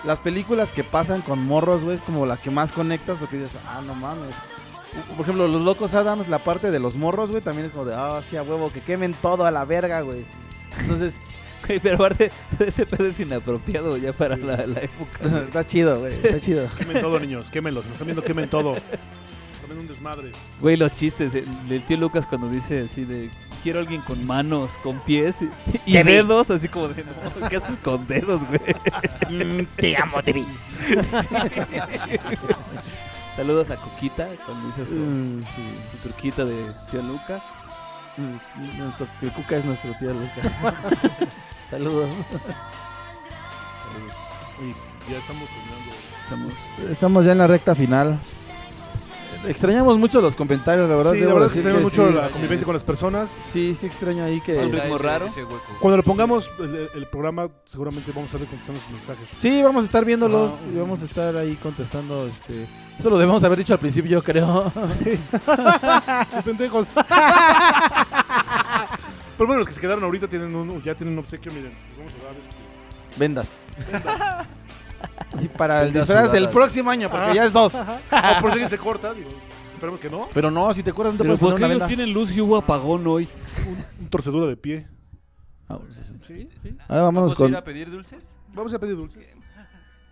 [SPEAKER 3] Las películas que pasan con morros, güey, es como la que más conectas porque dices, ah, no mames. Por ejemplo, Los Locos Adams, la parte de los morros, güey, también es como de, ah, sí, a huevo, que quemen todo a la verga, güey. Entonces,
[SPEAKER 4] Güey, pero aparte, ese pedo es inapropiado ya para la, la época. güey.
[SPEAKER 3] está chido, güey, está chido.
[SPEAKER 2] Quemen todo, niños, quémelos. Nos están viendo, quemen todo. También un desmadre.
[SPEAKER 4] Güey, los chistes. El, el tío Lucas cuando dice así de... Quiero a alguien con manos, con pies y- y,
[SPEAKER 1] Te vi.
[SPEAKER 4] dedos, así como de... "No, ¿Qué haces con dedos, güey?
[SPEAKER 1] Mm, te amo, te vi.
[SPEAKER 4] Saludos a Coquita cuando hizo su,
[SPEAKER 3] Mm.
[SPEAKER 4] su- su truquita de tío Lucas.
[SPEAKER 3] mm, Nuestro- el mm, Cuca es nuestro tío Lucas. Saludos.
[SPEAKER 2] Oye, ya estamos terminando.
[SPEAKER 4] Estamos-
[SPEAKER 3] Estamos ya en la recta final. Extrañamos mucho los comentarios, la verdad.
[SPEAKER 2] sí, la
[SPEAKER 3] debo
[SPEAKER 2] verdad es que
[SPEAKER 3] decir
[SPEAKER 2] tenemos
[SPEAKER 3] sí.
[SPEAKER 2] mucho la convivencia con las personas.
[SPEAKER 3] Sí, sí extraño ahí
[SPEAKER 4] Un
[SPEAKER 3] que...
[SPEAKER 4] ritmo
[SPEAKER 5] Ese-
[SPEAKER 4] raro.
[SPEAKER 5] ese hueco.
[SPEAKER 2] Cuando lo pongamos el, el programa, seguramente vamos a estar contestando sus mensajes.
[SPEAKER 3] Sí, vamos a estar viéndolos
[SPEAKER 2] Ah,
[SPEAKER 3] y vamos a estar ahí contestando. Este... Eso lo debemos haber dicho al principio, yo creo.
[SPEAKER 2] ¡Qué pendejos! Pero bueno, los que se quedaron ahorita tienen un, ya tienen un obsequio, miren. les vamos a dar este. esto.
[SPEAKER 3] Vendas. Sí, para el
[SPEAKER 4] Vendas
[SPEAKER 3] disfraz del
[SPEAKER 4] sudadas.
[SPEAKER 3] próximo año, porque
[SPEAKER 2] Ah.
[SPEAKER 3] ya es dos.
[SPEAKER 2] Ah, por si alguien se corta, digo, esperemos que no.
[SPEAKER 3] Pero no, si te acuerdas, no te
[SPEAKER 4] Pero
[SPEAKER 3] puedes poner
[SPEAKER 4] porque
[SPEAKER 3] una
[SPEAKER 4] ellos
[SPEAKER 3] venda.
[SPEAKER 4] tienen luz y hubo apagón hoy.
[SPEAKER 2] Un torcedura de pie.
[SPEAKER 3] Ah,
[SPEAKER 2] Sí, sí.
[SPEAKER 3] Ahora
[SPEAKER 5] ¿Vamos
[SPEAKER 3] vámonos
[SPEAKER 5] a ir
[SPEAKER 3] con...
[SPEAKER 5] a pedir dulces?
[SPEAKER 2] Vamos a pedir dulce.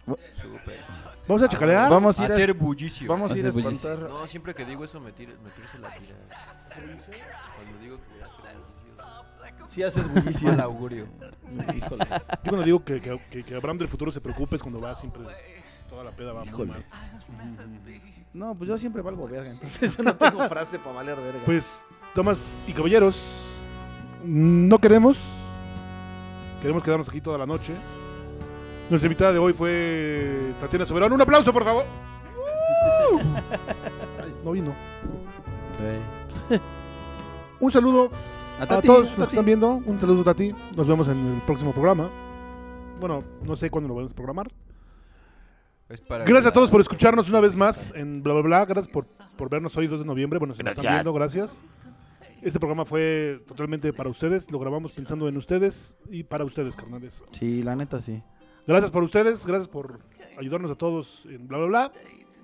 [SPEAKER 5] Súper.
[SPEAKER 2] Vamos a chacalear.
[SPEAKER 3] Vamos a ir a,
[SPEAKER 5] Hacer bullicio.
[SPEAKER 3] vamos a ir a
[SPEAKER 4] Hacer bullicio.
[SPEAKER 3] espantar
[SPEAKER 5] No, siempre que digo eso me, tiro, me tiro la tira. Cuando digo que voy a hacer bullicio.
[SPEAKER 3] Sí, haces
[SPEAKER 5] es Mal augurio.
[SPEAKER 2] Yo cuando digo que, que, que- que Abraham del futuro se preocupe es cuando va siempre. Toda la peda va muy
[SPEAKER 3] Híjole.
[SPEAKER 2] mal.
[SPEAKER 3] No, pues yo siempre valgo verga, entonces yo no tengo frase para valer verga.
[SPEAKER 2] Pues, damas y caballeros, no queremos. Queremos quedarnos aquí toda la noche. Nuestra invitada de hoy fue Tatiana Soberón. ¡Un aplauso, por favor! Ay, no vino. Un saludo
[SPEAKER 3] A,
[SPEAKER 2] a todos los que están viendo. Un saludo a ti. Nos vemos en el próximo programa. Bueno, no sé cuándo lo vamos a programar.
[SPEAKER 5] Es para
[SPEAKER 2] Gracias a
[SPEAKER 5] la-
[SPEAKER 2] todos por escucharnos una vez más en bla bla bla. Gracias por, por vernos hoy 2 de noviembre. Bueno, se nos están
[SPEAKER 1] Gracias.
[SPEAKER 2] viendo, gracias. Este programa fue totalmente para ustedes. Lo grabamos pensando en ustedes y para ustedes, carnales.
[SPEAKER 3] Sí, la neta sí.
[SPEAKER 2] Gracias por ustedes, gracias por ayudarnos a todos en bla bla bla.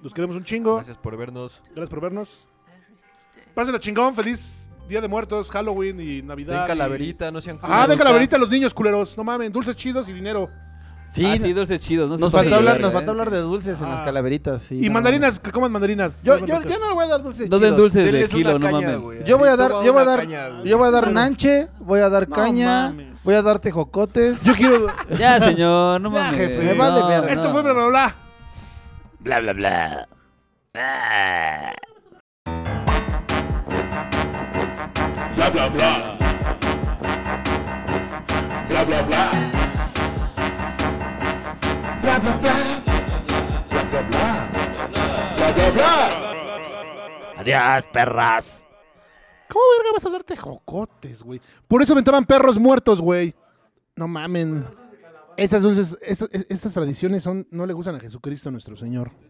[SPEAKER 2] Los queremos un chingo. Gracias,
[SPEAKER 5] Gracias por vernos.
[SPEAKER 2] por vernos. Pásenla chingón, feliz Día de Muertos, Halloween y Navidad.
[SPEAKER 5] Den
[SPEAKER 2] y-
[SPEAKER 5] calaverita, no sean
[SPEAKER 2] Ajá,
[SPEAKER 5] culeros.
[SPEAKER 2] den calaverita a los niños culeros. No mamen, dulces chidos y dinero.
[SPEAKER 3] Sí,
[SPEAKER 4] ah,
[SPEAKER 3] no-
[SPEAKER 4] sí, dulces chidos. No se
[SPEAKER 3] nos,
[SPEAKER 4] pasen
[SPEAKER 3] faltó
[SPEAKER 4] de
[SPEAKER 3] hablar,
[SPEAKER 4] verga,
[SPEAKER 3] nos
[SPEAKER 4] ¿eh?
[SPEAKER 3] faltó hablar de dulces en
[SPEAKER 2] Ah.
[SPEAKER 3] las calaveritas. sí,
[SPEAKER 2] y
[SPEAKER 3] no.
[SPEAKER 2] mandarinas, que coman mandarinas.
[SPEAKER 3] Yo,
[SPEAKER 2] No
[SPEAKER 3] yo,
[SPEAKER 2] mames.
[SPEAKER 3] yo no le voy a dar dulces.
[SPEAKER 4] No den
[SPEAKER 3] chidos.
[SPEAKER 4] dulces de
[SPEAKER 5] Denles una
[SPEAKER 4] kilo, no
[SPEAKER 5] caña,
[SPEAKER 4] mames.
[SPEAKER 5] güey.
[SPEAKER 3] Yo voy a
[SPEAKER 5] Toma
[SPEAKER 3] dar- yo voy a
[SPEAKER 5] una
[SPEAKER 3] dar-
[SPEAKER 5] caña, güey.
[SPEAKER 3] Yo voy a dar nanche, voy a dar
[SPEAKER 2] No
[SPEAKER 3] caña,
[SPEAKER 2] mames.
[SPEAKER 3] voy a dar tejocotes.
[SPEAKER 2] Yo quiero.
[SPEAKER 4] Ya, señor, no mames.
[SPEAKER 2] jefe.
[SPEAKER 3] Me vale verga.
[SPEAKER 2] Esto fue bla bla bla.
[SPEAKER 1] Bla, bla, bla. Ah.
[SPEAKER 14] Bla bla bla. Bla bla bla. Bla bla bla. Bla bla bla. Bla bla bla.
[SPEAKER 1] Adiós, perras.
[SPEAKER 2] ¿Cómo verga vas a darte jocotes, güey? Por eso aventaban perros muertos, güey. No mamen. Estas dulces, estas, estas tradiciones son, no le gustan a Jesucristo nuestro Señor.